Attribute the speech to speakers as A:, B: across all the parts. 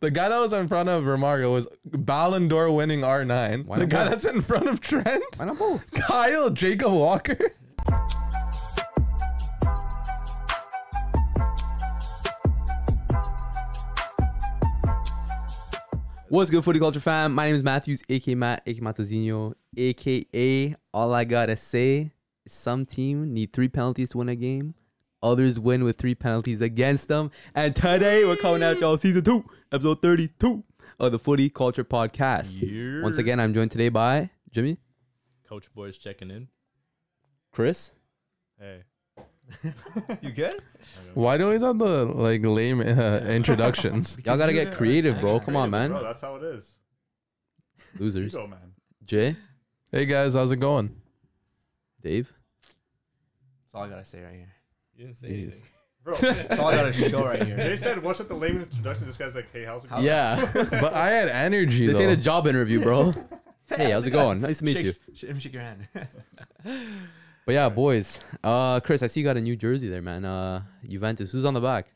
A: The guy that was in front of Romario was Ballon d'Or winning R9.
B: Why
A: the
B: not
A: guy
B: both?
A: that's in front of Trent,
B: Why not both?
A: Kyle Jacob Walker.
B: What's good, footy culture fam? My name is Matthews, aka Matt, aka Matazino, aka all I gotta say is some team need three penalties to win a game, others win with three penalties against them. And today we're coming at y'all season two, episode 32 of the Footy Culture Podcast. Once again, I'm joined today by Jimmy,
C: Coach Boy's checking in.
B: Chris,
C: Hey.
D: You good?
A: Why do we always have the like lame uh, introductions?
B: Y'all gotta
C: you
B: get
C: are
B: creative,
C: an
B: bro. Come on, man.
D: Bro, that's how it is. You
B: Losers.
D: go, man.
B: Jay,
A: hey guys, how's it going?
B: Dave.
E: That's all I gotta say right here.
C: You didn't say
B: Jeez.
C: anything.
D: Bro,
E: That's all I gotta show right here.
D: Jay said, "What's with the lame introduction?" This guy's like, "Hey, how's it going?"
A: Yeah, but I had energy
B: This
A: though.
B: ain't a job interview, bro. hey, how's it going? Nice to meet you.
E: Shakes- sh- Let me shake your hand.
B: But yeah, boys. Uh, Chris, I see you got a new jersey there, man. Uh, Juventus. Who's on the back?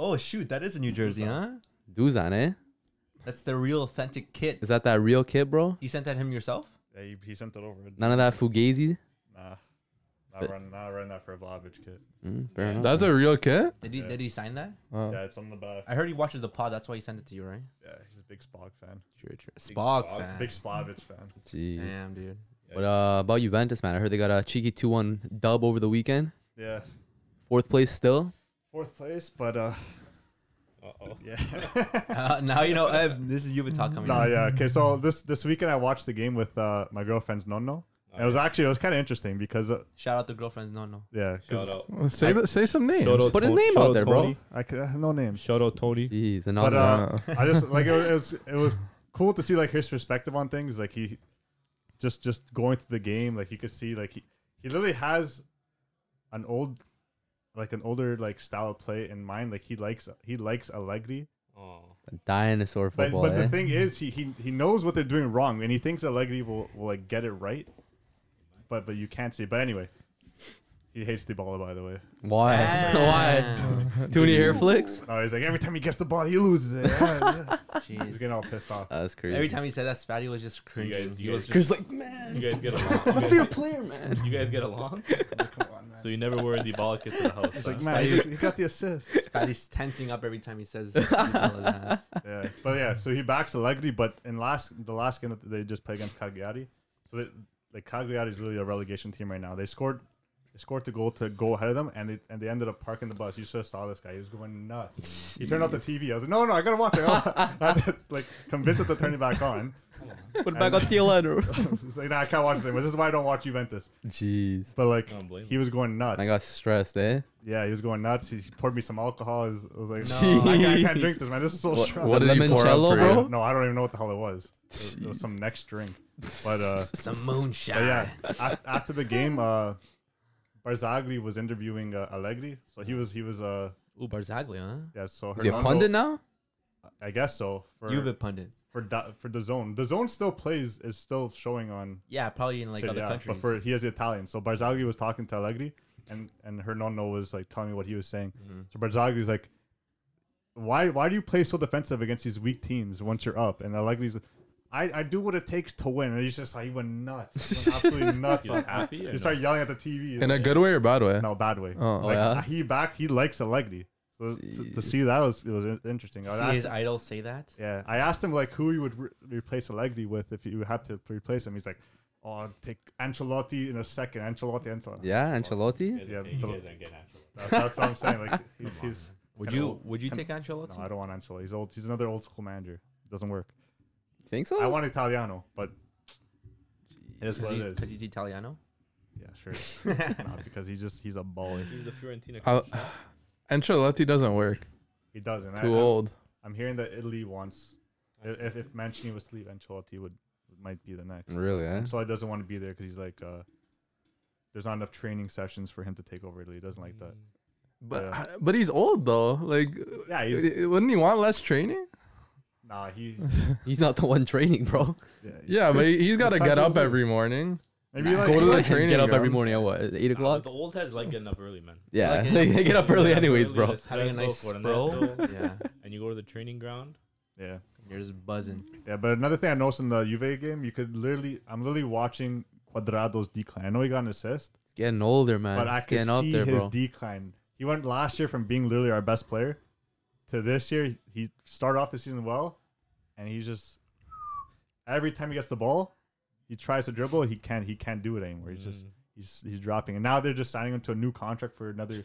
E: oh shoot, that is a New Jersey, huh?
B: Duzan, eh?
E: That's the real authentic kit.
B: Is that that real kid, bro?
E: You sent that him yourself?
D: Yeah, he, he sent that over.
B: None of that Fugazi.
D: Nah, not running, not running that for a Blavich kid.
B: Mm, fair enough.
A: That's a real kid.
E: Did he
D: Yeah.
E: did he sign that?
A: Oh.
D: Yeah, it's on the back.
E: I heard he watches the pod, that's why he sent it to you, right?
D: Yeah, he's a big Spock fan.
E: True, true.
D: Big
E: Spock fan.
D: Big Splavich fan.
B: Jeez.
E: Damn, dude.
B: But uh, about Juventus, man. I heard they got a cheeky two-one dub over the weekend.
D: Yeah,
B: Fourth place still.
D: fourth place, but uh,
C: Uh-oh.
D: yeah.
E: Uh, now you know uh, this is Juve talk coming.
D: nah,
E: in.
D: yeah. Okay, so this this weekend I watched the game with uh, my girlfriend's nonno. And it was actually it was kind of interesting because uh,
E: Shout out to girlfriends. No, no.
D: yeah, 'cause-
C: Shout out.
A: Say the, say some names.
C: Shout out
B: Put his
C: Ton-
B: name
C: shout
B: out there, bro.
C: Tony.
D: I could, uh, no names.
C: Shout out Tony.
B: Jeez,
D: But
B: anonymous.
D: uh, I just like it was, it was it was cool to see like his perspective on things. Like he just just going through the game, like you could see like he he literally has an old like an older like style of play in mind. Like he likes he likes Allegri,
C: Oh.
B: Dinosaur
D: but
B: football.
D: but
B: eh?
D: the thing is he, he he knows what they're doing wrong, and he thinks Allegri will will like get it right. But but you can't see. But anyway. He hates the ball, by the way.
B: Why? Why?
E: Damn.
B: Too many hair flicks.
D: Oh, he's like every time he gets the ball, he loses it. Yeah, yeah. he's
E: Jeez.
D: getting all pissed off.
B: That's crazy.
E: Every time he said that, Spatty was just cringing.
C: guys-
E: he
C: you
E: was
C: guys-
E: just
B: Chris like, man,
C: You guys get along. You
B: I'm a
C: guys
B: fair
C: get,
B: player, man.
C: you guys get along?
D: Come on, man.
C: so you never wore the ball kit to the house. huh?
D: Like, man, he, just- he got the assist.
E: Spatty's tensing up every time he says. Juve.
D: yeah, but yeah, so he backs Allegri, but in last the last game that they just played against Cagliari, so they, like Cagliari is really a relegation team right now. They scored, they scored the goal to go ahead of them, and they and they ended up parking the bus. You should have saw this guy; he was going nuts. He turned off the TV. I was like, no, no, I gotta watch it. I had to, like convince him to turn it back on.
B: Put it back on TLN. bro.
D: He's like, nah, I can't watch this anymore. This is why I don't watch Juventus.
B: Jeez.
D: But like,
C: I don't blame
D: he was going nuts.
B: I got stressed, eh?
D: yeah, he was going nuts. He poured me some alcohol. I was, I was like,
E: No.
D: no, I can't, I can't drink this, man. This is so
A: What,
D: strong.
A: what did he pour out
B: Limoncello,
A: for
B: bro?
A: you?
D: No, I don't even know what the hell it was. It was, it was some next drink. But uh,
E: Some moonshine.
D: but yeah, af- after the game, uh, Barzagli was interviewing uh, Allegri, so he was he was uh
E: Ooh, Barzagli, huh?
D: yeah. So
B: Is he a
D: Hernando-
B: pundit now?
D: I guess so. For
E: Juve pundit.
D: for da- for the zone, the zone still plays is still showing on
E: Yeah, probably in like
D: Serie
E: other
D: A,
E: countries.
D: but for he is Italian. So Barzagli was talking to Allegri, and and Hernando was like telling me what he was saying.
E: Mm-hmm.
D: So Barzagli's like, why why do you play so defensive against these weak teams once you're up? And Allegri's, I, I do what it takes to win. And he's just like he went nuts, He went absolutely nuts.
C: He was happy or
D: You start
C: no?
D: yelling at the TV.
A: In a good way or bad way?
D: no bad way.
A: Oh.
D: like,
B: yeah?
D: he back he likes Allegri. So to, to see that was it was in- interesting. I
E: See
D: asked
E: his
D: him-
E: idol say that?
D: yeah, I asked him like who he would re- replace Allegri with if you had to replace him. He's like, oh, I'll take Ancelotti in a second. Ancelotti, Ancelotti.
B: Yeah, Ancelotti.
C: You guys-
D: Yeah,
C: you
D: but-
C: guys aren't getting actual.
D: That- that's what I'm saying. Like he's, he's
E: Would
D: Kinda
E: you
D: old.
E: would you
D: Kinda-
E: take Ancelotti?
D: no, I don't want Ancelotti. He's old. He's another old school manager. Doesn't work.
B: Think
D: I
B: so?
D: want Italiano, but it is what it is.
E: Because he's Italiano.
D: Yeah, sure. Not because he just he's a baller.
C: He's the Fiorentina
E: Uh,
A: I'll-
C: coach.
A: Ancelotti doesn't work.
D: He doesn't. I,
A: Too
D: I'm-
A: old.
D: I'm hearing that Italy wants if if- if Mancini was to leave, Ancelotti would might be the next.
B: Really, eh?
D: Ancelotti doesn't want to be there because he's like, uh, there's not enough training sessions for him to take over Italy. He doesn't like that.
A: But
D: Yeah.
A: but he's old though. Like
D: Yeah, he's
A: wouldn't he want less training?
D: nah. He
B: He's not the one training, bro.
D: yeah. he's-
A: Yeah, but he- he's got to
D: He's
A: get
D: not
A: up
D: old.
A: every morning.
D: Maybe like
A: go to the training
B: Get up every
A: ground.
B: morning at what? Eight
C: Nah, but
B: o'clock?
C: the old heads like getting up early, man.
B: Yeah,
E: like-
B: they get up early anyways, bro.
E: Having a nice
C: bro.
E: bro. yeah.
C: And you go to the training ground.
D: Yeah.
E: You're just buzzing.
D: Yeah, but another thing I noticed in the Juve game, you could literally, I'm literally watching Cuadrado's decline. I know he got an assist,
B: It's getting older, man.
D: but I
B: it's
D: can
B: getting up
D: see
B: there,
D: his
B: bro.
D: decline. He went last year from being literally our best player to this year. He started off the season well, and he's just every time he gets the ball, he tries to dribble. He can't. He can't do it anymore. He's just
C: Mm,
D: he's he's dropping. And now they're just signing him to a new contract for another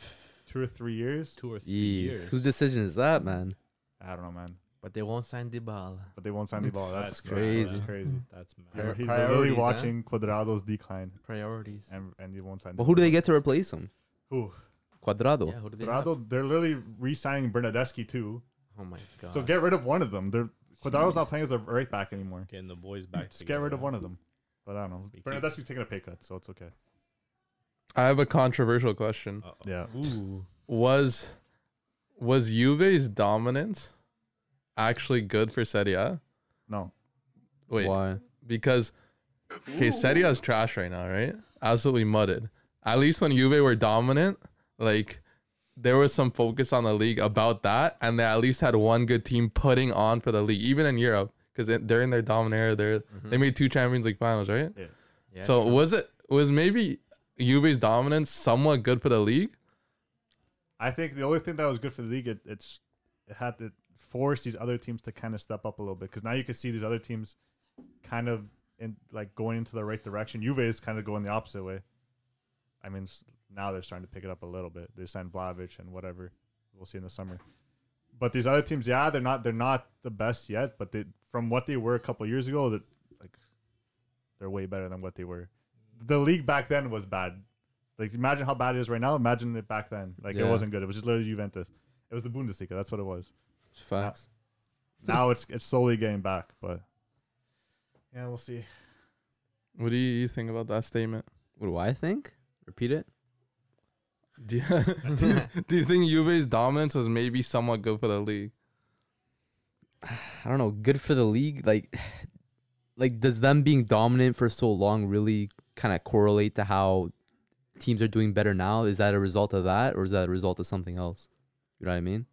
D: two or three years.
C: two or three
B: Jeez.
C: years.
B: Whose decision is that, man?
D: I don't know, man.
E: But they won't sign Dybala.
D: But they won't sign the ball. That's, That's
C: That's
B: crazy.
D: crazy.
C: That's mad.
D: You're,
E: Prior-
D: he's literally
E: priorities, huh?
D: watching Cuadrado's decline,
E: Priorities.
D: and and he won't sign.
B: But
D: the
B: who do
D: ball.
B: they get to replace him?
D: Who?
B: Quadrado.
E: Yeah, who do they have?
D: Cuadrado, they're literally re-signing Bernadeschi too.
E: Oh my god.
D: So get rid of one of them. They're Cuadrado's not
E: Jeez.
D: playing as a right back anymore.
C: Getting the boys back.
D: Just get rid of one of them. But I don't know.
C: We keep-
D: Bernadeschi's taking a pay cut, so it's okay.
A: I have a controversial question.
D: Yeah.
C: Ooh.
A: Was was Juve's dominance actually good for Serie A?
D: No.
A: Wait,
B: Why?
A: because okay, Serie A is trash right now, right? Absolutely mudded. At least when Juve were dominant, like there was some focus on the league about that, and they at least had one good team putting on for the league, even in Europe, because during their dominant era, they're, they made two Champions League finals, right?
E: Mm-hmm. Yeah,
A: so
E: true.
A: was it was maybe Juve's dominance somewhat good for the league?
D: I think the only thing that was good for the league, it, it's it had to force these other teams to kind of step up a little bit because now you can see these other teams kind of in like going into the right direction. Juve is kind of going the opposite way. I mean, s- now they're starting to pick it up a little bit. They signed Vlahovic and whatever. We'll see in the summer. But these other teams, yeah, they're not they're not the best yet, but they from what they were a couple years ago, that like they're way better than what they were. The league back then was bad. Like imagine how bad it is right now. Imagine it back then. Like it
B: Yeah.
D: wasn't good. It was just literally Juventus. It was the Bundesliga. That's what it was.
B: Facts.
D: Now it's it's slowly getting back, but yeah, we'll see.
A: What do you think about that statement?
B: What do I think? Repeat it.
A: Do you, do you- do you think Juve's dominance was maybe somewhat good for the league?
B: I don't know, good for the league. Like, like does them being dominant for so long really kind of correlate to how teams are doing better now? Is that a result of that, or is that a result of something else? You know what I mean?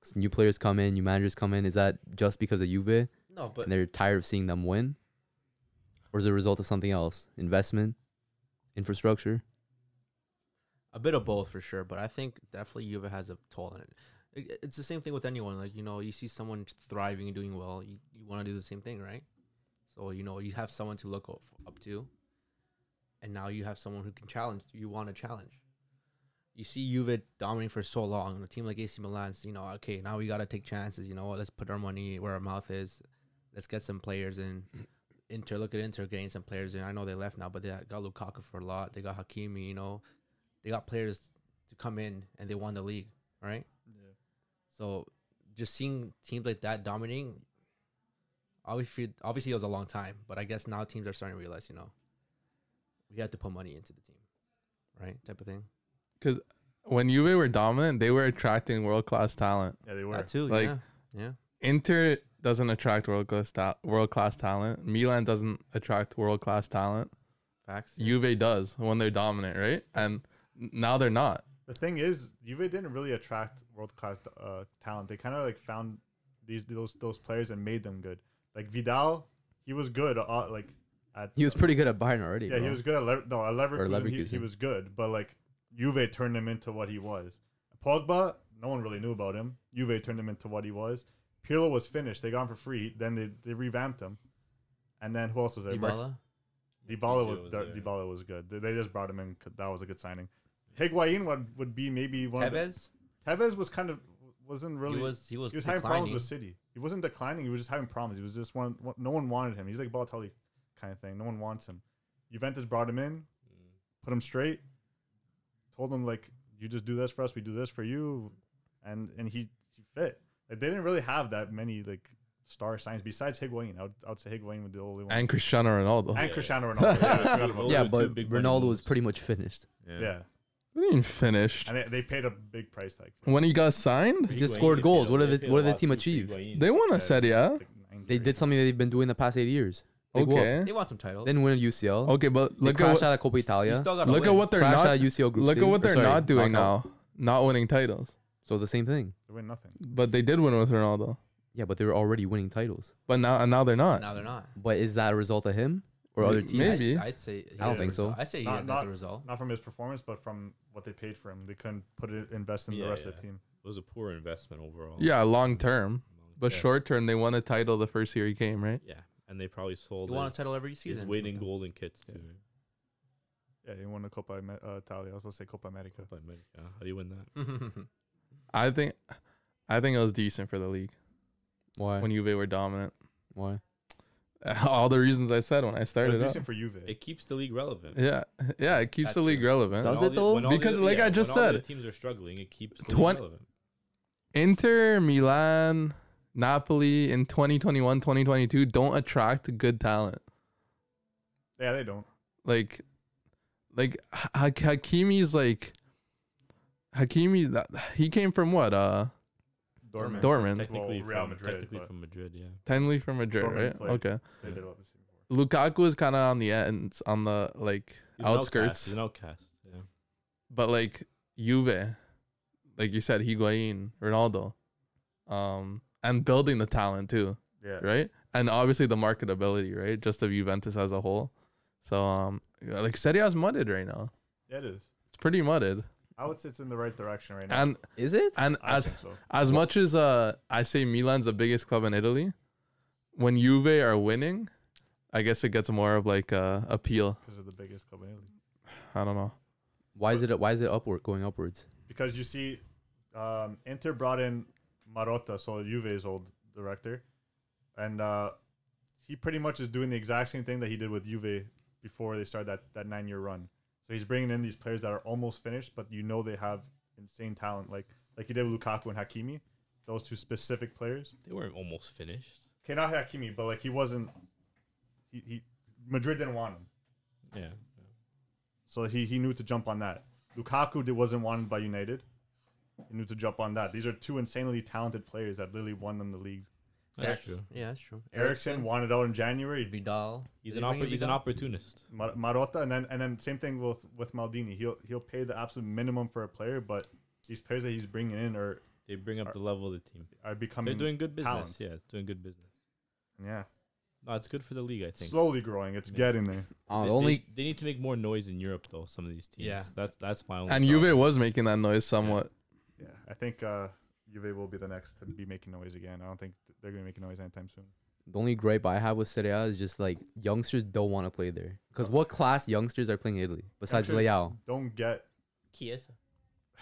B: 'Cause new players come in, new managers come in. Is that just because of Juve
E: no, but
B: and they're tired of seeing them win, or is it a result of something else? Investment, infrastructure.
E: a bit of both for sure. But I think definitely Juve has a toll on it. It- It's the same thing with anyone. Like you know, you see someone thriving and doing well, you, you want to do the same thing, right? So you know, you have someone to look up, up to, and now you have someone who can challenge. You want to challenge. You see Juve dominating for so long, and a team like AC Milan's, you know, okay, now we got to take chances. You know what? Let's put our money where our mouth is. Let's get some players in. Inter, look at Inter getting some players in. I know they left now, but they got Lukaku for a lot. They got Hakimi, you know they got players to come in and they won the league, right? So just seeing teams like that dominating, obviously, obviously it was a long time, but I guess now teams are starting to realize, you know, we have to put money into the team, right? Type of thing.
A: When Juve were dominant, they were attracting world class talent.
D: Yeah, they were.
E: That too,
A: Like-
E: yeah, yeah.
A: Inter doesn't attract world class ta- world class talent. Milan doesn't attract world class talent.
E: Facts.
A: Juve does when they're dominant, right? And n- now they're not.
D: the thing is, Juve didn't really attract world class uh, talent. They kind of like found these those those players and made them good. Like Vidal, he was good. Uh, like at
B: He was pretty good at Bayern already.
D: yeah, he was good at Le- no at Leverkusen, He, he
B: Leverkusen.
D: was good, but like Juve turned him into what he was. Pogba, no one really knew about him. Juve turned him into what he was. Pirlo was finished. They got him for free. Then they, they revamped him, and then who else was there? Mark-
E: Dybala.
D: Dybala was,
C: was
D: Di-
C: there.
D: Dybala was good. They, they just brought him in. 'cause That was a good signing. Higuain would, would be maybe one of the,
E: Tevez.
D: Tevez was kind of wasn't really.
E: he was he was,
D: he was having problems
E: declining.
D: with City. He wasn't declining. He was just having problems. He was just one. one- No one wanted him. He's like Balotelli kind of thing. No one wants him. Juventus brought him in,
E: Mm.
D: put him straight, told him like, "You just do this for us. We do this for you," and and he, he fit. Like they didn't really have that many like star signs besides Higuain. I would, I would say Higuain was the only one.
A: And Cristiano Ronaldo.
D: and
C: Yeah.
D: Cristiano Ronaldo. Yeah, I forgot about
C: Those
B: yeah,
C: are two
B: but
C: big money
B: Ronaldo
C: moves.
B: was pretty much finished.
D: that. yeah.
A: What do you mean finished?
D: And they, they paid a big price tag. For him.
A: When he got signed,
B: He just scored goals. What did the- what did the team achieve?
A: they won
D: Yeah,
A: a Serie A.
D: like nine
B: They
D: grand.
B: did something that they've been doing the past eight years. Like, what?
A: Okay.
E: They want some titles.
B: Then win a UCL.
A: Okay, but
B: They
A: look at
B: crashed
A: what,
B: out of Coppa
E: You
B: Italia.
E: still gotta
A: look at
E: win.
A: what they're
B: Crashed
A: not
B: out of UCL group
A: look at
B: stage-
A: what
B: or
A: they're
B: sorry,
A: not doing
B: knockout.
A: now. Not winning titles.
B: So the same thing.
D: They win nothing.
A: But they did win with Ronaldo.
B: Yeah, but they were already winning titles.
A: But now and now they're not.
E: Now they're not.
B: But is that a result of him or
A: May-
B: other teams?
A: maybe.
E: I'd, I'd say.
B: I don't think so.
E: I say
D: Not-
E: yeah, that's
D: not-
E: a result.
D: Not from his performance, but from what they paid for him. They couldn't put it invest in the
C: Yeah,
D: rest of
C: yeah.
D: the team.
C: It was a poor investment overall.
A: Yeah, long term. But
C: Yeah.
A: short term, they won a title the first year he came, right?
C: Yeah, and they probably sold.
E: You want
C: his-
E: a title every
C: He's
E: season.
C: winning golden kits
D: Yeah.
C: too.
D: Yeah, he won the Copa Ame- uh, Italia. I was supposed to say Copa America.
C: By America. How do you win that?
A: I think, I think it was decent for the league
B: Why?
A: when Juve were dominant.
B: Why?
A: All the reasons I said when I
D: It was
A: started. Up.
D: decent for Juve.
C: It keeps the league relevant.
A: Yeah, yeah, it keeps
C: That's
A: the league
C: true.
A: relevant.
B: Does
C: When all
B: it
C: the-
B: though?
C: when all the-
A: Because like I
C: when
A: just
C: all the
A: said,
C: other teams are struggling. It keeps the league
A: twen-
C: relevant.
A: Inter, Milan, Napoli in 2021, 2022 don't attract good talent.
D: yeah, they don't.
A: Like, like Ha- Ha- Hakimi's like Hakimi. That, he came from what? Uh,
D: Dortmund.
A: Dortmund.
C: Technically,
D: Well, Real
C: from,
D: Madrid,
C: technically
D: but-
C: from Madrid. Yeah.
A: Tenley from Madrid,
D: Dortmund
A: right?
D: played.
A: Okay.
D: They did what they said before.
A: Lukaku is kind of on the ends, on the like
C: He's an outcast,
A: outskirts,
C: He's an outcast. Yeah.
A: but like Juve, like you said, Higuain, Ronaldo, um, and building the talent too,
D: Yeah.
A: right? And obviously the marketability, right? Just of Juventus as a whole. So um, like Serie A's mudded right now.
D: Yeah, it is.
A: It's pretty mudded,
D: I would say it's in the right direction right now.
A: and
B: Is it?
A: and
D: I
A: as
D: think so.
A: as much as uh, I say Milan's the biggest club in Italy, when Juve are winning, I guess it gets more of like uh, appeal.
D: Because of the biggest club in Italy.
A: I don't know.
B: Why is it? Why is it upward? Going upwards?
D: Because you see, um, Inter brought in Marotta, so Juve's old director, and uh, he pretty much is doing the exact same thing that he did with Juve before they started that, that nine year run. So he's bringing in these players that are almost finished, but you know they have insane talent, like like he did with Lukaku and Hakimi, those two specific players.
C: They weren't almost finished.
D: Okay, not Hakimi, but like he wasn't. He, he Madrid didn't want him,
C: Yeah.
D: so he he knew to jump on that. Lukaku did, wasn't wanted by United. He knew to jump on that. These are two insanely talented players that literally won them the league.
C: That's
E: Eriksen.
C: true.
E: Yeah, that's true.
D: Ericsson wanted out in January.
E: Vidal.
C: He's
E: Did
C: an
E: he bring
C: oppor-
E: in
C: he's an
E: Vidal?
C: opportunist.
D: Mar- Marotta, and then and then same thing with with Maldini. He'll he'll pay the absolute minimum for a player, but these players that he's bringing in are
C: They bring up the level of the team.
D: are
C: They're
D: becoming
C: doing good business.
D: talent.
C: Yeah, it's doing good business.
D: yeah
C: No, it's good for the league. I think.
D: slowly growing. It's
C: Yeah.
D: getting there.
B: Oh,
C: They-
B: the only
C: they, they need to make more noise in Europe though. Some of these teams.
E: Yeah.
C: That's that's my only.
A: And
C: problem.
A: Juve was making that noise somewhat.
D: Yeah, I think uh, Juve will be the next to be making noise again. I don't think th- they're gonna be making noise anytime soon.
B: the only gripe I have with Serie A is just like youngsters don't want to play there. Because what class youngsters are playing in Italy besides
D: Youngsters-
B: Leao?
D: Don't get
E: Chiesa.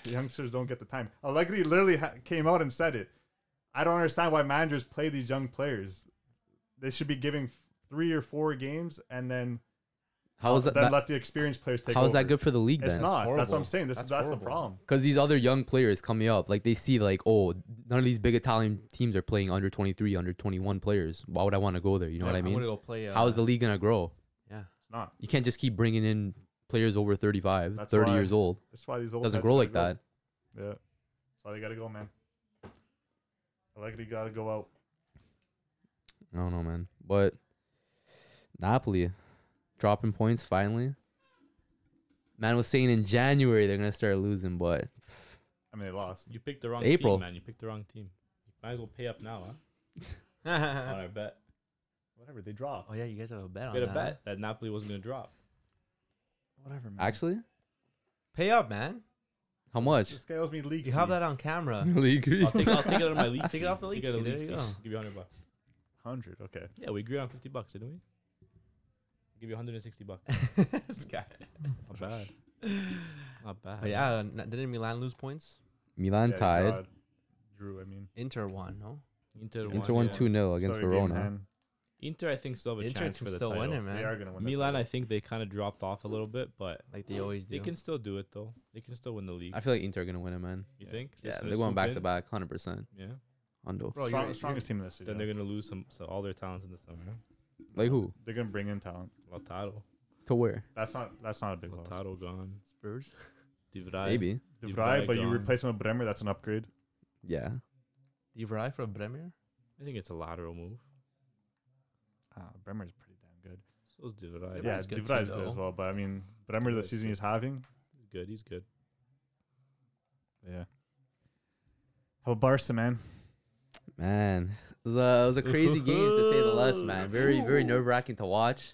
D: the youngsters don't get the time. Allegri literally ha- came out and said it. I don't understand why managers play these young players. They should be giving f- three or four games and then
B: How is that?
D: Uh, then
B: that
D: let the experienced players take
B: how is that
D: over.
B: good for the league
D: It's
B: then?
D: not. That's what I'm
E: horrible.
D: saying. This
E: That's
D: is that's
E: horrible.
D: the problem.
B: Because these other young players coming up, like they see like, oh, none of these big Italian teams are playing under 23, under 21 players. Why would I want to go there? You know
D: Yeah,
B: what I
E: I'm gonna
B: mean?
E: go play. Uh,
B: How is the league gonna grow?
E: Yeah.
D: It's not.
B: You can't just keep bringing in players over 35,
D: That's
B: 30
D: why-
B: years old.
D: That's why these old
B: Doesn't
D: heads
B: grow
D: gotta
B: like
D: go.
B: that.
D: Yeah, that's why they gotta go, man. Allegri gotta go out.
B: I don't know, man. But Napoli dropping points finally. Man was saying in January they're gonna start losing, but
D: I mean, they lost.
C: You picked the wrong
B: April.
C: team, man. You picked the wrong team. You might as well pay up now, huh? on
E: oh
C: our bet. Whatever they dropped.
E: yeah, you guys have a bet on
C: we had a
E: that. huh?
C: bet that Napoli wasn't gonna drop.
D: Whatever, man.
B: actually,
E: Pay up, man.
B: how much?
D: this guy owes me league.
E: You have
D: fee.
E: that on
D: uh,
E: camera.
A: League.
C: I'll take, I'll take it out of my league.
E: Take it
C: fee.
E: off the league
C: Take it out of
E: fee, there you
C: fees.
E: go.
C: Give you hundred bucks.
D: hundred. Okay.
C: Yeah, we agreed on fifty bucks, didn't we? Give you one hundred and sixty bucks.
E: this guy.
C: Not bad. Not bad.
E: But yeah, n- didn't Milan lose points?
B: Milan
D: Yeah,
B: tied.
D: God. Drew, I mean.
E: Inter won, no?
C: Inter,
B: Inter won
C: won, yeah.
B: two 0 against
D: Sorry,
B: Verona.
D: man.
C: Inter, I think still have a
E: Inter
C: chance for
E: can
C: the
E: still
C: title.
E: win it,
D: They
E: man.
D: are gonna win. that
C: Milan, I
D: title.
C: think they kind of dropped off a little bit, but
E: Like they always
C: they
E: do.
C: can still do it though. They can still win the league.
B: I feel like Inter are gonna win it, man.
C: You
D: Yeah.
C: think?
B: Yeah,
C: Just gonna
B: they're going
C: swoop
B: back
C: in?
B: to back, hundred percent.
C: Yeah.
B: Hondo.
E: Bro,
D: Strong-
E: you're,
D: strongest team this
C: Then
D: season.
C: they're gonna lose some so all their talents in the summer.
B: Like who?
D: They're gonna bring in talent.
C: Lautaro,
B: To where?
D: That's not. That's not a big loss.
C: Lautaro gone.
E: Spurs.
C: Divrai.
B: Maybe.
D: De
C: You've
D: Vrij,
C: got
D: but you
C: Gunn.
D: replace him with Bremer. That's an upgrade.
B: Yeah.
E: You Vrij for Bremer?
C: I think it's a lateral move.
D: Ah, Bremer's pretty damn good.
C: So is Divrai.
D: yeah,
E: Bremer's
D: De
E: good
D: Vrij is
E: too,
D: good as
E: though.
D: well. But I mean, Bremer the
C: Bremer's
D: season
C: good.
D: he's having.
C: he's good. He's good.
D: Yeah. How about Barca, man?
B: Man, It was a, it was a crazy game to say the least, man. Very, very nerve wracking to watch.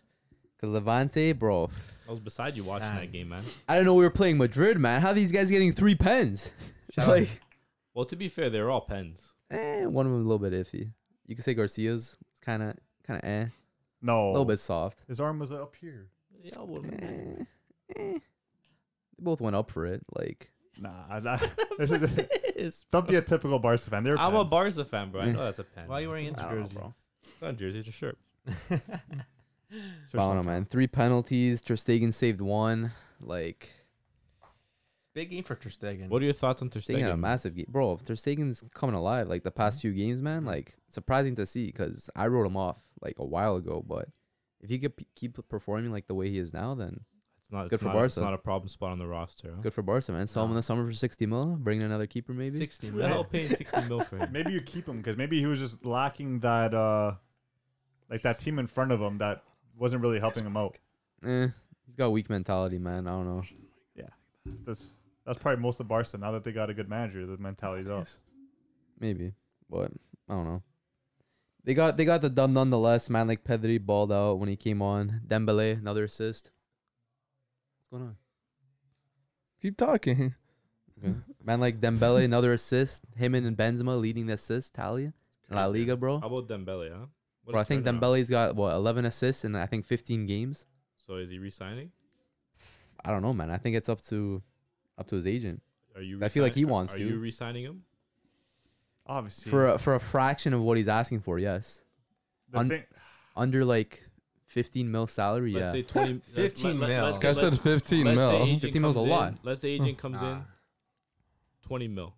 B: Cause Levante, bro,
C: I was beside you watching
E: Man.
C: that game, man.
B: I don't know. We were playing Madrid, man. How are these guys getting three pens?
E: Shout out-
B: like,
C: Well, to be fair, they were all pens.
B: eh, one of them a little bit iffy. You could say Garcia's kind of, kind of eh, a
D: No.
B: little bit soft.
D: His arm was up here.
C: Yeah, well,
B: Eh, eh. They both went up for it. Like,
D: Nah. I, I, this is, don't be a typical Barca fan. They're
C: I'm a
D: pens.
C: Barca fan, bro. I know that's a pen.
E: Why are you wearing
B: I
E: Inter
B: don't know,
E: jersey?
B: bro.
C: It's not a jersey, it's a shirt.
D: Sure,
B: I don't know,
D: some-
B: man. Three penalties. Ter Stegen saved one. Like,
E: Big game for Ter Stegen.
C: What are your thoughts on Ter
B: Ter Stegen had a
C: Stegen?
B: massive game, bro. If Ter Stegen's coming alive like the past few games, man. Like surprising to see because I wrote him off like a while ago, but if he could p- keep performing like the way he is now, then
C: It's not, it's
B: Good for
C: not, It's
B: Barca.
C: not a problem spot on the roster. Huh?
B: good for Barca, man. Sell him in
E: Yeah.
B: the summer for sixty mil, bring in another keeper maybe.
E: 60
C: Who the hell
E: million.
C: paying 60 mil for him?
D: Maybe you keep him because maybe he was just lacking that, uh, like that team in front of him that wasn't really helping him out.
B: Eh, he's got weak mentality, man. I don't know.
D: That's that's probably most of Barca now that they got a good manager. The mentality's out.
B: Maybe, but I don't know. They got they got the dub nonetheless, man. Like Pedri balled out when he came on. Dembele another assist. What's going on?
A: Keep talking.
B: Man, like Dembele, another assist. Him and Benzema leading the assist tally. in La Liga, bro.
C: How about Dembele, huh? What
B: Bro,
C: a
B: I think
C: turnaround.
B: Dembele's got what 11 assists in I think 15 games.
C: So is he resigning?
B: I don't know, man. I think it's up to up to his agent
C: Are you?
B: I feel like he
C: resigning-
B: wants
C: are
B: to.
C: you resigning him?
D: Obviously,
B: for a, for a fraction of what he's asking for. Yes,
D: the
B: un-
D: thing,
B: under like 15 mil salary.
C: Let's
B: yeah,
C: say 20, let-
E: 15
C: let- let-
E: mil.
C: let's-
A: Guy said
C: let's-
A: 15
C: let's say
A: mil.
C: agent
B: 15 mil's a
C: comes in-
B: lot.
C: Let's say agent comes
E: Nah.
C: in 20 mil.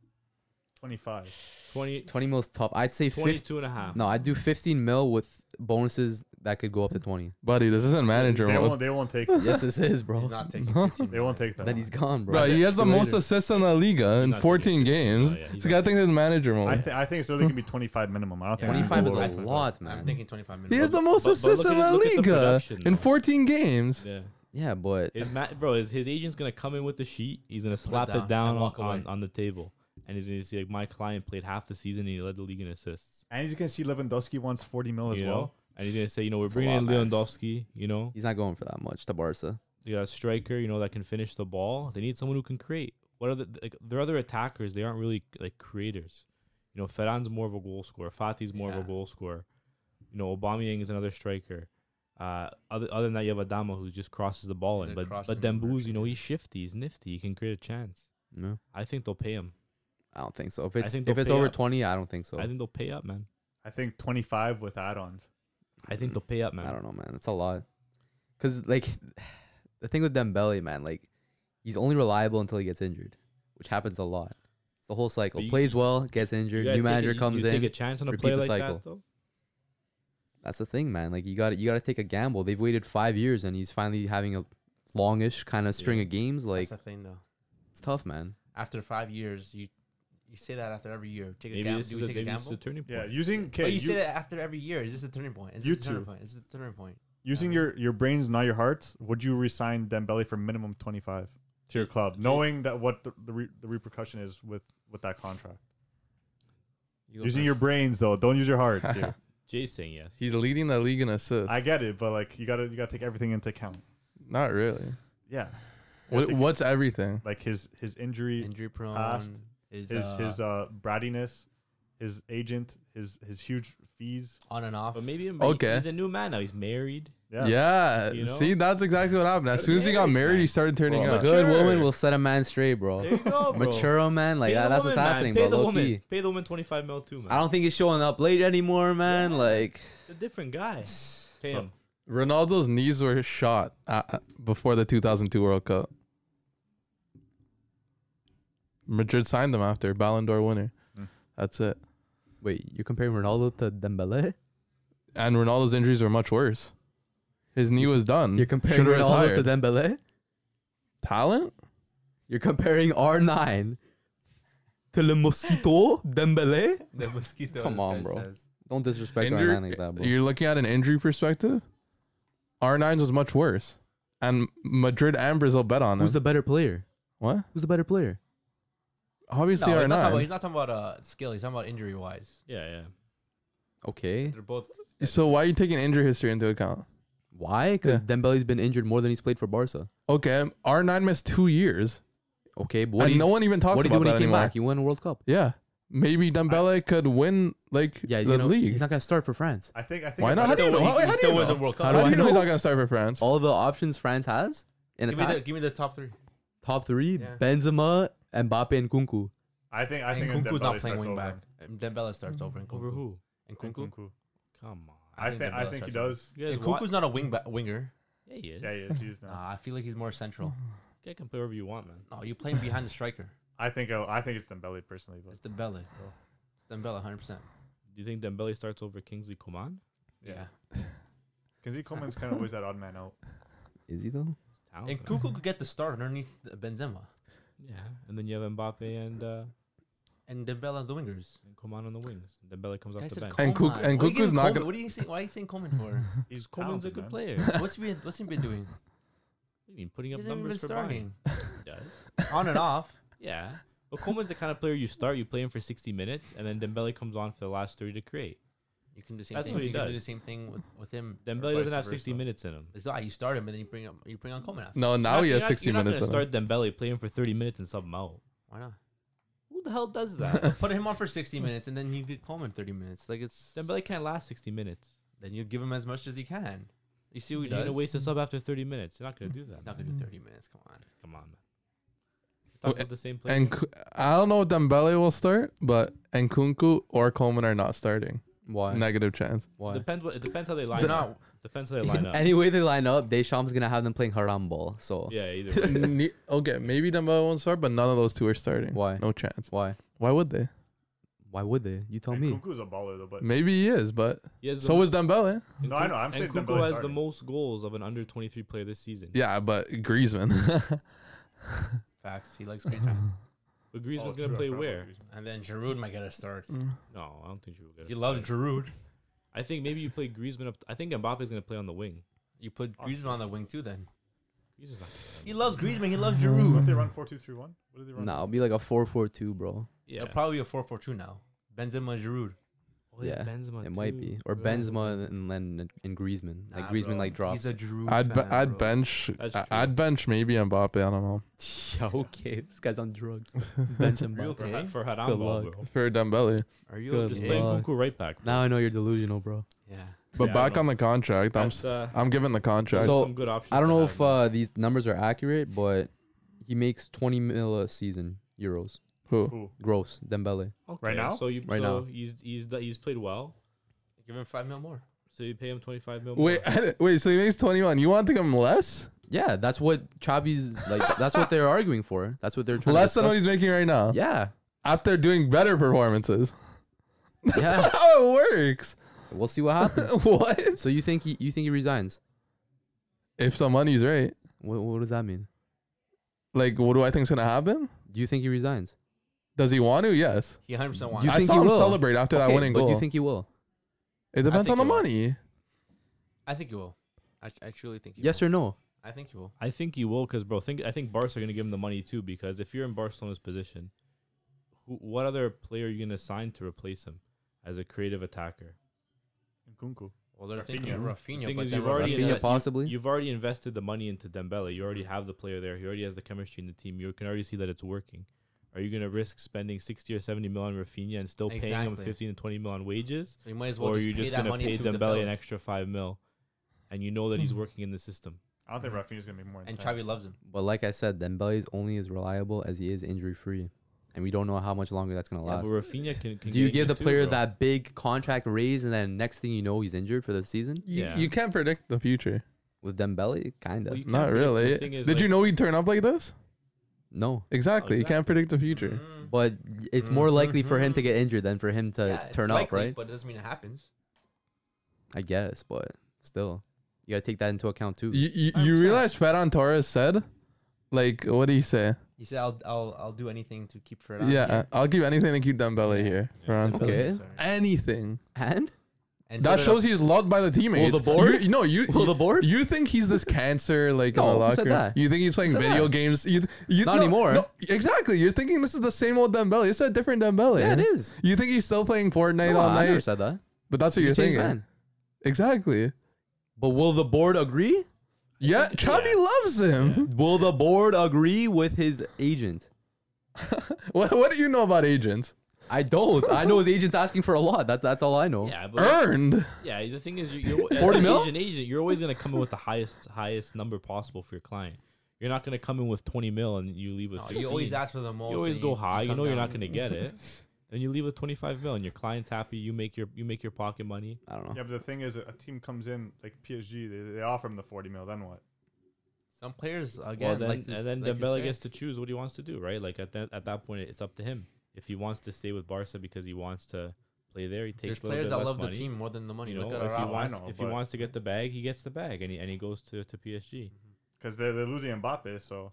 D: twenty-five.
C: 20,
B: 20 mil's top. I'd say 50.
C: 22 and a half.
B: No, I'd do 15 mil with bonuses that could go up to 20.
A: Buddy, this isn't manager
D: They
A: mode.
D: won't. They won't take. That.
B: yes, this is,
E: He's
B: bro.
E: not taking
A: No.
E: 15
D: They won't
E: million.
D: take that.
B: Then he's gone, bro.
A: Bro, he has the
D: Later.
A: most assists in La Liga in
C: not doing
A: 14
C: it.
A: games.
C: Oh, yeah, he's
A: This guy
C: not
A: thinks it's manager
D: I,
A: mode.
D: th- I think it's only gonna be twenty-five minimum. I don't think it's gonna
B: 25 is
D: go
B: a
D: over.
B: lot,
E: I'm
B: man.
E: thinking 25 million.
A: He has the most
C: but look
A: assists
C: at
A: in
C: his-
A: La
C: look at the
A: Liga
C: production,
A: in
C: though.
A: 14 games.
C: Yeah.
B: Yeah, but
C: His ma- bro, his, his agent's gonna come in with the sheet. He's gonna slap
E: it
C: it
E: down
C: down,
E: and walk
C: on,
E: away.
C: on, on the table, and he's gonna see like my client played half the season and he led the league in assists.
D: And he's gonna see Lewandowski wants forty mil as
C: you know?
D: well.
C: and he's gonna say, you know, we're
B: That's a
C: bringing in
B: lot, man.
C: Lewandowski. You know,
B: he's not going for that much to Barca.
C: they got a striker, you know, that can finish the ball. They need someone who can create. What are the like, their other attackers? They aren't really like creators. You know, Ferran's more of a goal scorer. Fati's more of
E: Yeah.
C: a goal scorer. You know, Aubameyang is another striker. Uh, other other than that, you have Adama who just crosses the ball in.
E: The
C: But
E: crossing
C: but
E: and the
C: Dembouz,
E: work,
C: you know,
E: yeah.
C: he's shifty. He's nifty. He can create a chance.
B: No.
C: I think they'll pay him.
B: I don't think so. If it's
C: think
B: if
C: they'll
B: it's
C: pay
B: over
C: up.
B: twenty, I don't think so. I,
C: I think they'll pay up, man.
D: I think twenty-five with add-ons.
C: I think they'll pay up, man.
B: don't know, man. It's a lot. Cause like the thing with Dembele, man, like he's only reliable until he gets injured, which happens a lot. It's the whole cycle.
C: But you-
B: Plays well, gets
C: You
B: injured.
C: gotta
B: New
C: take a-
B: manager
C: you-
B: comes
C: you Take a
B: in.
C: chance on a
B: repeat
C: player
B: the
C: like
B: cycle.
C: that, though.
B: That's the thing, man. Like you got to you got to take a gamble. They've waited five years, and he's finally having a longish kind of string
C: Yeah.
B: of games. Like
E: That's the thing, though.
B: it's tough, man.
E: After five years, you you say that after every year. Take a
C: Maybe
E: gamble.
C: this
E: Do
C: is
E: we
C: a,
E: take a
C: maybe this is a
E: gamble?
C: turning point.
D: Yeah, using okay,
E: But you
D: you-
E: say that after every year. Is this a turning point? Is
D: You
E: this a turning
D: two.
E: point? Is this a turning point?
D: using your your brains, not your hearts. Would you resign Dembele for minimum twenty-five to your club, knowing that what the the, re- the repercussion is with with that contract?
E: You go
D: using
E: first.
D: your brains though, don't use your hearts. dude.
C: Jay's saying yes.
A: He's leading the league in assists.
D: I get it, but like you gotta you gotta take everything into account.
A: Not really.
D: Yeah, You gotta
A: What,
D: take-
A: what's everything?
D: like his his injury,
E: injury prone.
D: past,
E: is
D: his
E: uh,
D: his uh brattiness, his agent, his his huge fees.
E: on and off.
C: But maybe him-
A: Okay.
C: he's a new man now. He's married.
A: Yeah.
D: Yeah,
C: You know?
A: See, that's exactly what happened. As soon as he got married, he started turning
B: Bro, a
A: up.
B: good
C: Mature.
B: woman will set a man straight, bro.
C: There you go,
B: Oh.
C: bro.
B: Mature a man, like
C: Pay
B: that,
C: the
B: that's what's
C: woman, man.
B: happening,
C: Pay
B: bro.
C: the
B: Low
C: woman.
B: key.
C: Pay the woman twenty five mil too, man.
B: I don't think he's showing up late anymore, man.
C: Yeah.
B: Like
C: It's a different guy. Pay
D: So-
C: him.
A: Ronaldo's knees were shot uh, uh, before the 2002 World Cup. Madrid signed him after Ballon d'Or winner.
D: Hmm.
A: That's it.
B: Wait, you're comparing Ronaldo to Dembele?
A: And Ronaldo's injuries were much worse. His knee was done.
B: You're comparing
A: Shoulda
B: Ronaldo
A: retired.
B: to Dembele?
A: Talent?
B: You're comparing R9 to Le Mosquito Dembele?
E: the mosquito.
B: Come
E: this
B: on,
E: guy
B: bro.
E: says.
B: Don't disrespect
A: Injury-
B: R9 like that, bro.
A: You're looking at an injury perspective. R9's was much worse. And Madrid and Brazil bet on him.
B: Who's the better player?
A: what?
B: Who's the better player?
E: No, he's
A: Obviously
E: not, talking about,
A: R9.
E: he's not talking about uh, skill. He's talking about injury wise.
C: Yeah, yeah.
B: Okay.
E: They're both.
A: So why are you taking injury history into account?
B: Why? Because Dembele's been injured more than he's played for Barca.
A: Okay, R9 missed two years,
B: Okay, but what
A: and
B: do you,
A: no one even talks
B: what do you
A: about
B: do when
A: that
B: he came
A: anymore.
B: back? He won a World Cup.
A: Yeah, maybe Dembele could win like
B: Yeah, he's,
A: the
B: gonna,
A: league.
B: he's not gonna start for France.
D: I think I think
A: Why
D: if
A: not?
D: I-
A: How do you know?
E: He-
A: How,
E: he
A: how do
E: still
A: you
E: wins a
A: know?
E: World Cup.
A: How
B: do
A: do
B: I
A: you know he's
B: know?
A: not gonna start for France?
B: All the options France has in
E: Give me, the,
B: attack,
E: give me the top three.
B: top three:
E: Yeah.
B: Benzema, Mbappe, and Kunku.
D: I think I think
E: and
D: if
E: Kunku's not
D: Dembele
E: playing
D: starts
E: wing
D: over
E: back.
D: him,
E: And Dembele starts over. And
C: Over
E: Kunku.
C: who?
E: And
D: I think
E: Kunku.
D: Kunku.
C: Come on.
D: I think I
E: Dembele
D: think he
E: starts over.
D: does.
C: You
E: And
C: guys wa-
E: Kunku's not a wing ba- winger.
C: Yeah, he is.
D: Yeah, he is. He's
E: Nah,
D: not.
E: I feel like he's more central.
C: You guys can play wherever you want, man.
E: No, you're playing behind the striker.
D: I think oh, I think it's Dembele personally, but
E: It's Dembele. It's Dembele, 100%.
C: Do you think Dembele starts over Kingsley Coman?
E: Yeah.
D: Kinsey Coleman's kind of always that odd man out.
B: Is he though?
E: And Kunku could get the start underneath the- Benzema.
C: Yeah, and then you have Mbappe and uh,
E: And Dembele on the wingers.
C: and Coman on the wings. Dembele comes
E: Guy
C: off the
E: said
C: bench.
A: And
E: Coman.
A: Kuku- and
E: What are you
A: Kuku's
E: giving
A: not
E: Coleman-
A: gonna-
E: What are you saying? Why are you saying Coleman for?
C: He's Coman's a
D: talented,
C: good
D: man.
C: player. What
E: What's he been What's he been doing?
C: do you mean putting
E: He
C: up
E: hasn't even been
C: numbers for Bayern?
E: starting.
C: He does.
E: On and off.
C: Yeah, but Coman's the kind of player you start, you play him for sixty minutes, and then Dembele comes on for the last thirty to create.
E: You can do the same
C: That's
E: thing.
C: what he
E: you can do
C: does.
E: the same thing with, with him. or
C: Dembele doesn't
E: vice
C: have sixty
E: versa.
C: minutes in him.
E: It's not you start him and then you bring up you bring on Coleman. After.
A: No, now
C: You're
A: he
C: not-
A: has
C: you're
A: 60
C: not,
A: Oh, minutes.
C: You're
A: in
C: not
A: him.
C: gonna start Dembele, play him for thirty minutes and sub him out.
E: Why not?
C: Who the hell does that?
E: Put him on for sixty minutes and then you get Coleman thirty minutes. Like it's
C: Dembele can't last sixty minutes.
E: Then you give him as much as he can. You see what he
C: You're gonna
E: does?
C: waste a sub after thirty minutes. You're not gonna do that.
E: He's not gonna do thirty minutes. Come on.
C: Come on, man. You're
A: Well,
C: Talking about the same player.
A: And Ku- I don't know if Dembele will start, but Nkunku or Coleman are not starting.
B: Why?
A: Negative chance.
B: Why?
C: depends what it depends how they
E: They're
C: line up.
E: not.
C: Depends how they line up.
B: Anyway, they line up. Deschamps gonna have them playing haram ball. So
C: Yeah, either way.
A: Ne- okay, maybe Dembele won't start, but none of those two are starting.
B: Why?
A: No chance.
B: why?
A: Why would they?
B: Why would they? You tell
D: And
B: me.
D: Kunku's a baller though, but
A: Maybe he is, but
C: He has the
A: so was Dembele.
C: And
D: No, I
C: Kun-
D: know, I'm saying
C: and Kunku
D: Dembele
C: has the
D: started.
C: most goals of an under 23 player this season.
A: Yeah, but Griezmann.
E: Facts. He likes Griezmann.
C: But Griezmann's
D: Oh,
C: gonna
D: true, I forgot
C: play
D: about
C: where?
D: Griezmann.
E: and then Giroud might get a start.
B: Mm.
C: No, I don't think Giroud. will get
E: He
C: a
E: loves
C: start.
E: Giroud.
C: I think maybe you play Griezmann up. I think Mbappe's gonna play on the wing.
E: You put Griezmann on the wing too. Then
C: Griezmann's not. gonna play
E: he
C: on
E: loves Griezmann. He loves
D: Don't
B: Mm.
E: Giroud.
D: they run four two three one? What did they run?
B: Nah, it'll be like a four-four-two, bro.
C: the
E: It'll
C: wing.
E: probably be a four-four-two now. Benzema, Giroud.
C: Oh, yeah,
B: yeah,
C: Benzema.
B: It might
C: too.
B: be or
C: Yeah.
B: Benzema and then and Griezmann. Like
E: Nah,
B: Griezmann
E: bro.
B: like drops.
E: He's a Giroud.
A: I'd be-
E: fan,
A: I'd
E: bro.
A: bench
C: That's
A: I-
C: true.
A: I'd bench maybe Mbappe. I don't know
B: yeah, okay. This guy's on drugs. Bench him
E: Real
B: up.
C: For,
E: Okay.
C: ha- for Haram
B: Good
C: ball,
B: luck.
C: bro.
A: for Dembele.
E: Are you
B: Good
C: Just
E: okay?
C: playing
B: luck.
C: Kunku right back. Bro.
B: Now I know you're delusional, bro.
E: Yeah.
A: But
C: Yeah, I
A: back
C: don't
A: on the contract, I'm
C: That's, uh,
A: I'm giving the contract.
C: those are
B: So,
C: some good options
B: I don't
C: to
B: know
C: have,
B: if
C: man.
B: uh, these numbers are accurate, but he makes 20 mil a season euros
A: Who?
D: Who?
B: gross. Dembele.
C: Okay,
D: now?
C: So you
B: Right
C: so
B: now.
C: he's he's d- he's played well.
E: Give him five mil more.
C: So you pay him 25 mil.
A: Wait,
C: more.
A: wait. So he makes twenty one. You want to give him less?
B: Yeah, that's what Chabi's like. that's what they're arguing for. That's what they're trying.
A: Less
B: to
A: than what
B: discuss.
A: he's making right now.
B: Yeah,
A: After doing better performances. That's
B: Yeah.
A: how it works.
B: we'll see what happens.
A: what?
B: so you think he, you think he resigns?
A: If the money's right,
B: What, what does that mean?
A: like, what do I think's gonna happen?
B: Do you think he resigns?
A: Does he want to? Yes.
E: He 100% wants.
B: You
A: I
B: think
A: saw
B: he
A: him
B: will?
A: celebrate after that
B: Okay,
A: winning
B: but
A: goal.
B: do you think he will?
A: it depends
E: think
A: on the
E: he will.
A: money.
E: I think he will. I, I truly think he
B: Yes
E: will.
B: or no?
E: I think he will.
C: I think he will, because bro, think I think Barca are gonna give him the money too, because if you're in Barcelona's position, who, what other player are you gonna sign to replace him as a creative attacker?
D: Kunku.
E: Well, they're thinking
D: Rafinha.
E: of Rafinha,
C: The thing
E: but
C: is,
E: then
C: you've already
E: Rafinha-
B: Rafinha
C: invested-
B: possibly.
C: You've already invested the money into Dembele. You already have the player there. He already has the chemistry in the team. You can already see that it's working. Are you gonna risk spending sixty or seventy mil on Rafinha and still paying him
E: Exactly.
C: fifteen to twenty mil on wages,
E: So you might as well
C: or are
E: just
C: you
E: pay
C: just
E: that
C: gonna
E: money
C: pay
E: to
C: Dembele,
E: Dembele
C: an extra five mil, and you know that he's working in the system?
D: I don't think Rafinha's gonna be more. than
E: Mm-hmm.
D: 10.
E: and Xavi loves him.
B: But like I said, Dembele is only as reliable as he is injury free, and we don't know how much longer that's gonna
C: Yeah,
B: last.
C: but Rafinha can. can
B: Do you
C: get
B: give the
C: too,
B: player
C: bro.
B: that big contract raise, and then next thing you know, he's injured for the season?
A: You,
C: Yeah.
A: you can't predict the future.
B: With Dembele, kind of.
C: Well, you can't
A: Not
C: predict- the
A: really.
C: thing is,
A: Did
C: like,
A: you know he'd turn up like this?
B: no,
A: Exactly. You can't
C: exactly.
A: predict the
B: Mm-hmm.
A: future.
E: Mm.
B: but it's more likely for him to get injured than for him to
E: Yeah, it's
B: turn up,
E: likely,
B: right?
E: But it doesn't mean it happens.
B: I guess, but still, you gotta take that into account too.
A: You, you, you
E: 100%.
A: realize Ferran Torres said, like, what did he say?
E: He said, "I'll, I'll, I'll do anything to keep Ferran."
A: Yeah, uh, I'll give anything to keep Dembele
E: Yeah.
A: here.
C: Yeah.
A: Ferran said.
B: Okay.
A: Anything.
B: And
E: And
A: that
E: so did
A: shows he's loved by the teammates.
B: Will the board?
A: You, no, you.
B: Will the board?
A: You think he's this cancer, like in the
B: No, who
A: locker?
B: said
A: room?
B: that?
A: You think he's playing
B: said
A: video
B: that?
A: games? You, th- you
B: Not
A: no,
B: anymore.
A: no, exactly. You're thinking this is the same old Dembele. It's a different Dembele.
B: yeah, it is.
A: You think he's still playing Fortnite
B: No,
A: all
B: I never
A: night?
B: said that.
A: But that's what
B: He's
A: you're
B: a changed
A: thinking. Exactly.
B: But will the board agree?
A: Yeah, Chubby loves him.
B: Will the board agree with his agent?
A: What, what do you know about agents?
B: I don't. I know his agent's asking for a lot. That's that's all I know.
C: Yeah, but
A: Earned.
C: yeah, the thing is, you- you're as
B: 40
C: an
B: mil?
C: agent, agent, you're always gonna come in with the highest highest number possible for your client. You're not gonna come in with 20 mil and you leave with.
E: No,
C: 15.
E: you always ask for the most.
C: You always
E: and
C: go high. You
E: come
C: know you're not
E: down.
C: gonna get it. And you leave with 25 mil, and your client's happy. You make your you make your pocket money.
B: I don't know.
D: Yeah, but the thing is, a team comes in like PSG. They, they offer him the forty mil. Then what?
E: Some players
C: Well,
E: again.
C: then,
E: like to,
C: and then
E: like to
C: Dembele
E: stay.
C: gets to choose what he wants to do, right? Like at that at that point, it's up to him. If he wants to stay with Barca because he wants to play there, he
E: There's
C: takes a little
E: players
C: bit
E: that
C: less
E: love
C: money.
E: the team more than the money.
C: You know,
E: Look at
C: if he
E: Araujo.
D: I
C: wants
D: know,
C: if he
D: but-
C: wants to get the bag, he gets the bag, and he and he goes to to PSG.
D: Because they're they're losing Mbappe. So
C: So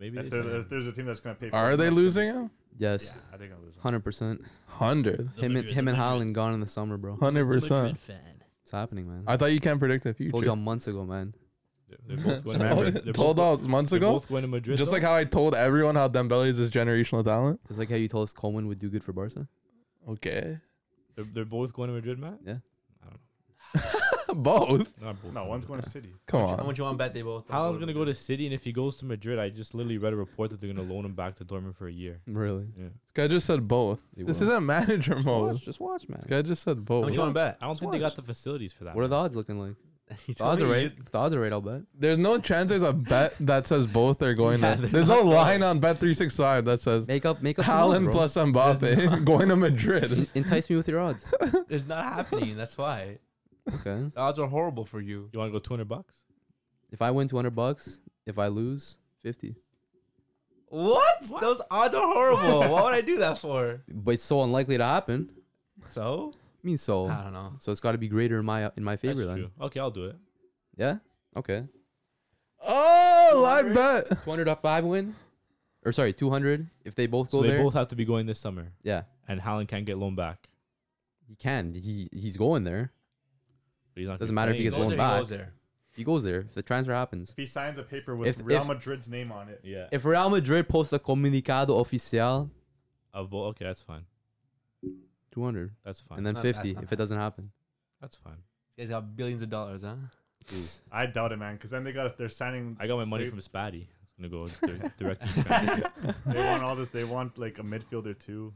C: maybe
D: if,
C: it's
D: there- if there's a team that's gonna pay. 40
A: Are they
D: mil,
A: losing him?
B: Yes,
D: I think they're losing.
B: hundred percent.
A: 100.
B: Him and him and Holland gone in the summer, bro.
A: 100%.
B: It's happening, man.
A: I thought you can't predict the future.
B: Told y'all months ago, man.
C: they're both going to Madrid.
A: Told-
C: They're
A: told
C: both,
A: us months
C: they're
A: ago.
C: both going to Madrid.
A: Just
C: though.
A: like how I told everyone how Dembele is this generational talent.
B: Just like how you told us Coleman would do good for Barca.
A: Okay.
C: they're, they're both going to Madrid, Matt.
A: both.
C: Not both.
D: No,
C: to
D: one's
C: Madrid.
D: going to City.
A: Come
E: How
A: on.
E: much you want to bet they both?
C: Haaland's going to go to City, and if he goes to Madrid, I just literally read a report that they're going to loan him back to Dortmund for a year.
B: Really?
C: Yeah.
A: Guy just said both. This isn't manager mode.
B: watch, just watch, man.
A: Guy just said
E: How much
A: both.
E: you want to bet?
C: I don't think they got the facilities for that.
B: What are
C: man.
B: the odds looking like? The
E: You told
B: odds are
E: me you
B: right. The odds are right. I'll bet.
A: There's no chance there's a bet that says both are going
E: Yeah,
A: to.
E: they're
A: There's no line on Bet365 that says
B: Make up, make up. some odds,
A: Haaland
B: bro.
A: plus Mbappe going to Madrid.
B: En- Entice me with your odds.
E: did- It's not happening. That's why.
B: Okay.
E: The odds are horrible for you.
C: You want to go 200 bucks?
B: If I win 200 bucks, if I lose 50.
E: What? Those odds are horrible. what would I do that for?
B: But it's so unlikely to happen.
E: So?
B: I mean, so
E: I don't know.
B: so it's got to be greater in my in my favor
C: That's
B: then.
C: true. Okay, I'll do it.
B: Yeah. Okay.
A: Oh, live bet.
B: 200 if I win, or sorry, 200 if they both
C: So
B: go
C: they
B: there.
C: both have to be going this summer,
B: yeah,
C: and Haaland can't get loaned back.
B: he can. He he's going there.
C: But he's not gonna
B: Doesn't
C: be
B: matter if he
C: playing.
B: gets loaned
E: there,
B: back.
E: goes there.
B: He goes there if the transfer happens.
D: If he signs a paper with
B: If-
D: Real
B: if-
D: Madrid's name on it,
C: Yeah.
B: If Real Madrid posts a comunicado oficial,
C: Of bo- okay, that's fine.
B: 200,
C: That's fine.
B: and then
E: Not- that's
B: 50
E: not
B: if it doesn't happen.
C: that's fine.
E: This guy's got billions of dollars, huh?
D: I doubt it, man. Because then they got they're signing.
C: I got my money
D: Wait.
C: from Spatty. It's gonna go dir- directly. to Spatty.
D: They want all this. They want like a midfielder too.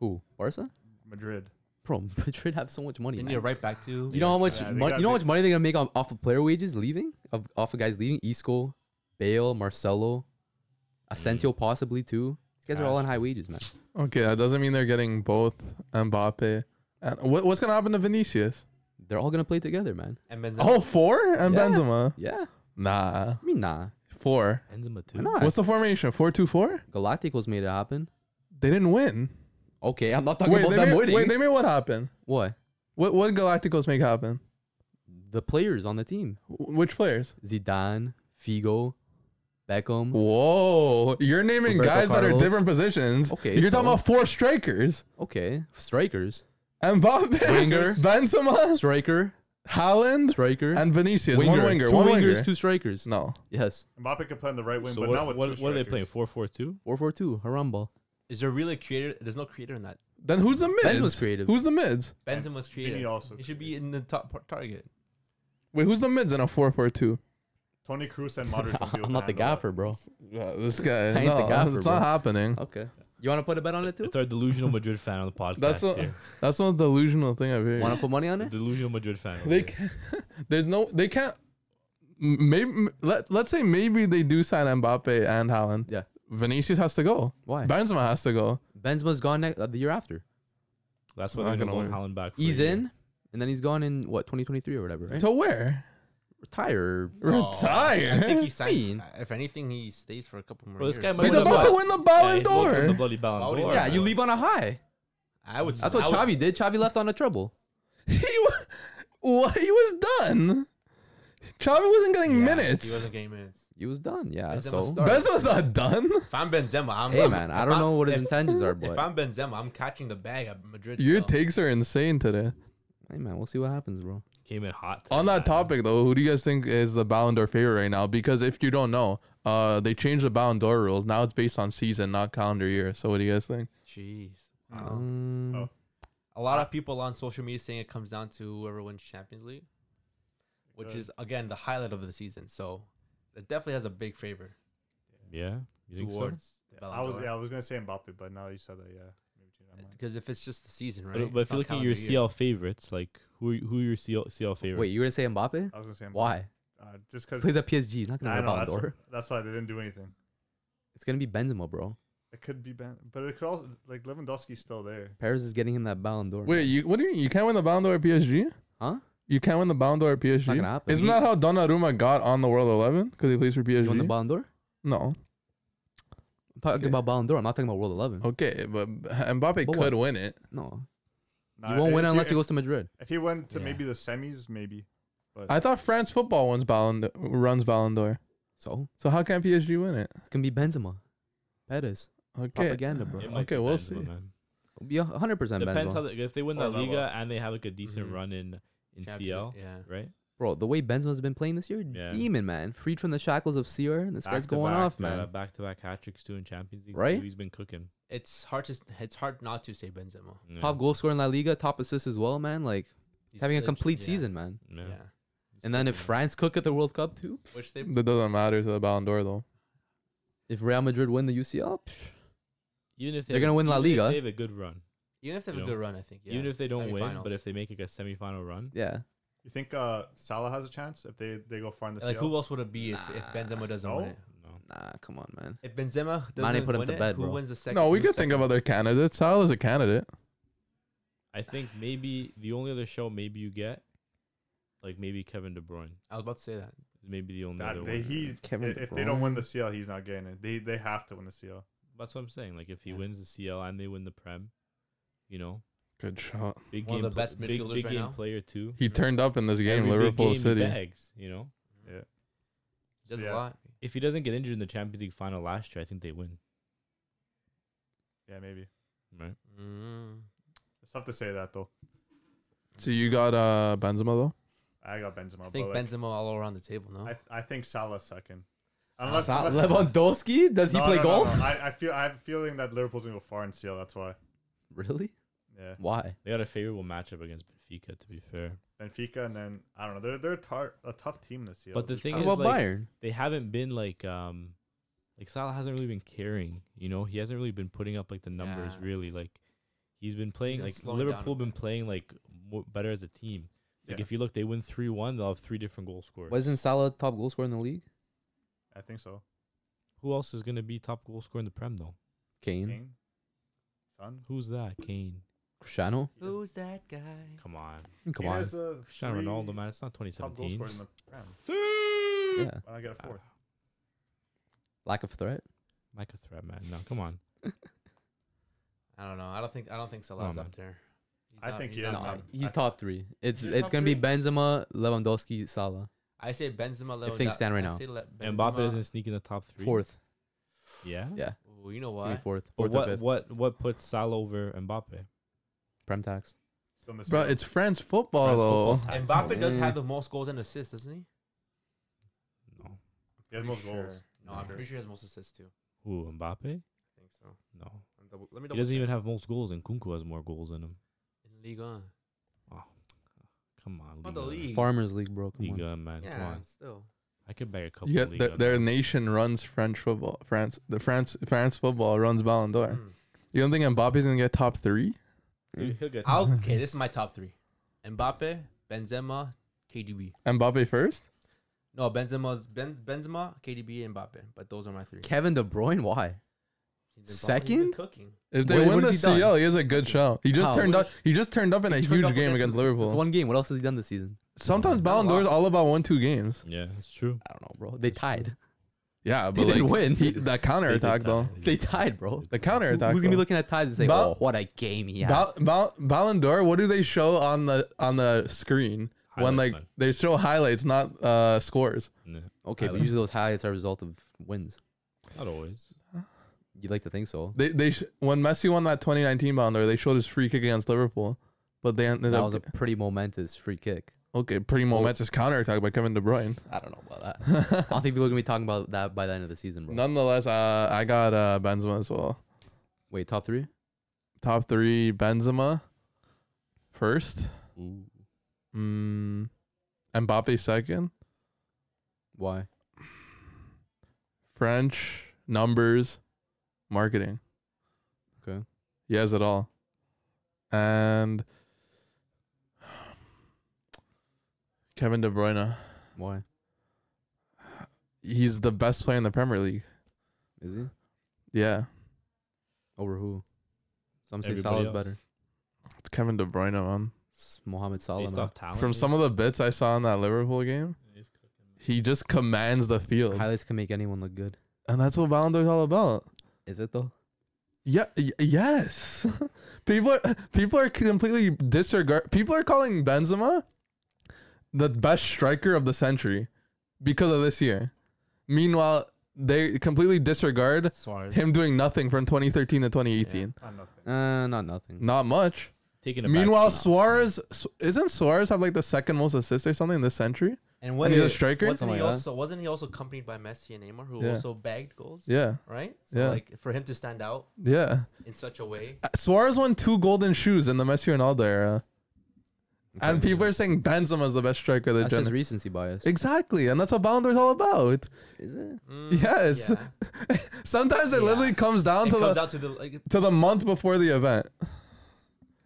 B: Who? Barca?
D: Madrid.
B: Bro, Madrid have so much money.
E: They
B: man.
E: need a right back too.
B: You know how much
D: Yeah, they
B: mon-
D: got
B: you know how
D: big-
B: much money they're gonna make on, off of player wages leaving of, off of guys leaving Isco, Bale, Marcelo, Asensio
A: Mm.
B: possibly too. These guys are all on high wages, man.
A: Okay, that doesn't mean they're getting both Mbappe. And what, what's going to happen to Vinicius?
B: They're all gonna play together, man.
E: And Benzema.
A: Oh, four? And
B: Yeah.
A: Benzema?
B: Yeah,
A: Nah.
B: I mean nah,
A: Four.
C: Benzema too.
B: why not?
A: What's the formation? 4 2 4?
B: Galacticos made it happen.
A: They didn't win.
B: Okay, I'm not talking about
A: they
B: them
A: made,
B: winning.
A: wait, they made what happen?
B: what?
A: What what did Galacticos make happen?
B: The players on the team:
A: Wh- Which players?
B: Zidane, Figo, Beckham.
A: Whoa, you're naming
B: Roberto
A: guys that are
B: Carlos.
A: different positions.
B: Okay,
A: you're talking
B: so-
A: about four strikers:
B: Okay, strikers,
A: Mbappe,
B: Winger.
A: Benzema,
B: striker,
A: Haaland,
B: striker,
A: and Vinicius.
B: winger.
A: One winger,
B: two
A: one
B: wingers,
A: winger.
B: two strikers.
A: No,
B: Yes,
D: Mbappe could play on the right wing,
C: So
D: but not
C: what,
D: with
C: what,
D: two
C: what are they
D: strikers.
C: playing? Four four two.
B: four four two, Harambal.
E: Is there really a creator? There's no creator in that.
A: then who's the mids?
B: was creative.
A: Who's the mids?
E: Benzema's creator.
D: Vinny also
E: He should be in the top par- target.
A: Wait, who's the mids in a four-four-two?
D: Tony Cruz and Modric. will be able
B: I'm
D: to
B: not the
D: handle it.
B: gaffer, bro.
A: this guy,
B: Uh, I ain't the
A: no,
B: gaffer,
A: it's
B: bro.
A: not happening.
B: Okay. You want to put a bet on it too?
C: It's our delusional Madrid fan on the podcast.
A: That's a-
C: here.
A: That's the most delusional thing I've heard.
B: Want to put money on
C: The
B: it?
C: delusional Madrid fan. over
A: They
C: here.
A: can There's no. They can't. m- Maybe m- let let's say maybe they do sign Mbappe and Haaland.
B: Yeah.
A: Vinicius has to go.
B: Why?
A: Benzema has to go.
B: Benzema's gone next, uh, the year after.
C: That's why
A: Not
C: they're gonna
A: gonna
C: loan
A: win.
C: Holland back. for a
B: He's
C: year.
B: in, and then he's gone in what 2023 or whatever, right?
A: To where?
B: Retire.
A: Retire.
E: Oh, I think he signs.
B: mean-
E: if anything, he stays for a couple more
C: Well, this
E: years.
C: guy might
A: He's
C: Win the
A: about to
C: Ball-
A: win the
C: Yeah,
A: Ballon
C: he's going for the
A: d'Or.
C: bloody Ballon
E: Ballon
C: d'Or,
E: d'Or.
B: Yeah, you
C: man.
B: leave on a high.
E: I would.
B: That's what
E: I would-
B: Chavi did. Chavi left on a treble.
A: He was, well, he was done. Xavi wasn't getting
E: Yeah,
A: minutes.
E: He wasn't getting minutes.
B: He was done. Yeah.
E: Benzema
B: So
E: started.
A: Benzema's not done.
E: If I'm Benzema, I'm.
B: hey, man, I
E: if
B: don't
E: I'm-
B: know what his
E: if-
B: intentions are, but
E: If I'm Benzema, I'm catching the bag at Madrid.
A: Your
E: still.
A: takes are insane today.
B: hey, man, we'll see what happens, bro.
C: Came in hot.
A: On that
C: tonight.
A: topic, though, who do you guys think is the Ballon d'Or favorite right now? Because if you don't know, uh, they changed the Ballon d'Or rules.
D: Uh-huh.
A: Now it's based on season, not calendar year. So what do you guys think?
E: Jeez.
B: Um,
D: Oh.
E: a lot of people on social media saying it comes down to whoever wins Champions League, which
D: could.
E: is again the highlight of the season. So it definitely has a big favor
C: Yeah, you think so?
E: towards.
D: I was yeah, I was gonna say Mbappe, but now you said that. Yeah, maybe change my mind.
E: Because if it's just the season, right?
C: But, but if you
E: Not
C: look at
E: calendar
C: your
E: year.
C: CL favorites, like who are, who are your CL, CL favorites?
B: Wait, you were gonna say Mbappe?
D: I was gonna say Mbappe.
B: Why?
D: Uh, just because.
B: Plays at PSG. He's not gonna
D: I
B: win a
D: know
B: Ballon
D: that's,
B: d'Or.
D: that's why they didn't do anything.
B: It's gonna be Benzema, bro.
D: It could be Ben, but it could also like Lewandowski's still there.
B: Paris is getting him that Ballon d'Or.
A: Wait, you what do you mean? You can't win the Ballon d'Or at PSG?
B: Huh?
A: You can't win the Ballon d'Or at PSG?
B: Not gonna happen.
A: Isn't that how Donnarumma got on the World 11? Because he plays for
B: you won the
A: PSG?
B: Ballon d'Or?
A: no.
B: I'm talking
A: Okay.
B: about Ballon d'Or. I'm not talking about World Eleven.
A: Okay, but Mbappe
B: But what?
A: could win it.
B: No,
D: Nah,
B: you won't
D: if
B: win unless
D: if,
B: he goes to Madrid.
D: If he went to
B: Yeah.
D: maybe the semis, maybe.
A: I thought France football wins Ballon d'Or, runs Ballon d'Or.
B: So
A: So how can PSG win it?
B: it's gonna be Benzema, Perez.
A: Okay.
B: Propaganda, bro.
C: It might
A: Okay,
C: be
A: we'll
C: Benzema,
A: see.
C: man.
B: Yeah, 100 percent
C: Depends how
B: Benzema.
C: they, if they
E: Oh,
C: win
D: Or
C: the
D: Lewa.
C: Liga and they have like a decent
E: Mhm.
C: run in in
E: Champions
C: CL,
E: League, Yeah.
C: right?
B: Bro, the way Benzema's been playing this year,
C: Yeah.
B: demon man, freed from the shackles of CR, this guy's
C: Back-to-back,
B: going off,
C: yeah,
B: man.
C: Back to back hat tricks too in Champions League.
B: Right?
C: too. He's been cooking.
E: It's hard to s- it's hard not to say Benzema.
C: Yeah.
B: Top goal scorer in La Liga, top assist as well, man. Like he's
E: He's
B: having a
E: legit-
B: complete
E: yeah,
B: season, man.
E: Yeah.
C: Yeah. He's
B: And then if
C: cooking,
B: France cook at the World Cup too,
E: Which they
A: That doesn't matter to the Ballon d'Or though.
B: if Real Madrid win the UCL, psh,
C: man. even if they
B: they're gonna win La
C: even if
B: Liga.
C: They have a good run.
E: even if they have
C: You
E: a
C: know,
E: good run, I think. Yeah.
C: Even if they don't win, but
E: Semifinals.
C: if they make like a semifinal run,
B: yeah,
D: You think uh, Salah has a chance if they, they go far in the
E: like
D: CL?
E: who else would it be if, if
B: Nah.
E: Benzema doesn't
D: No?
E: win it?
C: no.
B: nah, come on, man.
E: If Benzema doesn't
B: put him
E: win
B: to
E: it,
B: bed,
E: who
B: bro.
E: wins the second?
A: No, we
E: who's
A: could think of
E: second?
A: other candidates. Sal is a candidate.
C: I think maybe the only other show maybe you get, like maybe Kevin De Bruyne
E: I was about to say that.
C: is maybe the only other
D: That, they,
C: one.
D: he,
B: Kevin
D: if
B: De
D: they don't win
B: Bruyne.
D: the CL, he's not getting it. They they have to win the CL.
C: That's what I'm saying. Like if he
E: Yeah.
C: wins the CL and they win the Prem, you know,
A: Good shot.
C: big
E: One of
C: game,
E: the
C: pla-
E: best
C: big,
E: midfielders
C: big
E: right
C: game
E: now.
C: player too.
A: He turned up in this game,
C: Every big
A: Liverpool
C: game he
A: City.
C: bags, you know,
E: Does
D: Yeah.
E: a lot.
C: if he doesn't get injured in the Champions League final last year, I think they win.
D: Yeah, maybe.
C: Right?
E: Mm.
D: It's tough to say that though.
A: So you got uh Benzema though?
D: I got Benzema.
E: I think
D: but, like,
E: Benzema all around the table. No,
D: I, I think Salah's second.
B: Sa- Lewandowski? Does he
D: No,
B: play
D: no, no,
B: golf?
D: no. I, I feel I have a feeling that Liverpool's gonna go far in CL. That's why.
B: Really?
D: Yeah,
B: Why?
C: They got a favorable matchup against Benfica, to be fair.
D: Benfica and then I don't know. They're they're tar- a tough team this year.
C: But the thing
B: How
C: is,
B: about
C: like,
B: Bayern?
C: they haven't been like, um, like Salah hasn't really been caring. You know, he hasn't really been putting up like the numbers.
E: Yeah.
C: Really, like he's been playing
E: been
C: like
E: slowing down a
C: Liverpool been playing like mo better as a team. Like
D: Yeah.
C: if you look, they win three one. They'll have three different goal scorers.
B: Wasn't Salah top goal scorer in the league?
D: I think so.
C: Who else is gonna be top goal scorer in the Prem though?
B: Kane,
D: Kane, Son.
C: Who's that? Kane.
B: Cristiano.
E: who's that guy?
C: Come on,
B: Come
D: Kane
B: on.
D: has, uh,
C: Cristiano
D: three
C: Ronaldo, man. It's not
D: Top goal
C: 2017.
D: scorer in the Prem.
B: Yeah.
D: Why not get
C: Ah.
D: a fourth?
B: Lack of threat.
C: Michael threat, man. No, come on.
E: I don't know. I don't think. I don't think
B: Oh,
E: Salah's
C: man.
E: up there. He's
D: I think he is
E: not
D: top.
E: top.
B: He's top three. It's
D: He's
B: it's
D: top
B: gonna be
D: three?
B: Benzema, Lewandowski, Salah.
E: I say Benzema.
B: If
E: Lewandowski.
B: things stand right
E: I
B: now.
E: say Le-
C: Mbappe
E: Benzema.
C: doesn't sneak in the top three.
B: Fourth.
C: Yeah.
B: Yeah.
E: Ooh, you know
B: Give me
E: why?
B: fourth.
C: But
B: Fourth or
C: what
B: fifth.
C: what what puts Salah over Mbappe?
B: Prem tax.
D: Still in the
A: Bro,
D: CL.
A: it's France football
C: France
A: though.
C: football.
E: And
C: Absolutely.
E: Mbappe does
B: Mm.
E: have the most goals and assists, doesn't he?
D: He
C: No.
D: has
E: Pretty
D: most
E: sure.
D: goals.
E: No, I'm pretty sure he has most assists too. I
C: Who Mbappe?
E: think so.
C: No.
E: I'm double- let me
C: He
E: double.
C: doesn't
E: check.
C: even have most goals, and Kunku has more goals than him.
E: in Ligue 1.
C: Come on,
E: Not the
C: Liga.
E: league.
B: Farmers League, bro. Come on.
C: Liga, man. Come
E: Yeah,
C: on.
E: still.
C: I could bag a couple.
A: Yeah,
C: Liga,
A: their, their nation runs French football. France, the France, France football runs Ballon d'Or.
E: Hmm.
A: You don't think Mbappe's gonna get top three?
C: man. He'll get-
E: I'll, okay, this is my top three: Mbappe, Benzema, KDB.
A: Mbappe first?
E: No, Benzema's Ben Benzema, KDB, and Mbappe. But those are my three.
B: Kevin De Bruyne. Why?
E: He's been balling, he's
B: Second?
E: been cooking.
A: If they
B: What-
A: win
B: what
A: the
B: has he done?
A: CL, he is a good shot. He just
B: How?
A: turned up. He just turned up in a
E: He turned
A: huge
E: up
A: game
E: against-
A: against Liverpool.
B: It's one game. What else has he done this season?
A: Sometimes
E: It's not a
A: Ballon d'Or is
E: lot.
A: all about one two games.
C: yeah, it's true.
B: I don't know, bro. They tied.
A: Yeah, but
B: They didn't
A: like,
B: win.
A: He, that counter
C: They did
A: attack
C: that.
A: though.
B: They tied, bro.
A: The counter
B: Who-
A: attack.
B: Who's gonna be looking at ties and say,
A: Ba-
B: "Oh, what a game he had"?
A: Bal- Bal- Ballon d'Or. What do they show on the on the screen when
C: Highlights,
A: like
C: man.
A: they show highlights, not uh scores?
C: Yeah.
B: okay, but
C: Highlights.
B: usually those highlights are a result of wins.
C: Not always.
B: You'd like to think so.
A: They they sh- when Messi won that 2019 Ballon d'Or, they showed his free kick against Liverpool, but they ended
B: That
A: up
B: was a pretty momentous free kick.
A: okay. Pretty momentous counter attack by Kevin De Bruyne.
B: I don't know about that. I don't think people are gonna be talking about that by the end of the season, bro.
A: Nonetheless, uh, I got uh, Benzema as well.
B: Wait, top three?
A: Top three: Benzema, first.
C: Ooh.
A: Mm, Mbappe second.
B: Why?
A: French numbers, marketing.
B: Okay.
A: He has it all, and Kevin De Bruyne.
B: Why?
A: He's the best player in the Premier League.
B: Is he?
A: Yeah,
B: Over who? Some say
C: Everybody
B: Salah's
C: else.
B: better.
A: it's Kevin De Bruyne, man.
B: S- Mohamed Salah.
C: Based
B: man.
C: off talent.
A: From some of the bits I saw in that Liverpool game, he just commands the field,
B: Highlights can make anyone look good.
A: and that's what Ballon d'Or is all about.
B: Is it though?
A: Yeah. Y- yes. people are people are completely disregard. People are calling Benzema the best striker of the century because of this year. Meanwhile, they completely disregard
E: Suarez.
A: him doing nothing from 2013 to 2018.
D: Ah, nothing.
B: Uh, not nothing.
A: Not much.
C: taking a back
A: Meanwhile,
C: seat.
A: Suarez Su- isn't Suarez have like the second most assists or something this century.
E: And what
A: he's a striker?
E: Wasn't
B: Something
E: he
B: like that.
E: also wasn't he also accompanied by Messi and Neymar, who
A: Yeah.
E: also bagged goals,
A: Yeah.
E: right? So
A: Yeah.
E: like for him to stand out
A: Yeah.
E: in such a way,
A: Uh, Suarez won two golden shoes in the Messi Ronaldo era, and
B: Okay.
A: people are saying Benzema is the best striker of the
B: That's just
A: generation.
B: recency bias.
A: Exactly, and that's what Ballon d'Or is all about.
B: Is it?
E: mm,
A: Yes.
E: yeah.
A: Sometimes it
E: Yeah.
A: literally comes down
E: it
A: to
E: comes
A: the
E: out to the like,
A: to the month before the event.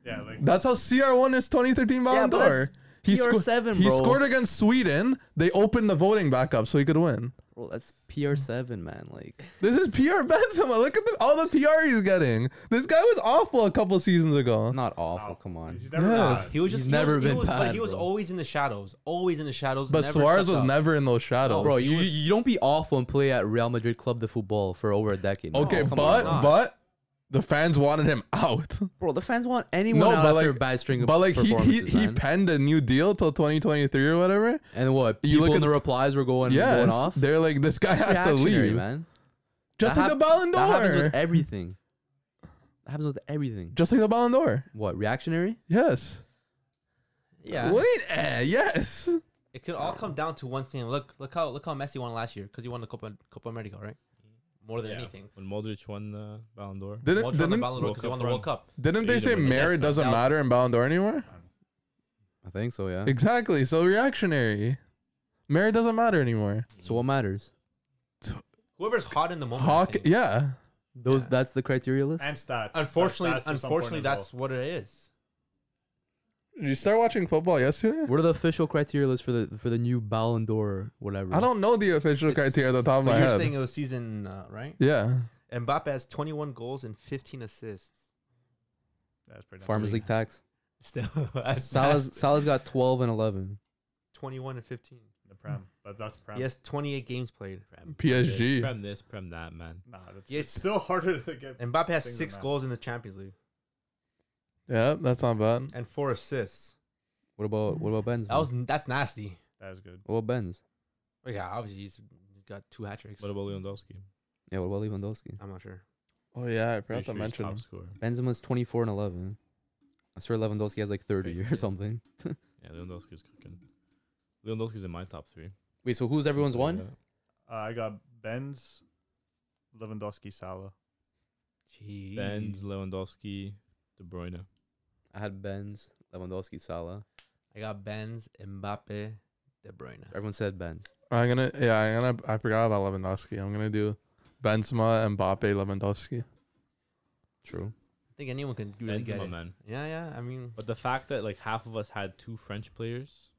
D: Yeah, like
A: That's how CR1 is 2013 Ballon
B: but
A: d'Or.
B: that's
A: He,
B: PR7,
A: sco-
B: bro.
A: he scored against Sweden. They opened the voting back up so he could win.
B: Bro, that's PR7, man. Like,
A: This is PR Benzema. Look at the, all the PR he's getting. This guy was awful a couple seasons ago.
B: not
D: wow.
B: awful. Come on.
D: He's never
A: Yes.
D: bad.
E: he was just
B: He's
E: he was-
B: never
E: he
B: been
E: was-
B: bad,
E: But he was
B: bro.
E: always in the shadows, always in the shadows.
A: But
E: never
A: Suarez
E: stepped
A: was
E: up.
A: never in those shadows.
E: No,
B: Bro,
E: he
B: you,
E: was-
B: you don't be awful and play at Real Madrid Club de Football for over a decade. now.
A: okay,
B: Come on.
A: but
E: not.
A: but the fans wanted him out.
B: bro, the fans want anyone
A: No,
B: out
A: but
B: after a
A: like-
B: bad string of
A: But like he he,
B: performances,
A: he
B: man.
A: penned a new deal till 2023 or whatever.
B: and what?
A: You
B: People
A: look
B: in
A: at-
B: the replies were going,
A: Yes,
B: going off.
A: they're like this guy has to
B: Reactionary,
A: leave.
B: man.
A: Just
B: That
A: like the
B: hap-
A: Ballon
B: That happens
A: d'Or.
B: with everything. That happens with everything.
A: Just like the Ballon d'Or.
B: What? Reactionary?
A: Yes.
E: Yeah,
A: Wait, eh, yes.
E: it could all come down to one thing. Look, look how look how Messi won last year because he won the Copa Copa America, right? More than
C: Yeah.
E: anything,
C: When Modric won the Ballon d'Or.
A: Didn't
E: Modric won the
A: didn't,
E: Ballon d'Or
C: World
E: because he
C: Cup
E: won the
C: run.
E: World Cup.
A: didn't they
C: Either
A: say
C: way,
A: merit
E: that's-
A: doesn't
E: that was-
A: matter in Ballon d'Or anymore?
B: I think so, yeah.
A: Exactly. So reactionary. Merit doesn't matter anymore.
B: So what matters?
E: Whoever's hot in the moment. I
A: Hawk,
E: think.
A: yeah.
B: Those
E: Yeah.
B: that's the criteria list?
D: And stats.
E: Unfortunately,
D: Stats to some point
E: unfortunately,
D: as well.
E: that's what it is.
A: Did you start watching football yesterday?
B: What are the official criteria lists for the for the new Ballon d'Or whatever?
A: I don't know the official
E: it's-
A: criteria at the top of Oh my
E: But you're
A: head.
E: saying it was season, uh, right?
A: yeah.
E: Mbappe has 21 goals and 15 assists.
D: That's pretty dumb.
B: Farmers League tax.
E: Still,
B: Salah's Salah's got 12 and 11.
E: 21 and 15.
D: the prem, but that's prem.
E: He has 28 games played.
C: Prem
A: PSG.
C: this, Prem this, prem that, man.
D: Nah, that's
E: Yes.
D: it's still harder to get.
E: Mbappe has
D: Things
E: six
D: are mad.
E: goals in the Champions League
A: Yeah, that's not bad.
E: and four assists.
B: What about what about Benz?
E: That was that's nasty.
D: That was good.
B: what about Benz?
E: Well, yeah, obviously he's got two hat tricks.
C: What about Lewandowski?
B: Yeah, what about Lewandowski?
E: I'm not sure.
A: Oh yeah, I forgot
C: Pretty
A: to
C: sure he's
A: mention.
C: top
A: him.
C: scorer.
B: Benzema's 24 and 11. I'm sure Lewandowski has like 30
C: Crazy,
B: or
C: yeah.
B: something.
C: Yeah, Lewandowski's cooking. Lewandowski's in my top three.
B: Wait, so who's everyone's one?
D: Uh, I got Benz, Lewandowski, Salah.
E: Jeez.
C: Benz, Lewandowski, De Bruyne.
B: I had Benz, Lewandowski, Salah.
E: I got Benz, Mbappe, De Bruyne.
B: Everyone said Benz.
A: I'm gonna yeah, I'm gonna I forgot about Lewandowski. I'm gonna do Benzema, Mbappe, Lewandowski.
B: True.
E: I think anyone can really get
C: Benzema,
E: it.
C: man.
E: Yeah, yeah. I mean,
C: But the fact that like half of us had two French players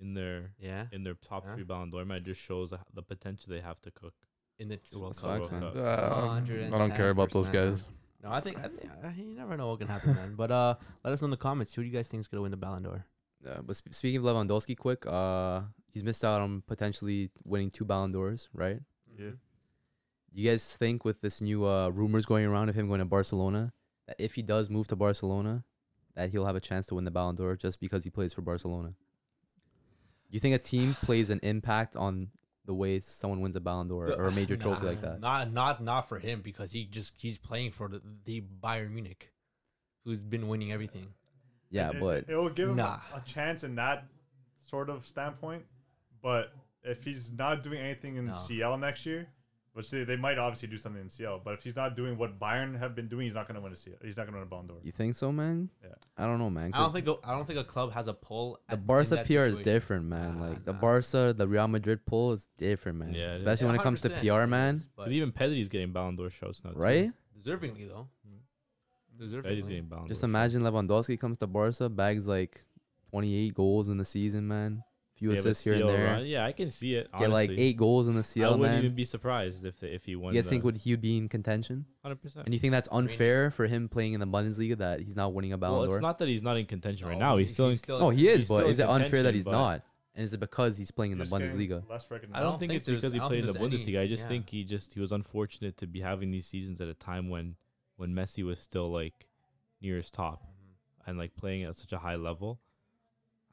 C: in their
E: yeah.
C: in their top
E: Yeah.
C: three Ballon d'Or match just shows the- the potential they have to cook.
E: In the
C: It's
E: World
C: a
E: Cup.
C: World
B: man.
C: Cup.
A: Uh, I don't care about those
E: 110%.
A: guys.
E: No, I think, I think uh, you never know what can happen, man. But uh, let us know in the comments who do you guys think is gonna win the Ballon d'Or.
B: Uh, but sp- speaking of Lewandowski, quick, uh, he's missed out on potentially winning two Ballon d'Ors, right?
D: Yeah.
B: You guys think with this new uh, rumors going around of him going to Barcelona that if he does move to Barcelona, that he'll have a chance to win the Ballon d'Or just because he plays for Barcelona? You think a team plays an impact on the way someone wins a Ballon d'Or or a major
E: Nah,
B: trophy like that?
E: Not, not, not for him because he just he's playing for the, the Bayern Munich, who's been winning everything.
B: Yeah,
D: It-
B: but
D: it, will give him
E: nah.
D: a, a chance in that sort of standpoint. But if he's not doing anything in
E: No.
D: CL next year, Which they, they might obviously do something in CL, but if he's not doing what Bayern have been doing, he's not going to win a CL. He's not going to win a Ballon d'Or.
B: You think so, man?
D: Yeah.
B: I don't know, man.
E: I
B: 'cause
E: don't think a, I don't think a club has a pull.
B: the
E: at- in
B: Barca PR
E: that
B: is
E: situation.
B: different, man.
E: Nah,
B: like the
E: nah.
B: Barca, the Real Madrid poll is different, man.
C: Yeah, it is.
B: Especially
E: Yeah,
B: when it comes to
E: 100%,
B: PR,
E: it
B: man.
E: is,
C: But
E: But
C: even Pedri's getting Ballon d'Or shots now, too.
B: Right?
E: deservingly though,
C: Mm-hmm. Pedri's
E: deservingly.
C: getting Ballon d'Or.
B: Just imagine Lewandowski comes to Barca, bags like 28 goals in the season, man. Few
C: Yeah, but
B: assists here and
C: CL
B: there.
C: run- Yeah, I can see it.
B: Get like
C: honestly.
B: eight goals in the
C: I
B: CL,
C: wouldn't
B: man.
C: even be surprised if if he won.
B: You guys think would he be in contention?
C: hundred percent?
B: And you think that's unfair for him playing in the Bundesliga that he's not winning a
C: Well,
B: Ballon
C: it's
B: d'Or?
C: not that he's not in contention right
E: No,
C: now. He's still in.
B: oh, he is,
C: he's
B: but
C: still in
B: is it unfair that
C: contention,
B: he's
C: but-
B: not? And is it because he's playing in the
D: Just getting
B: Bundesliga?
D: Less
C: I
D: recognized.
C: don't,
E: don't
C: think,
E: think
C: it's because
E: there's-
C: he
E: I don't
C: played in the
E: think there's any-
C: Bundesliga. I just
E: yeah.
C: think he just he was unfortunate to be having these seasons at a time when when Messi was still like near his top
E: Mm-hmm.
C: and like playing at such a high level.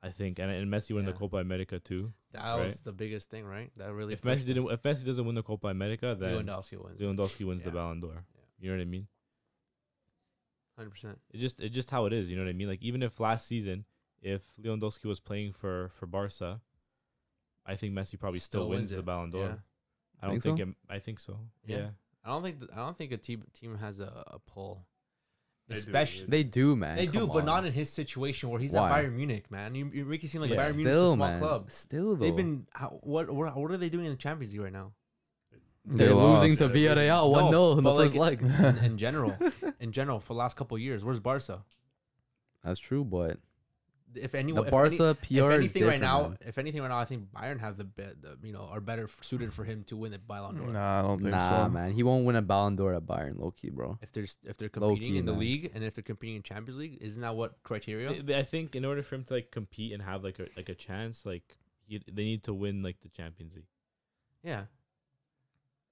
C: I think, and, and Messi won the
E: Yeah.
C: Copa America too.
E: That
C: Right.
E: was the biggest thing, right? That really.
C: If Messi
E: pushed him.
C: didn't, if Messi doesn't win the Copa America, then
E: Lewandowski wins,
C: Lewandowski wins the
E: Yeah.
C: Ballon d'Or. You know what I mean?
E: hundred percent.
C: It's just it's just how it is. You know what I mean? Like even if last season, if Lewandowski was playing for for Barca, I think Messi probably still,
E: Still
C: wins,
E: wins
C: the
E: it,
C: Ballon d'Or.
E: yeah.
C: I don't
B: Think
C: think,
B: so?
C: it, I think so. Yeah.
E: Yeah. I don't think th- I don't think a team team has a, a pull,
D: They do,
E: especially
B: They do, man.
E: they do,
B: come
E: but not
B: on.
E: in his situation where he's
B: Why?
E: at Bayern Munich, man. You, you make it seem like
C: Yeah.
E: Bayern Munich's a
B: Still,
E: small
B: man.
E: club.
B: Still, though.
E: They've been how, what, what what are they doing in the Champions League right now?
B: They're,
A: They
B: losing
A: lost.
B: to Villarreal 1 0 in the
E: but, like,
B: first leg.
E: In, in general, in general, for the last couple of years, where's Barca?
B: That's true, but
E: If anyone,
B: the
E: if any-
B: Barca
E: if
B: PR is
E: anything right
B: different.
E: now,
B: man.
E: if anything right now, I think Bayern have the, be, the you know are better f- suited for him to win the Ballon d'Or.
A: Nah, I don't think
B: Nah,
A: so.
B: man, he won't win a Ballon d'Or at Bayern, low key, bro.
E: If they're s- if they're
B: Low
E: competing
B: key,
E: in the
B: man.
E: league and if they're competing in Champions League, isn't that what criteria?
C: They- they- I think in order for him to like compete and have like a like a chance, like he, they need to win like the Champions League.
E: yeah,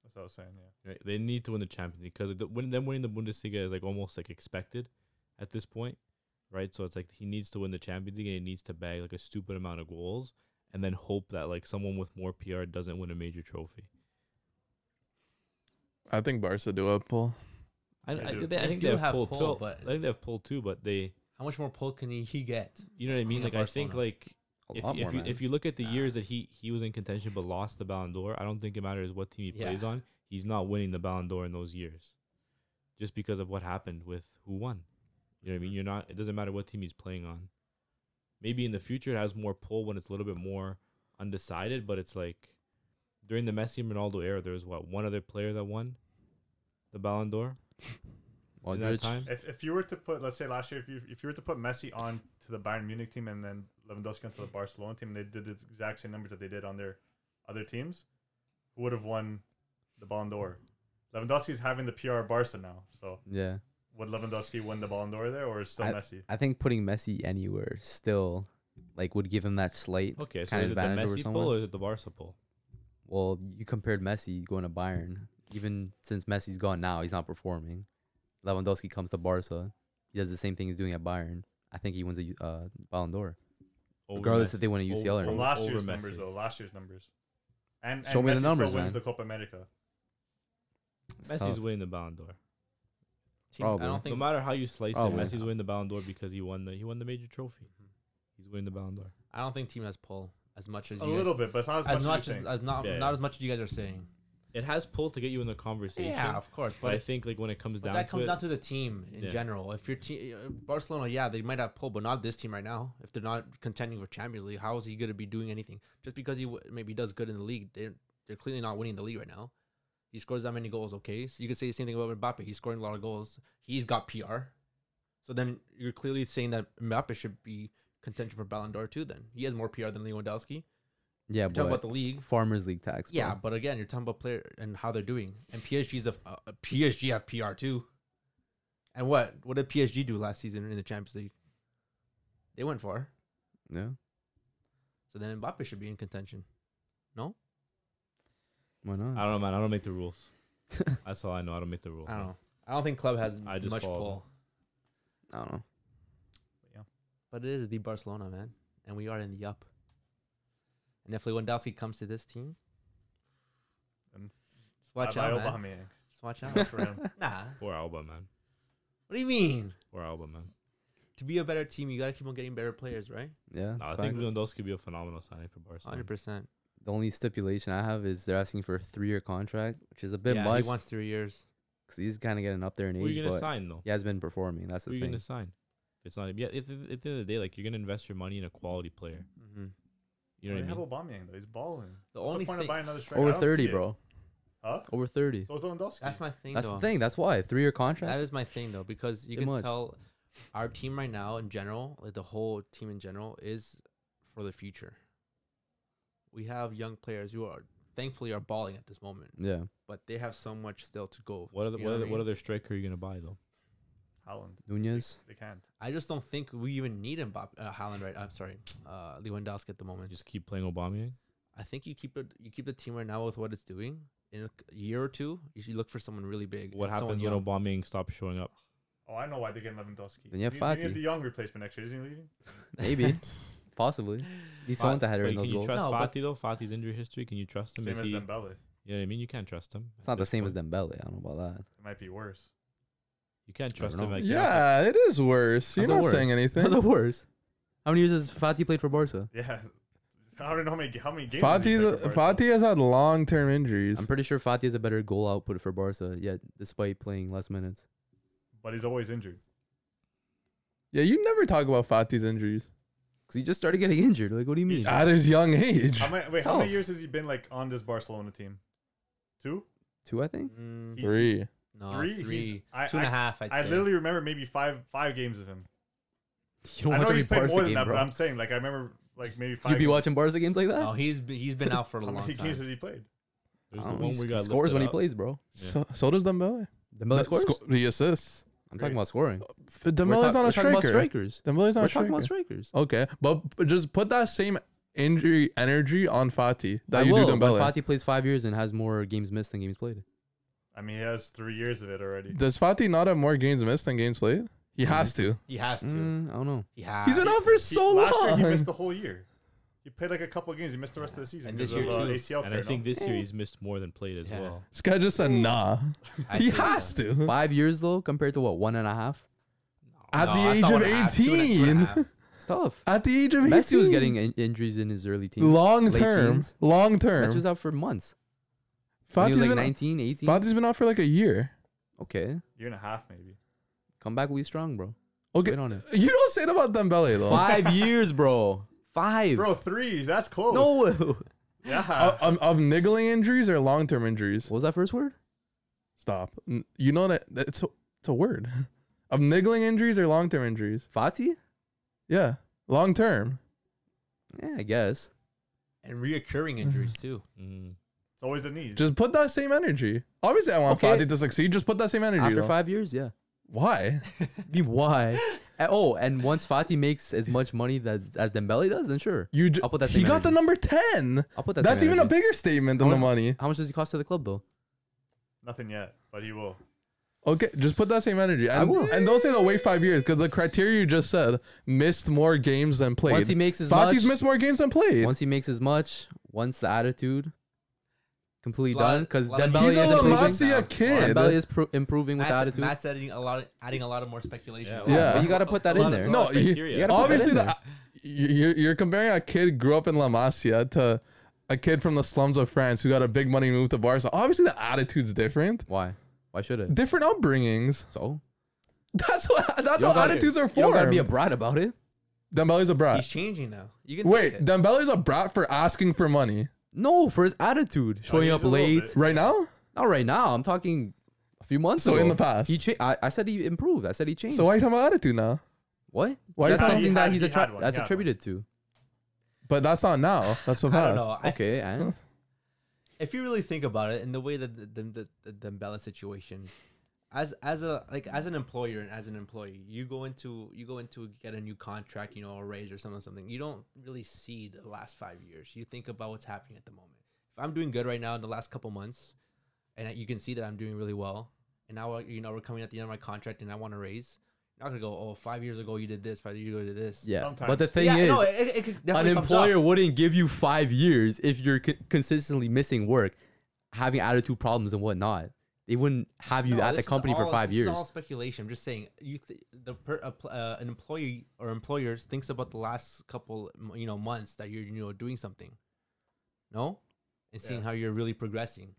D: That's what I was saying. Yeah.
C: Right? They need to win the Champions League because the, when them winning the Bundesliga is like almost like expected at this point, right? So it's like he needs to win the Champions League and he needs to bag like a stupid amount of goals and then hope that like someone with more PR doesn't win a major trophy.
A: I think Barca do a pull.
C: I,
D: They
C: I,
D: do.
C: they, I
E: They
C: think
E: do
C: they have,
E: have
C: pull,
E: pull,
C: too.
E: but-
C: I think they have pull too, but they,
E: how much more pull can he, he get?
C: you know what I mean?
E: yeah,
C: Like I think
E: Barcelona.
C: like
B: A
C: if,
B: lot
C: if
B: more,
C: you
B: man.
C: if you look at the
E: Ah.
C: years that he he was in contention but lost the Ballon d'Or, I don't think it matters what team he plays
E: Yeah.
C: on. He's not winning the Ballon d'Or in those years, just because of what happened with who won. You know what I mean? You're not. It doesn't matter what team he's playing on. Maybe in the future it has more pull when it's a little bit more undecided, but it's like during the Messi and Ronaldo era, there was what one other player that won the Ballon d'Or in that
B: Modric.
C: time.
D: If, if you were to put, let's say last year, if you if you were to put Messi on to the Bayern Munich team and then Lewandowski onto the Barcelona team, and they did the exact same numbers that they did on their other teams, who would have won the Ballon d'Or? Lewandowski's having the PR Barca now, so
B: Yeah,
D: would Lewandowski win the Ballon d'Or there, or is still Messi?
B: I think putting Messi anywhere still, like, would give him that slight.
C: Okay, so
B: Kind of
C: is it the
B: advantage over
C: Messi
B: someone?
C: pull or is it the Barca pull?
B: Well, you compared Messi going to Bayern. Even since Messi's gone now, he's not performing. Lewandowski comes to Barca. He does the same thing he's doing at Bayern. I think he wins a U- uh, Ballon d'or.
C: Over
B: Regardless if
C: Messi?
B: they win a
C: Over-
B: UCL or
D: From
B: Over-
D: last
C: over
D: year's
C: Messi.
D: numbers, though, last year's numbers, and, and
B: Show me the
D: Messi
B: numbers,
D: still wins
B: man.
D: the Copa America.
B: It's
C: Messi's
B: tough.
C: winning the Ballon d'Or.
E: Team, I
B: Probably.
E: don't
C: No
E: think.
C: matter how you slice
B: Oh,
C: it,
B: yeah.
C: Messi's winning the Ballon d'Or because he won the he won the major trophy. He's winning the Ballon d'Or.
E: I don't think team has pull as much as
D: A
E: you
D: little
E: guys,
D: bit, but it's not as much
E: as
D: as,
E: much
D: you
E: as,
D: think.
E: as not
C: Yeah.
E: not as much as you guys are saying.
C: It has pull to get you in the conversation.
E: Yeah, of course,
C: but I
E: but,
C: think like when it comes
E: but
C: down
E: that
C: to
E: comes
C: it,
E: down to the team in
C: Yeah.
E: general. If your team uh, Barcelona, yeah, they might have pull, but not this team right now. If they're not contending for Champions League, how is he going to be doing anything? Just because he w- maybe does good in the league, they're they're clearly not winning the league right now. He scores that many goals, okay. So you could say the same thing about Mbappe. He's scoring a lot of goals. He's got PR. So then you're clearly saying that Mbappe should be contention for Ballon d'Or too. Then he has more PR than Lewandowski.
B: Yeah,
E: Talking about
B: but
E: the league,
B: Farmers League tax. bro.
E: Yeah, but again, you're talking about player and how they're doing. And PSG's a, a a PSG have PR too. And what what did PSG do last season in the Champions League? They went far.
B: Yeah.
E: So then Mbappe should be in contention.
B: Why not?
C: I don't know, man. I don't make the rules. That's all I know. I don't make the rules.
E: I don't know. I don't think club has
C: I just
E: much
C: follow
E: pull,
B: I don't know.
E: but it is the Barcelona man, and we are in the up. And if Lewandowski comes to this team,
D: And
E: just watch
D: Bye-bye,
E: out, man.
D: Aubameyang.
E: Just watch out.
D: Good for him.
E: nah,
C: Or Alba, man.
E: what do you mean?
C: Or Alba, man.
E: To be a better team, you gotta keep on getting better players, right?
B: Yeah.
C: No, I
B: it's
C: think
B: facts.
C: Lewandowski could be a phenomenal signing for Barcelona.
E: Hundred percent.
B: The only stipulation I have is they're asking for a three-year contract, which is a bit
E: yeah,
B: much
E: He wants three years.
B: 'cause he's kind of getting up there in
C: Who are
B: age.
C: you gonna
B: but
C: sign though?
B: he has been performing. That's
C: Who
B: the
C: are you
B: thing.
C: gonna sign? If it's not him. yeah. At the, at the end of the day, like you're gonna invest your money in a quality player.
E: Mm-hmm.
C: You know
D: they
C: what I
D: have
C: mean?
D: Aubameyang though. He's balling.
E: The
D: What's
E: only
D: the point
E: thing
D: of buying another striker? I
B: Over
D: don't see
B: thirty,
D: it.
B: bro.
D: Huh?
B: Over thirty.
D: So is Lewandowski.
E: that's my thing.
B: That's
E: though.
B: the thing. That's why three-year contract.
E: That is my thing though, because you
B: Too
E: can
B: much.
E: tell our team right now in general, like the whole team in general, is for the future. We have young players who are thankfully are balling at this moment,
B: yeah.
E: but they have so much still to go.
C: What other
E: You know
C: what
E: what I
C: other, what
E: mean?
C: other striker are you gonna buy though?
D: Holland.
B: Nunez.
D: They can't.
E: I just don't think we even need Mbappe, uh, Haaland right. I'm sorry, uh, Lewandowski at the moment.
C: Just keep playing Aubameyang.
E: I think you keep it. You keep the team right now with what it's doing. In a year or two, you should look for someone really big.
C: What
E: and someone
C: happens when
E: young.
C: Aubameyang stops showing up?
D: Oh, I know why they get Lewandowski.
B: Then you have
D: They- They
B: Fati.
D: need the young replacement next year. Isn't he leaving?
B: Maybe. Possibly. Need someone to header
C: Wait,
B: in those
C: can you
B: goals.
C: trust
E: No, but-
C: Fati though? Fati's injury history. Can you trust him?
D: Same
C: Is
D: as
C: he, you know
D: Dembele. It
C: what I mean? You can't trust him.
B: It's not the same as Dembele. I don't know about that.
D: might be worse.
C: You can't trust
B: know.
C: him. Like, after-
A: yeah, it is worse. You're
B: How's it
A: not
B: worse?
A: saying
B: That's the
A: anything.
B: worst. How many years has Fati played for Barca?
D: Yeah. I don't know how many how many games. has he
A: Fati's
D: played for Barca?
A: Fati has had long term injuries.
B: I'm pretty sure Fati has a better goal output for Barca, yet despite playing less minutes.
D: but he's always injured.
A: yeah, you never talk about Fati's injuries
B: Because he just started getting injured. Like, what do you mean?
A: at his young age.
D: How many, wait, how many
B: Oh.
D: years has he been like on this Barcelona team? Two,
B: Two, I think.
E: Mm,
D: He-
A: Three.
E: no,
D: three?
E: three,
D: He's- I-
E: two and a half, I'd
D: I
E: say.
D: literally remember maybe five five games of him.
B: You don't
D: I
B: watch
D: know
B: every
D: he's played
B: Barca
D: more than
B: game,
D: that,
B: bro.
D: but I'm saying like I remember like maybe
B: Do
D: five.
B: you be
D: games.
B: watching Barca games like that?
E: No, Oh, he's been, he's been out for a
D: How
E: long
D: many
E: time.
D: games has he played?
C: There's
B: I
C: the
B: don't know.
C: one
B: Oh, He
C: we got
B: scores
C: lifted
B: when he
C: up.
B: plays, bro.
C: Yeah.
A: So, so does Dembele.
B: Dembele scores?
A: Sco- the assists.
B: I'm
D: Great.
B: talking about scoring.
A: Dembele's
B: talk-
A: not a
B: we're talking about
A: striker.
B: strikers.
A: Dembele's not
B: We're
A: a striker.
B: talking about strikers.
A: Okay, but but just put that same injury energy on Fati that
B: I
A: you
B: will,
A: do
B: when
A: Dembele.
B: Fati plays five years and has more games missed than games played.
D: I mean, he has three years of it already.
A: Does Fati not have more games missed than games played? He
B: Mm-hmm.
A: has to.
E: He has to.
B: Mm, I don't know.
E: He has.
A: He's been out for
D: He-
A: so
D: last
A: long.
D: year he missed the whole year. He played like a couple games. He missed the rest of the season
E: And this
D: because of
E: year
D: uh,
E: too.
D: ACL
C: And I
D: tear.
C: think
D: no?
C: this year he's missed more than played as
E: Yeah.
C: well.
A: this guy just said nah.
E: I
A: he
E: think so.
A: has to.
B: Five years, though, compared to what, one and a half?
A: At
E: No,
A: the
E: that's
A: age
E: not
A: of
E: one and a half, two and a- two and a
A: 18.
E: half.
B: It's tough.
A: At the age of
B: Messi
A: 18.
B: was getting in- injuries in his early teens.
A: long
B: late
A: term.
B: teens.
A: Long
B: Messi
A: term.
B: was out for months. When he
A: Fati's
B: was like
A: been
B: 19, 18.
A: Fati's been out for like a year.
B: Okay.
D: year and a half maybe.
B: Come back, we strong, bro.
A: Okay.
B: Wait on him.
A: You don't say that about Dembele though.
B: Five years, bro. Five.
D: Bro, three. That's close.
B: no. what
D: Yeah.
A: Of, of- of niggling injuries or long term injuries?
B: was that first word?
A: Stop. N- You know that that- it's a, it's a word. Of niggling injuries or long term injuries?
B: Fati?
A: Yeah, long term.
B: Yeah, I guess.
E: And reoccurring injuries too.
C: Mm.
D: it's always the knees.
A: Just put that same energy. Obviously, I want
B: Okay.
A: Fati to succeed. Just put that same energy.
B: After
A: though.
B: five years, yeah.
A: Why?
B: I mean, why? Uh, Oh, and once Fati makes as much money that as Dembele does, then sure.
A: You j-
B: I'll put that
A: He
B: same
A: got the
B: energy.
A: number ten.
B: I'll put that.
A: That's
B: same
A: even a
B: energy. Oh.
A: bigger statement than
B: How
A: the
B: much-
A: money.
B: How much does he cost to the club, though?
D: Nothing yet, but he will.
A: Okay, just put that same energy. And,
B: will.
A: and don't say they'll wait five years because the criteria you just said missed more games than played.
B: Once he makes as
A: Fati's
B: much,
A: missed more games than played.
B: once he makes as much, once the attitude completely
E: Lot-
B: done, because
E: lot of-
B: Dembele
A: He's
B: is
A: a La
E: improving
B: improving.
E: now.
A: Masia kid.
B: Dembele is pro- improving with
E: Matt's,
B: attitude.
E: Matt's adding a lot, of, adding a lot of more speculation.
C: Yeah.
E: Wow.
A: Yeah.
B: But you got to put that in there.
A: No, you-
C: criteria.
B: you gotta put that
A: obviously
B: in
A: the,
B: there.
A: you're, you're comparing a kid grew up in La Masia to a kid from the slums of France who got a big money move to Barca. Obviously, the attitude's different.
B: Why? Why should it?
A: Different upbringings.
B: So
A: That's what. That's
B: You
A: how
B: don't gotta-
A: attitudes are
B: you don't gotta
A: formed.
B: be a brat about it.
A: Dembele's a brat.
E: He's changing now. You can see
A: Wait,
E: it.
A: Dembele's a brat for asking for money
B: No, for his attitude, showing
D: he's
B: up
D: a little
B: late.
D: bit.
A: right now.
B: Not right now. I'm talking a few months
A: So
B: ago.
A: in the past.
B: he cha- I, I said he improved. I said he changed.
A: So why are you talking about attitude now?
B: What?
A: Why
B: that's
A: you-
B: something
D: He
B: that
D: had-
B: he's
D: he had
B: attri-
D: one,
B: that's
D: he had
B: attributed to.
A: But that's not now. That's the
E: I
A: past.
E: don't know. I-
B: Okay, and
E: if you really think about it, in the way that the the, the, the Dembele situation, as as a like as an employer and as an employee, you go into you go into get a new contract, you know, a raise or something, something. You don't really see the last five years. You think about what's happening at the moment. If I'm doing good right now in the last couple months, and I- you can see that I'm doing really well, and now uh, you know we're coming at the end of my contract, and I want to raise. You're not gonna go, oh, five years ago you did this, five years ago you did this.
B: yeah.
D: Sometimes.
B: But the thing
E: yeah,
B: is,
E: no, it, it- it could
B: an
E: definitely comes up.
B: employer wouldn't give you five years if you're co- consistently missing work, having attitude problems and whatnot. They wouldn't have you
E: No,
B: at the
E: this is
B: company for
E: all-
B: five
E: this
B: years.
E: Is all speculation. I'm just saying, you th- the per, a pl- uh, an employee or employers thinks about the last couple, m- you know, months that you're you know doing something. no, and seeing
D: Yeah.
E: how you're really progressing.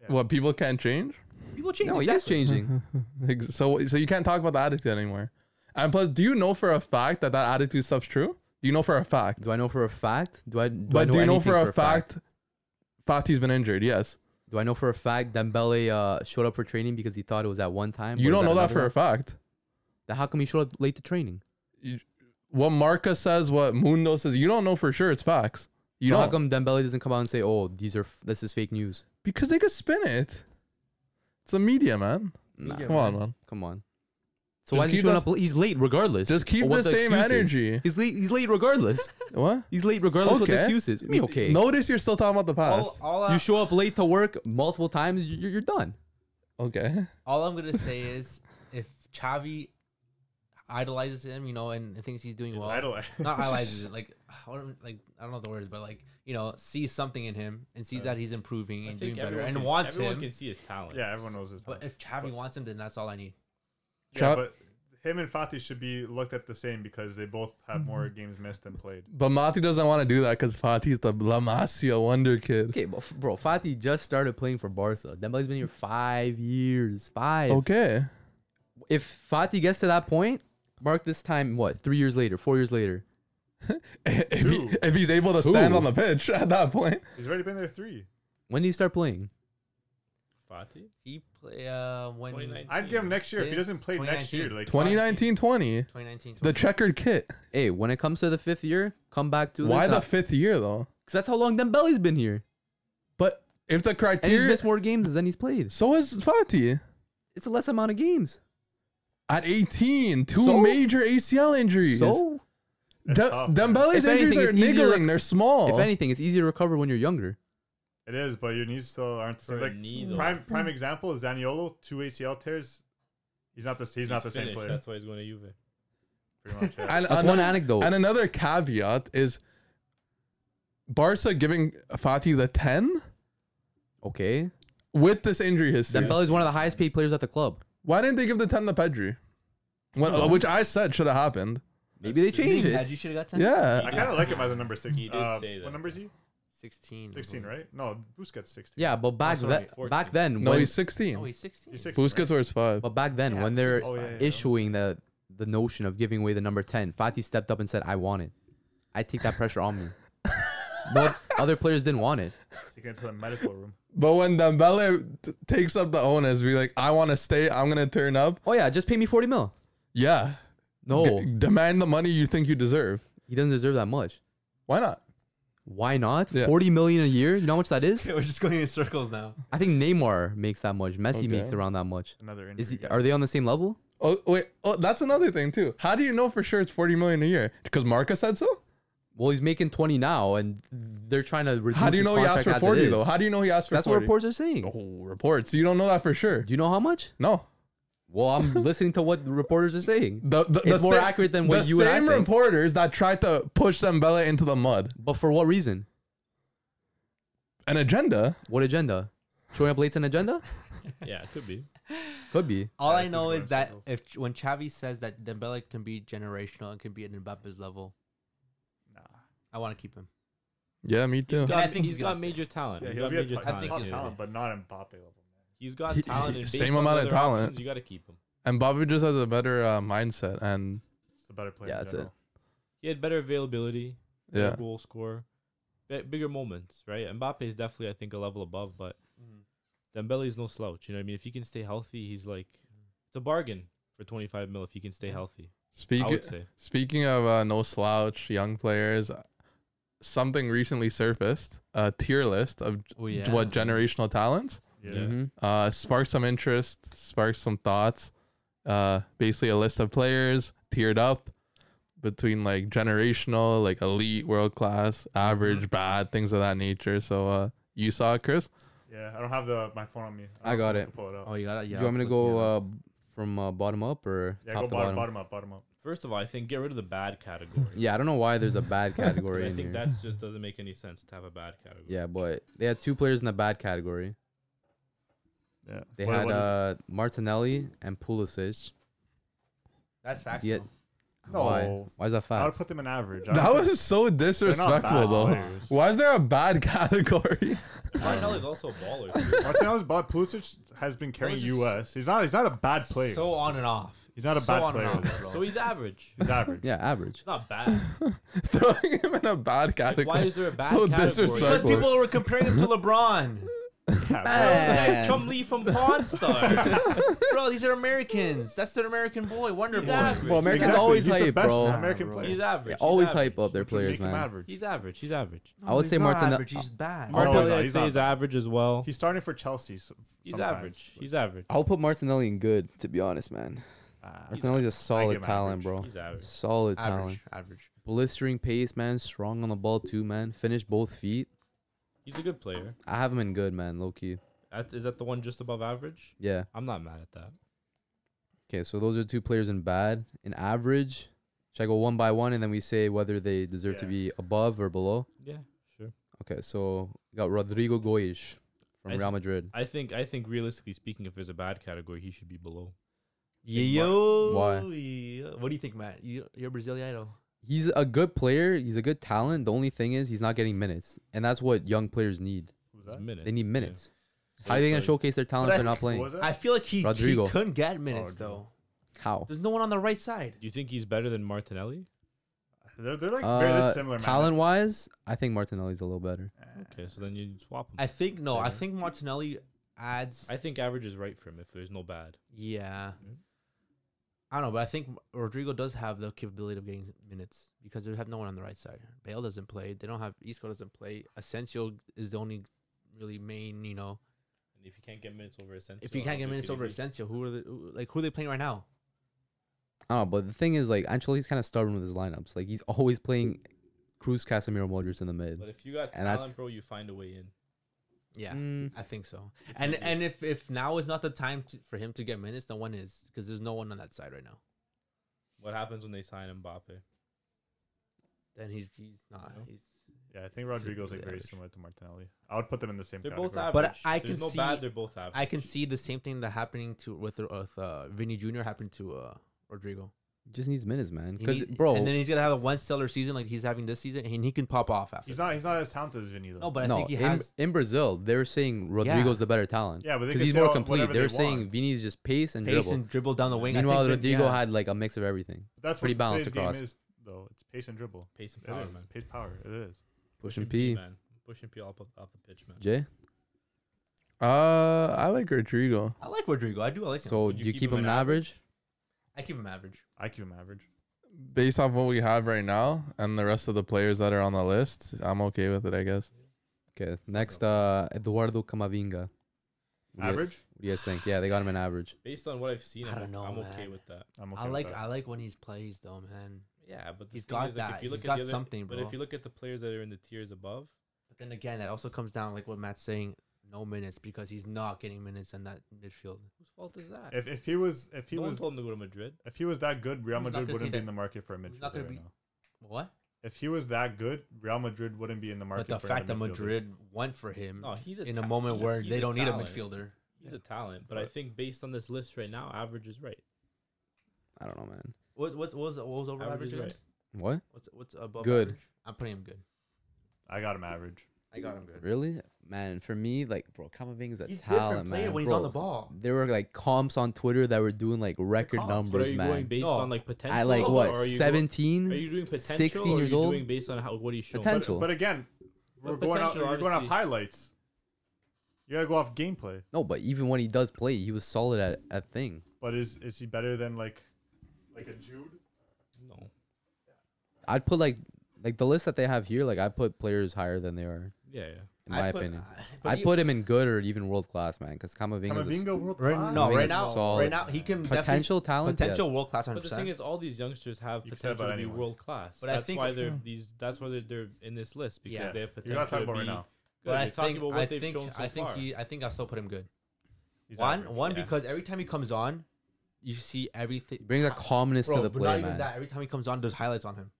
D: Yeah.
A: What people can't change.
E: People change.
B: no,
E: exactly.
B: he is changing.
A: Ex- So so you can't talk about the attitude anymore. And plus, do you know for a fact that that attitude stuff's true? Do you know for a fact?
B: Do I know for a fact? Do I? Do I
A: but do you know
B: anything
A: for a, fact, Fatih's been injured? Yes.
B: Do I know for a fact Dembele uh, showed up for training because he thought it was at one time?
A: You
B: but it was
A: don't know
B: at
A: that for
B: another
A: a fact.
B: one? Then how come he showed up late to training?
A: What Marca says, what Mundo says, you don't know for sure. It's facts. You
B: so
A: don't
B: how come Dembele doesn't come out and say, "Oh, these are f- this is fake news"?
A: because they could spin it. It's the media, man.
B: Nah,
E: Yeah,
A: Come on, man.
B: come on. So
A: Just
B: why is he
A: keep
B: showing
A: us-
B: up? late? He's late regardless.
A: Just keep
B: of
A: the,
B: what
A: same
B: excuse is.
A: energy.
B: He's late. He's late regardless.
A: What?
B: He's late regardless with
A: Okay.
B: excuses. I mean, okay.
A: Notice you're still talking about the past.
E: All, all, I,
B: you show up late to work multiple times, you- you're, you're done.
A: okay.
E: all I'm gonna say is, if Chavi idolizes him, you know, and thinks he's doing well,
D: Idol-
E: not idolizes it, like I don't like I don't know the words, but like you know, sees something in him and sees that he's improving
C: Uh, I
E: and doing
C: think
E: better
C: everyone
E: and
C: can,
E: wants
C: everyone
E: him.
C: can see his talent.
D: yeah, everyone knows his
E: But
D: talent.
E: if Chavi wants him, then that's all I need.
A: Tra-
D: yeah, but him and Fati should be looked at the same because they both have more games missed than played.
A: But Mati doesn't want to do that because Fatih's the La Masia wonder kid.
B: Okay, but f- bro, Fatih just started playing for Barca. Dembele's been here five years. Five.
A: Okay.
B: If Fatih gets to that point, mark this time what? Three years later, four years later.
A: if, he,
D: Two.
A: if he's able to stand
B: Two.
A: on the pitch at that point.
D: He's already been there three.
B: When did he start playing?
C: Fati.
E: He play uh, when
C: 2019.
D: I'd give him next year if he doesn't play next year.
E: 2019.
D: Like
A: 2019 20.
E: 2019.
A: The checkered kit.
B: Hey, when it comes to the fifth year, come back to
A: Why
B: this.
A: the fifth year though?
B: Because that's how long Dembele's been here,
A: But if the
B: and he's
A: criteria.
B: missed more games than he's played.
A: So is Fatih.
B: It's a less amount of games.
A: At 18, two
B: So?
A: major ACL injuries.
B: So,
A: De-
D: That's tough, man.
A: Dembele's
B: If
A: injuries
B: anything,
A: are
B: it's easier-
A: niggling. They're small.
B: if anything, it's easier to recover when you're younger.
D: It is, but your knees still aren't the
C: For
D: same.
C: a
D: Like
C: knee, though.
D: prime prime example is Zaniolo, two ACL tears. He's not the he's, not the same
C: finished,
D: player.
C: That's why he's going to Juve.
D: Pretty much, yeah.
A: And
B: That's
A: ano-
B: one anecdote.
A: And another caveat is Barca giving Fatih the 10
B: Okay,
A: with this injury history.
B: Dembele's one of the highest paid players at the club.
A: Why didn't they give the 10 to Pedri? When, uh, which I said should have happened.
B: Oh. Maybe they change it.
E: You should have got 10.
A: Yeah.
D: I kind of like him as a number six.
C: He did
D: uh,
C: say that.
D: What number is he?
E: 16. I
D: Sixteen,
E: believe.
D: right? No, Busquets sixteen.
B: Yeah, but back
E: sorry,
B: then,
C: 14.
B: back then,
A: No,
B: when,
A: he's 16.
E: No, Oh, he's 16.
D: Oh, He's 16,
A: Busquets
D: right?
A: wears five.
B: but back then
E: Yeah,
B: when they're
D: Oh, yeah, yeah, yeah.
B: issuing the the notion of giving away the number ten, Fatih stepped up and said, "I want it. I take that pressure on me." But other players didn't want it.
D: He went to the medical room.
A: But when Dembele t- takes up the onus, be like, I want to stay. I'm going to turn up.
B: Oh yeah, just pay me forty mil.
A: Yeah.
B: No,
A: G- demand the money you think you deserve.
B: he doesn't deserve that much.
A: Why not?
B: Why not?
A: Yeah.
B: Forty million a year. You know how much that is?
E: We're just going in circles now.
B: I think Neymar makes that much. Messi
A: Okay.
B: makes around that much.
D: Another injury.
B: Is he,
D: yeah.
B: are they on the same level?
A: Oh, wait. Oh, that's another thing, too. How do you know for sure it's 40 million a year? Because Marca said so?
B: Well, he's making twenty now, and they're trying to reduce.
A: How do you
B: his
A: know he asked
B: contract
A: for
B: as
A: 40,
B: it is.
A: though? How do you know he asked for
B: That's
A: 40?
B: what reports are saying.
A: Oh, reports. You don't know that for sure.
B: Do you know how much?
A: No.
B: Well, I'm listening to what the reporters are saying.
A: The, the, the
B: It's more
A: sa-
B: accurate than what
A: the
B: you and I
A: same
B: think.
A: reporters that tried to push Dembele into the mud.
B: But for what reason?
A: An agenda.
B: What agenda? Showing up late's an agenda?
C: Yeah, it could be.
B: Could be.
E: All
D: Yeah,
E: I
D: this is
E: know
D: going
E: is that
D: circles.
E: if when Chavi says that Dembele can be generational and can be at Mbappe's level,
D: Nah.
E: I want to keep him.
A: Yeah, me too.
E: got- I think he's
C: he's got
E: gonna
C: major talent.
D: Yeah,
C: He's
D: he'll
C: got
D: be a
C: major
D: top,
E: I think
D: top
E: he's-
C: talent.
D: talent, but not Mbappe level.
C: He's got
A: He-
C: talent.
A: he-
C: and
A: same
C: based on
A: amount of
C: other
A: talent.
C: options, You got to keep him.
A: And Bobby just has a better uh, mindset. And
D: It's a better player.
B: Yeah,
D: in
B: that's it.
D: general.
C: He had better availability. better
A: yeah.
C: goal scorer, bi- bigger moments, right? Mbappe is definitely, I think, a level above, but Dembele is no slouch. You know what I mean? If he can stay healthy, he's like it's a bargain for 25 mil if he can stay healthy. I
A: Speaking
C: would say
A: speaking of uh, no slouch young players, something recently surfaced a tier list of
E: Oh
A: j-
E: yeah.
A: what generational talents.
D: Yeah.
B: Mhm.
A: Uh, sparked some interest, sparked some thoughts. Uh, basically a list of players tiered up between like generational, like elite, world class,
E: Mm-hmm.
A: average, bad, things of that nature. So uh, you saw it, Chris.
D: Yeah, I don't have the my phone on me.
B: I
D: don't
B: got
D: know if
B: it.
D: can Pull it up.
E: Oh, you got it. Yeah.
B: Do you want me
E: I
B: to
E: was looking
B: go
E: at it.
B: uh, from uh, bottom up or
D: yeah,
B: top
D: go
B: to
D: bottom,
B: bottom?
D: bottom up, bottom up.
C: first of all, I think get rid of the bad category.
B: Yeah, I don't know why there's a bad
C: 'Cause
B: category
C: I
B: in
C: think
B: here.
C: that just doesn't make any sense to have a bad category.
B: Yeah, but they had two players in the bad category.
D: Yeah.
B: They
D: What-
B: had
D: what is-
B: uh, Martinelli and Pulisic.
E: That's facts.
B: Yeah.
E: though.
D: No,
B: Why? Why is that
D: I would
B: fact?
D: put them in average. I
A: That
D: would put-
A: was so
D: they're not bad
A: disrespectful, though.
D: players.
A: Why is there a bad category?
C: Martinelli's also a baller. too.
D: Martinelli's bad. Pulisic has been carrying
E: just-
D: US. He's not. He's not a bad player.
E: So on and off.
D: he's not a
E: so
D: bad
E: on and
D: player.
E: off.
D: bro.
C: so he's average.
D: he's average.
B: Yeah, average.
C: It's not bad.
A: Throwing him in a bad category.
C: Like, why is there a bad
A: So
C: category?
A: disrespectful.
E: Because people were comparing him to LeBron.
D: Yeah, bro.
B: Man.
E: Chumlee from Pawn Stars. Bro, these are Americans. That's their American boy, Wonder Boy.
C: average.
B: Well, Americans
D: Exactly.
B: always
D: He's the
B: hype,
D: best
B: bro.
D: American
B: Yeah,
D: player.
C: He's average.
B: They
C: He's
B: always
C: average.
B: hype up their
D: Which would
B: players,
D: make him
B: man.
D: average.
C: He's average. He's average.
B: I would
E: he's
B: say
E: not
B: Martin-
E: Average. He's bad.
D: Mar-
C: Martinelli,
D: no,
C: I'd
D: he's
C: say, is
D: not.
C: average as well.
D: He's starting for Chelsea. so-
C: He's
D: sometimes.
C: average. He's average.
B: I'll put Martinelli in good, to be honest, man.
D: Ah,
B: Martinelli's a solid
D: him
B: talent,
D: average.
B: bro.
C: He's average.
B: Solid talent.
E: average. Average.
B: Blistering pace, man. Strong on the ball too, man. Finish both feet.
C: He's a good player.
B: I have him in good, man. Low key.
C: That, is that the one just above average?
B: Yeah.
C: I'm not mad at that.
B: Okay, so those are two players in bad. In average, should I go one by one and then we say whether they deserve to
D: Yeah.
B: be above or below?
C: Yeah, sure.
B: Okay, so we got Rodrigo Goyish
C: I
B: from
C: th-
B: Real Madrid.
C: I think I think realistically speaking, if there's a bad category, he should be below.
E: Yo.
B: Why?
E: yeah. What do you think, Matt? You, you're a Brazilian idol.
B: He's a good player. He's a good talent. The only thing is he's not getting minutes, and that's what young players need.
D: Who's
C: It's
D: that?
C: minutes.
B: They need
C: yeah.
B: minutes.
C: So
B: How are they
C: it's
B: gonna
C: like-
B: showcase their talent
E: But
B: if they're
E: I-
B: not
D: Who
B: playing?
D: was that?
E: I feel like he, he
B: Rodrigo.
E: couldn't get minutes, though.
B: How?
E: There's no one on the right side.
C: Do you think he's better than Martinelli?
D: They're, they're like
B: Uh,
D: very similar. man.
B: talent wise, I think Martinelli's a little better.
C: Okay, so then you swap him.
E: I think, no, I
C: Fair.
E: think Martinelli adds.
C: I think average is right for him if there's no bad.
E: Yeah.
C: Yeah.
E: I don't know, but I think Rodrigo does have the capability of getting minutes because they have no one on the right side. Bale doesn't play. They don't have Isco doesn't play. Asensio is the only really main. You know,
C: And if you can't get minutes over Asensio,
E: if you can't get minutes over Asensio, who are the, who- like who are they playing right now?
B: I don't know, but the thing is, like Ancelotti's kind of stubborn with his lineups. Like he's always playing Cruz, Casemiro, Modric in the mid.
C: But if you got
B: And that's-
C: talent, bro, you find a way in.
E: Yeah,
B: Mm,
E: I think so. And
C: you-
E: and if if now is not the time to, for him to get minutes, then when is? Because there's no one on that side right now.
C: What happens when they sign Mbappe?
E: Then he's he's not.
C: No.
E: He's
D: Yeah, I think Rodrigo's like
E: really
D: very
E: average.
D: similar to Martinelli. I would put them in the same
C: They're
D: category.
C: both average.
E: But I
C: There's
E: can
C: no
E: see-
C: bad. They're both average.
E: I can see the same thing that happening to with with uh, Vinny Jr. happened to uh, Rodrigo.
B: just needs minutes, man.
E: He
B: Because
E: need-
B: bro,
E: and then he's gonna have a one stellar season like he's having this season, and he can pop off after.
D: He's not. He's not as talented as Vinny though.
E: no, but I
B: no,
E: think he
B: in,
E: has.
B: in Brazil they're saying Rodrigo's the better talent.
D: Yeah, but they
B: because
D: can
B: he's
D: say
B: more
D: all-
B: complete.
D: whatever
B: They're
D: they
B: saying
D: want.
B: Vini's just pace and
E: Pace
B: dribble.
E: and dribble down the wing. I
B: Meanwhile,
E: think that-
B: Rodrigo
E: yeah.
B: had like a mix of everything.
D: that's
B: pretty
D: what
B: balanced
D: today's game
B: across.
D: is though. It's pace and dribble.
C: Pace and
D: It
C: power,
D: is.
C: man.
D: Pace power. It is.
B: Push and P.
C: man. Push and P off off the pitch, man.
B: Jay,
A: Uh, I like Rodrigo.
E: I like Rodrigo. I do. I like him.
B: so do you keep him in average?
E: I keep him average.
D: I keep him average.
A: Based off what we have right now and the rest of the players that are on the list, I'm okay with it, I guess.
B: Okay, next, uh, Eduardo Camavinga. What do you-
D: Average.
B: What do you guys think? Yeah, they got him in average.
C: Based on what I've seen,
E: I
C: I'm,
E: don't know,
C: I'm okay
E: man.
C: with that.
D: I'm okay.
E: I
D: with
E: like
D: that.
E: I like when he plays though, man.
C: Yeah, but the
E: He's
C: thing
E: got
C: is, like,
E: that.
C: If you look
E: He's
C: at
E: got
C: the other,
E: something,
C: But
E: bro.
C: if you look at the players that are in the tiers above,
E: But then again, that also comes down like what Matt's saying, no minutes because he's not getting minutes in that midfield.
C: whose fault is that?
D: If if he was if he
C: no one
D: was
C: told him to go to Madrid.
D: if he was that good, Real
E: Who's not
D: Madrid
E: gonna
D: wouldn't
E: take
D: be
E: that-
D: in the market for a
E: who's
D: midfielder
E: not gonna
D: right
E: be-
D: now.
E: What?
D: If he was that good, Real Madrid wouldn't be in the market.
E: But the
D: for
E: fact that
D: another midfielder.
E: Madrid went for him
C: No, he's a
E: in Oh, a
C: ta-
E: moment
C: he's-
E: where
C: he's
E: they don't need a
C: talent.
E: midfielder.
C: He's a talent, but I
D: But-
C: think based on this list right now, average is right.
B: I don't know, man.
E: What what, what was what was over average?
C: Average is
E: again?
C: right.
B: What?
E: What's what's above
B: Good.
E: average? I'm putting him good.
D: I got him average.
E: I got him good.
B: Really? Man, for me, like, bro, Camavinga's a
E: He's
B: talent,
E: different player
B: man.
E: when he's
B: bro.
E: on the ball.
B: There were like comps on Twitter that were doing like record
D: comps.
C: But
B: numbers,
C: are you going
B: man.
C: based
E: No.
C: on like potential?
B: I like
C: or
B: what
C: are you go- Are you
B: seventeen.
C: doing potential?
B: 16
C: or are
B: years
C: you
B: old?
C: Doing based on how what he's showing.
B: Potential.
D: But, but again, we're
C: But
D: going off.
C: potential,
D: We're going off
C: obviously.
D: highlights. You gotta go off gameplay.
B: No, but even when he does play, he was solid at at thing.
D: But is is he better than like like a Jude?
C: No.
B: I'd put like like the list that they have here. Like I put players higher than they are,
C: Yeah, yeah.
B: in my
E: I put-
B: opinion.
E: I- but
B: I
E: you-
B: put him in good or even world class, man. Because Camavinga
D: Camavinga world
E: right,
D: class.
E: no,
B: Camavinga's
E: right now,
B: solid.
E: right now he can potential
B: potential talent.
E: potential
B: Potential.
E: world class
C: But the thing
E: 100.
C: is, all these youngsters have
D: You can say
C: potential
D: about
C: to be
D: anyone.
C: world class.
E: But I
C: that's
E: think-
C: why they're these. That's why they're, they're in this list because
E: Yeah.
C: they have
D: You
C: potential.
D: gotta talk
C: to
D: about
C: be
D: right now.
E: But I
C: You're talking
E: think
C: about what
E: I
C: they've
E: think
C: shown so
E: I think
C: far.
E: he I think I still put him good.
D: He's
E: one
D: average.
E: one
C: yeah.
E: because every time he comes on, you see everything.
B: He brings a calmness
E: Bro,
B: to the
E: but not
B: play,
E: even
B: man.
E: that. Every time he comes on, there's highlights on him,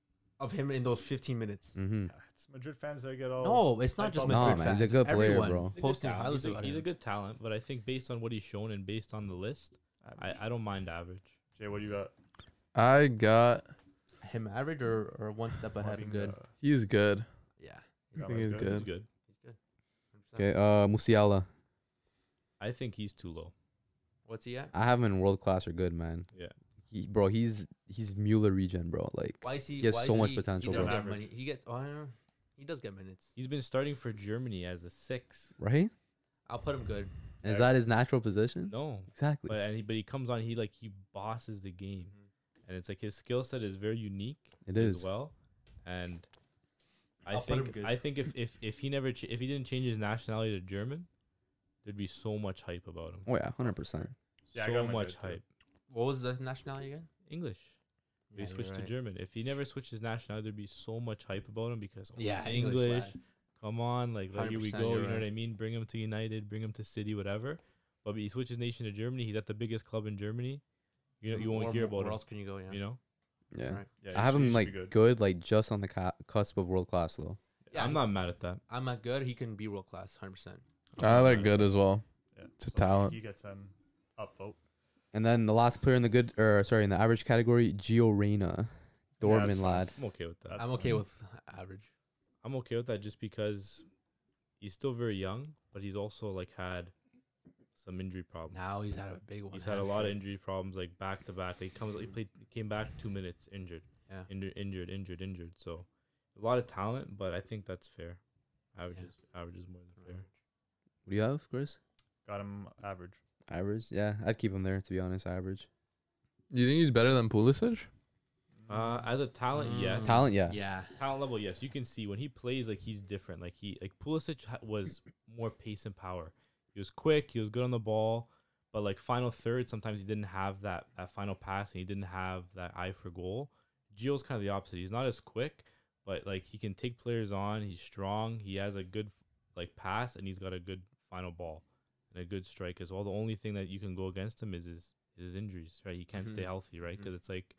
E: of him in those 15 minutes.
B: Mm-hmm.
D: It's Madrid fans that get all.
E: No, it's not
D: Like
E: just
D: Bob-
E: Madrid
B: No,
E: fans.
B: man, he's a good
E: it's
B: player,
E: everyone
B: bro.
C: He's a good
E: Posting
C: talent.
E: highlights
C: He's a-
E: about
C: he's a
E: him.
C: good talent, but I think based on what he's shown and based on the list, I, I don't mind average.
D: Jay, what do you got?
A: I got
E: him average or, or one step ahead of
D: Marking
E: good?
D: the-
A: He's good.
E: Yeah.
A: I
D: Yeah,
A: think
D: but
A: he's
D: good.
A: good.
C: He's good.
E: He's
B: Okay,
E: good. 100%.
B: uh, Musiala.
C: I think he's too low.
E: What's he at?
B: I have him in world class or good, man.
C: Yeah.
B: He, bro, he's he's Mueller regen, bro. Like,
E: Why is he?
B: He has
E: why
B: so
E: is
B: much
E: he,
B: potential,
E: He does
D: bro.
E: get
D: Average.
E: money. He gets. Oh, I don't know. He does get minutes.
C: He's been starting for Germany as a six.
B: right?
E: I'll put him good.
B: Is that his natural position?
C: No,
B: Exactly.
E: Mm-hmm.
C: but and he, but he comes on. He like he bosses the game,
E: Mm-hmm.
C: and it's like his skill set is very unique.
B: It
C: as
B: is.
C: well, and I
E: I'll put him
C: think
E: good.
C: I think if if if he never ch- if he didn't change his nationality to German, there'd be so much hype about him.
B: Oh yeah, hundred percent.
D: Yeah, I got
C: so
D: him at
C: much
D: good, too.
C: hype.
E: What was the nationality again?
C: English.
E: Yeah,
C: he
E: you're
C: switched to
E: right.
C: German. If he never switched his nationality, there'd be so much hype about him because oh,
E: Yeah,
C: it's
E: English,
C: English.
E: lad.
C: Come on, like, like, here we
E: 100%,
C: go.
E: you're
C: You know what
E: right.
C: I mean? Bring him to United, bring him to City, whatever. But he switches nation to Germany. He's at the biggest club in Germany. You know, you won't
E: Where-
C: hear
E: Where
C: about him.
E: else can you go? Yeah.
C: You know,
B: Yeah.
E: Right.
D: Yeah,
B: I
D: he
B: have
D: should- he
B: him
D: should
B: like
D: be
B: good. like just on the ca- cusp of world class though.
E: Yeah,
C: I'm
E: he-
C: not mad at that.
E: I'm not good. He can be world class, hundred percent.
A: I like good as well.
D: Yeah.
A: It's a
D: So
A: talent.
D: He gets an upvote.
B: And then the last player in the good or sorry, in the average category, Gio Reyna.
D: Yeah,
B: Dortmund
D: it's-
B: lad.
C: I'm okay with that.
D: That's
E: I'm okay
D: fine.
E: with average.
C: I'm okay with that just because he's still very young, but he's also like had some injury problems.
E: Now he's had a big one.
C: he's had a lot of
E: actually.
C: injury problems, like back to back. He comes, he played, came back two minutes injured,
E: Yeah.
C: injured, injured, injured, injured. So a lot of talent, but I think that's fair. Average
E: Yeah.
C: is average is more than fair.
B: What do you have, Chris?
D: Got him average.
B: Average. Yeah, I'd keep him there to be honest. Average.
A: You think he's better than Pulisic?
C: Uh, as a talent, yes.
E: Mm.
B: Talent, yeah.
E: Yeah.
C: Talent level, yes. You can see when he plays, like he's different. Like he, like Pulisic ha- was more pace and power. He was quick. He was good on the ball, but like final third, sometimes he didn't have that that final pass, and he didn't have that eye for goal. Gio's kind of the opposite. He's not as quick, but like he can take players on. He's strong. He has a good like pass, and he's got a good final ball and a good strike as well. The only thing that you can go against him is his his injuries, right? He can't stay
E: Mhm.
C: healthy, right?
E: Mhm.
C: Because it's like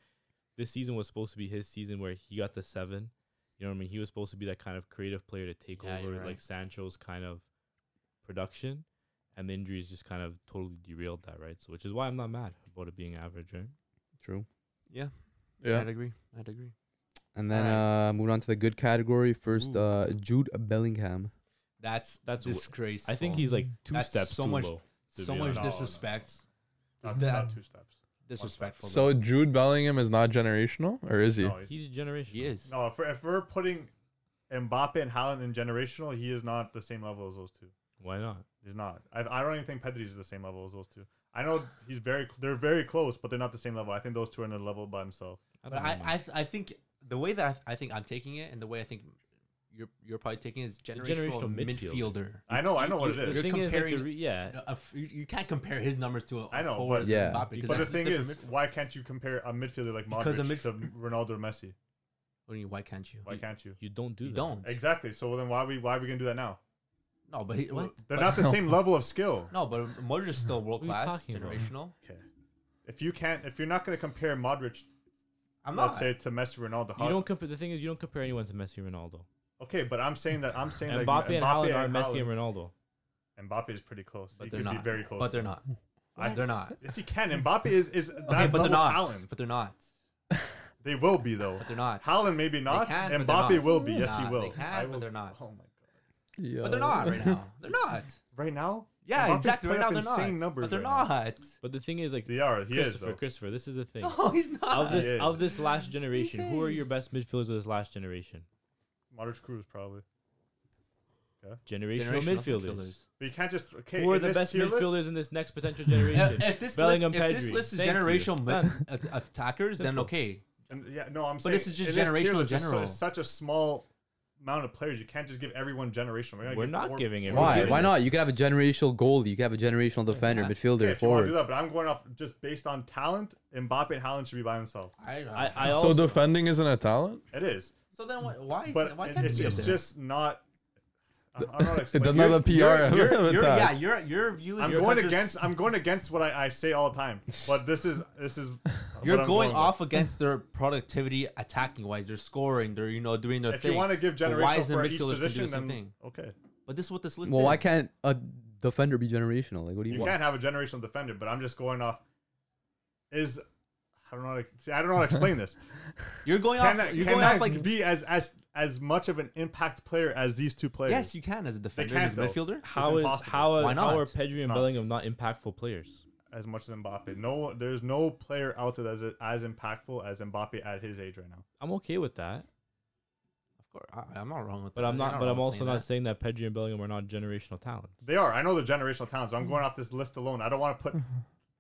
C: this season was supposed to be his season where he got the seven. You know what I mean? He was supposed to be that kind of creative player to take
E: Yeah, you're
C: over
E: right.
C: like Sancho's kind of production, and the injuries just kind of totally derailed that, right? So which is why I'm not mad about it being average, right?
B: True.
E: Yeah.
A: Yeah.
E: I'd agree. I'd agree.
B: And then uh
E: Alright.
B: moving on to the good category. First,
C: Ooh.
B: uh Jude Bellingham.
E: That's
C: That's
E: that's
C: w-
E: disgraceful.
C: I think he's like two
E: That's
C: steps
E: so
C: too
E: much-
C: low. to
E: so
C: be
E: much
C: honest.
D: No, no, no.
E: disrespect.
D: Not,
E: Is that-
D: not two steps.
E: Disrespectful.
A: So Jude Bellingham is not generational, or is he?
D: No, he's-
C: He's generational.
E: he is.
D: no if, we're, if we're putting Mbappe and Haaland in generational, he is not the same level as those two.
C: Why not?
D: He's not. I, I don't even think Pedri is the same level as those two. I know he's very. cl- They're very close, but they're not the same level. I think those two are in a level by himself.
E: But
C: don't
E: I,
C: know, man.
E: I, th- I think the way that I, th- I think I'm taking it, and the way I think you're you're probably taking it is generational,
C: generational midfielder.
E: midfielder.
D: I know. I know what it
C: You-
D: is.
C: The thing is, like, the
E: comparing-
C: re- yeah,
E: No, a f- you, you can't compare his numbers to a, a
D: I know,
E: forward
D: but-
E: as
B: Yeah.
E: Mbappe, 'cause
D: But the
E: that's
D: thing
E: different
D: is,
E: mid-
D: why can't you compare a midfielder like
E: Because a
D: Modric
E: midf-
D: to Ronaldo or Messi?
E: what do you mean, why can't you?
D: Why can't you?
C: you don't do
E: you
C: that.
E: don't.
D: Exactly. So then, why we why we gonna do that now?
E: No, but he,
D: Well,
E: what?
D: They're
E: But-
D: not the same level of skill.
E: No, but Modric is still world
C: are you
E: class,
C: talking about?
E: generational.
D: Okay. If you can't, if you're not gonna compare Modric,
E: I'm
D: let's
E: not.
D: say to Messi, Ronaldo, how,
C: You don't compare. The thing is, you don't compare anyone to Messi, Ronaldo,
D: okay, but I'm saying that I'm saying
C: Mbappe,
D: like,
C: and Haaland are Messi and Ronaldo.
D: and Haaland. Mbappe is pretty close.
E: but
D: he
E: they're
D: could be
E: not.
D: very close.
E: But they're not.
D: I-
E: They're not.
D: Yes, he can. Mbappe is is that
E: Okay, but
D: level
E: they're not.
D: talent.
E: But they're not.
D: They will be though.
E: But they're not.
D: Haaland maybe not.
E: can,
D: and
E: but
D: Mbappe
E: they're not.
D: will be.
E: They're
D: Yes, he
E: not.
D: will.
E: They can,
D: I
E: but
D: will-
E: they're not.
D: Oh my god.
A: Yeah.
E: But they're not right now. They're not.
D: Right now?
E: Yeah,
D: Mbappe's
E: exactly. Right
D: putting
E: now
D: up
E: they're not.
D: insane numbers
E: but they're
D: right now.
E: not.
C: But the thing is, like
D: They are. He is
C: Christopher,
D: though.
C: Christopher, this is the thing.
E: No, he's not.
C: of this
D: Yeah.
C: of this last generation, who are
E: is.
C: your best midfielders of this last generation?
D: Modric Cruz probably.
C: Generational,
E: Generational
C: midfielders.
D: But you can't just okay.
C: Who are
D: in
C: the
D: this
C: best
D: tier list-
C: midfielders in this next potential generation?
E: If, if this list,
C: Bellingham,
E: if this
C: Pedri.
E: list is
C: Thank you.
E: generational
C: Done.
E: mi- at- attackers, then
C: Simple.
E: okay.
D: And yeah, no, I'm
E: But
D: saying.
E: this is just
D: in tier
E: generational
D: list, it's
E: general.
D: So, it's such a small amount of players. You can't just give everyone generational. We're, gonna
C: We're
D: give
C: not
D: four-
C: giving
D: four
C: everyone
B: Why?
D: players.
B: Why not? You could have a generational goalie. You could have a generational defender,
E: Yeah.
D: Okay,
B: midfielder,
D: if you want
B: forward.
D: to do that, but I'm going off just based on talent. Mbappe and Haaland should be by himself.
E: I, uh,
C: I, I
A: so
C: also,
A: defending isn't a talent.
D: It is,
E: so then why? Why, is
D: but
E: it, why
D: it-
E: can't
D: it's,
E: you
D: it's
E: get there?
D: just not. I- I don't know how to
A: It
D: explain.
A: doesn't
D: You're-
A: have a PR.
E: You're,
A: attack.
E: yeah, your your view.
D: I'm going against. I'm going against what I, I say all the time. But this is this is.
E: You're
D: what I'm
E: going,
D: with.
E: off against their productivity, attacking wise. They're scoring. They're you know doing their
D: If
E: thing.
D: you want to give
E: But
D: generational
E: why isn't
D: for each
E: midfielders can do
D: position,
E: the same
D: then
E: thing?
D: okay.
E: But this is what this list
B: well,
E: is.
B: why can't a defender be generational? Like, what do you,
D: You
B: want?
D: can't have a generational defender, but I'm just going off. Is I don't know. How to, see, I don't know how to explain this.
E: You're going
D: Can
E: off.
D: that,
E: You're
D: can
E: going off
D: that
E: like
D: be as as as much of an impact player as these two players?
E: yes, you can as a defender, and
D: can't,
E: as a
D: though.
E: midfielder.
C: How is
D: impossible.
C: how,
E: Why
C: are- how are
E: not?
C: Pedri
D: It's
C: and
D: not.
C: Bellingham not impactful players?
D: as much as Mbappe. No, there's no player out there that's as impactful as Mbappe at his age right now.
C: I'm okay with that,
E: Of course, I, I'm not wrong with
C: but
E: that.
C: I'm
E: You're
C: not. But
E: wrong
C: I'm
E: with
C: also
E: saying
C: not
E: that.
C: saying that Pedri and Bellingham are not generational talent.
D: They are. I know they're generational talents. I'm
E: Mm.
D: going off this list alone. I don't want to put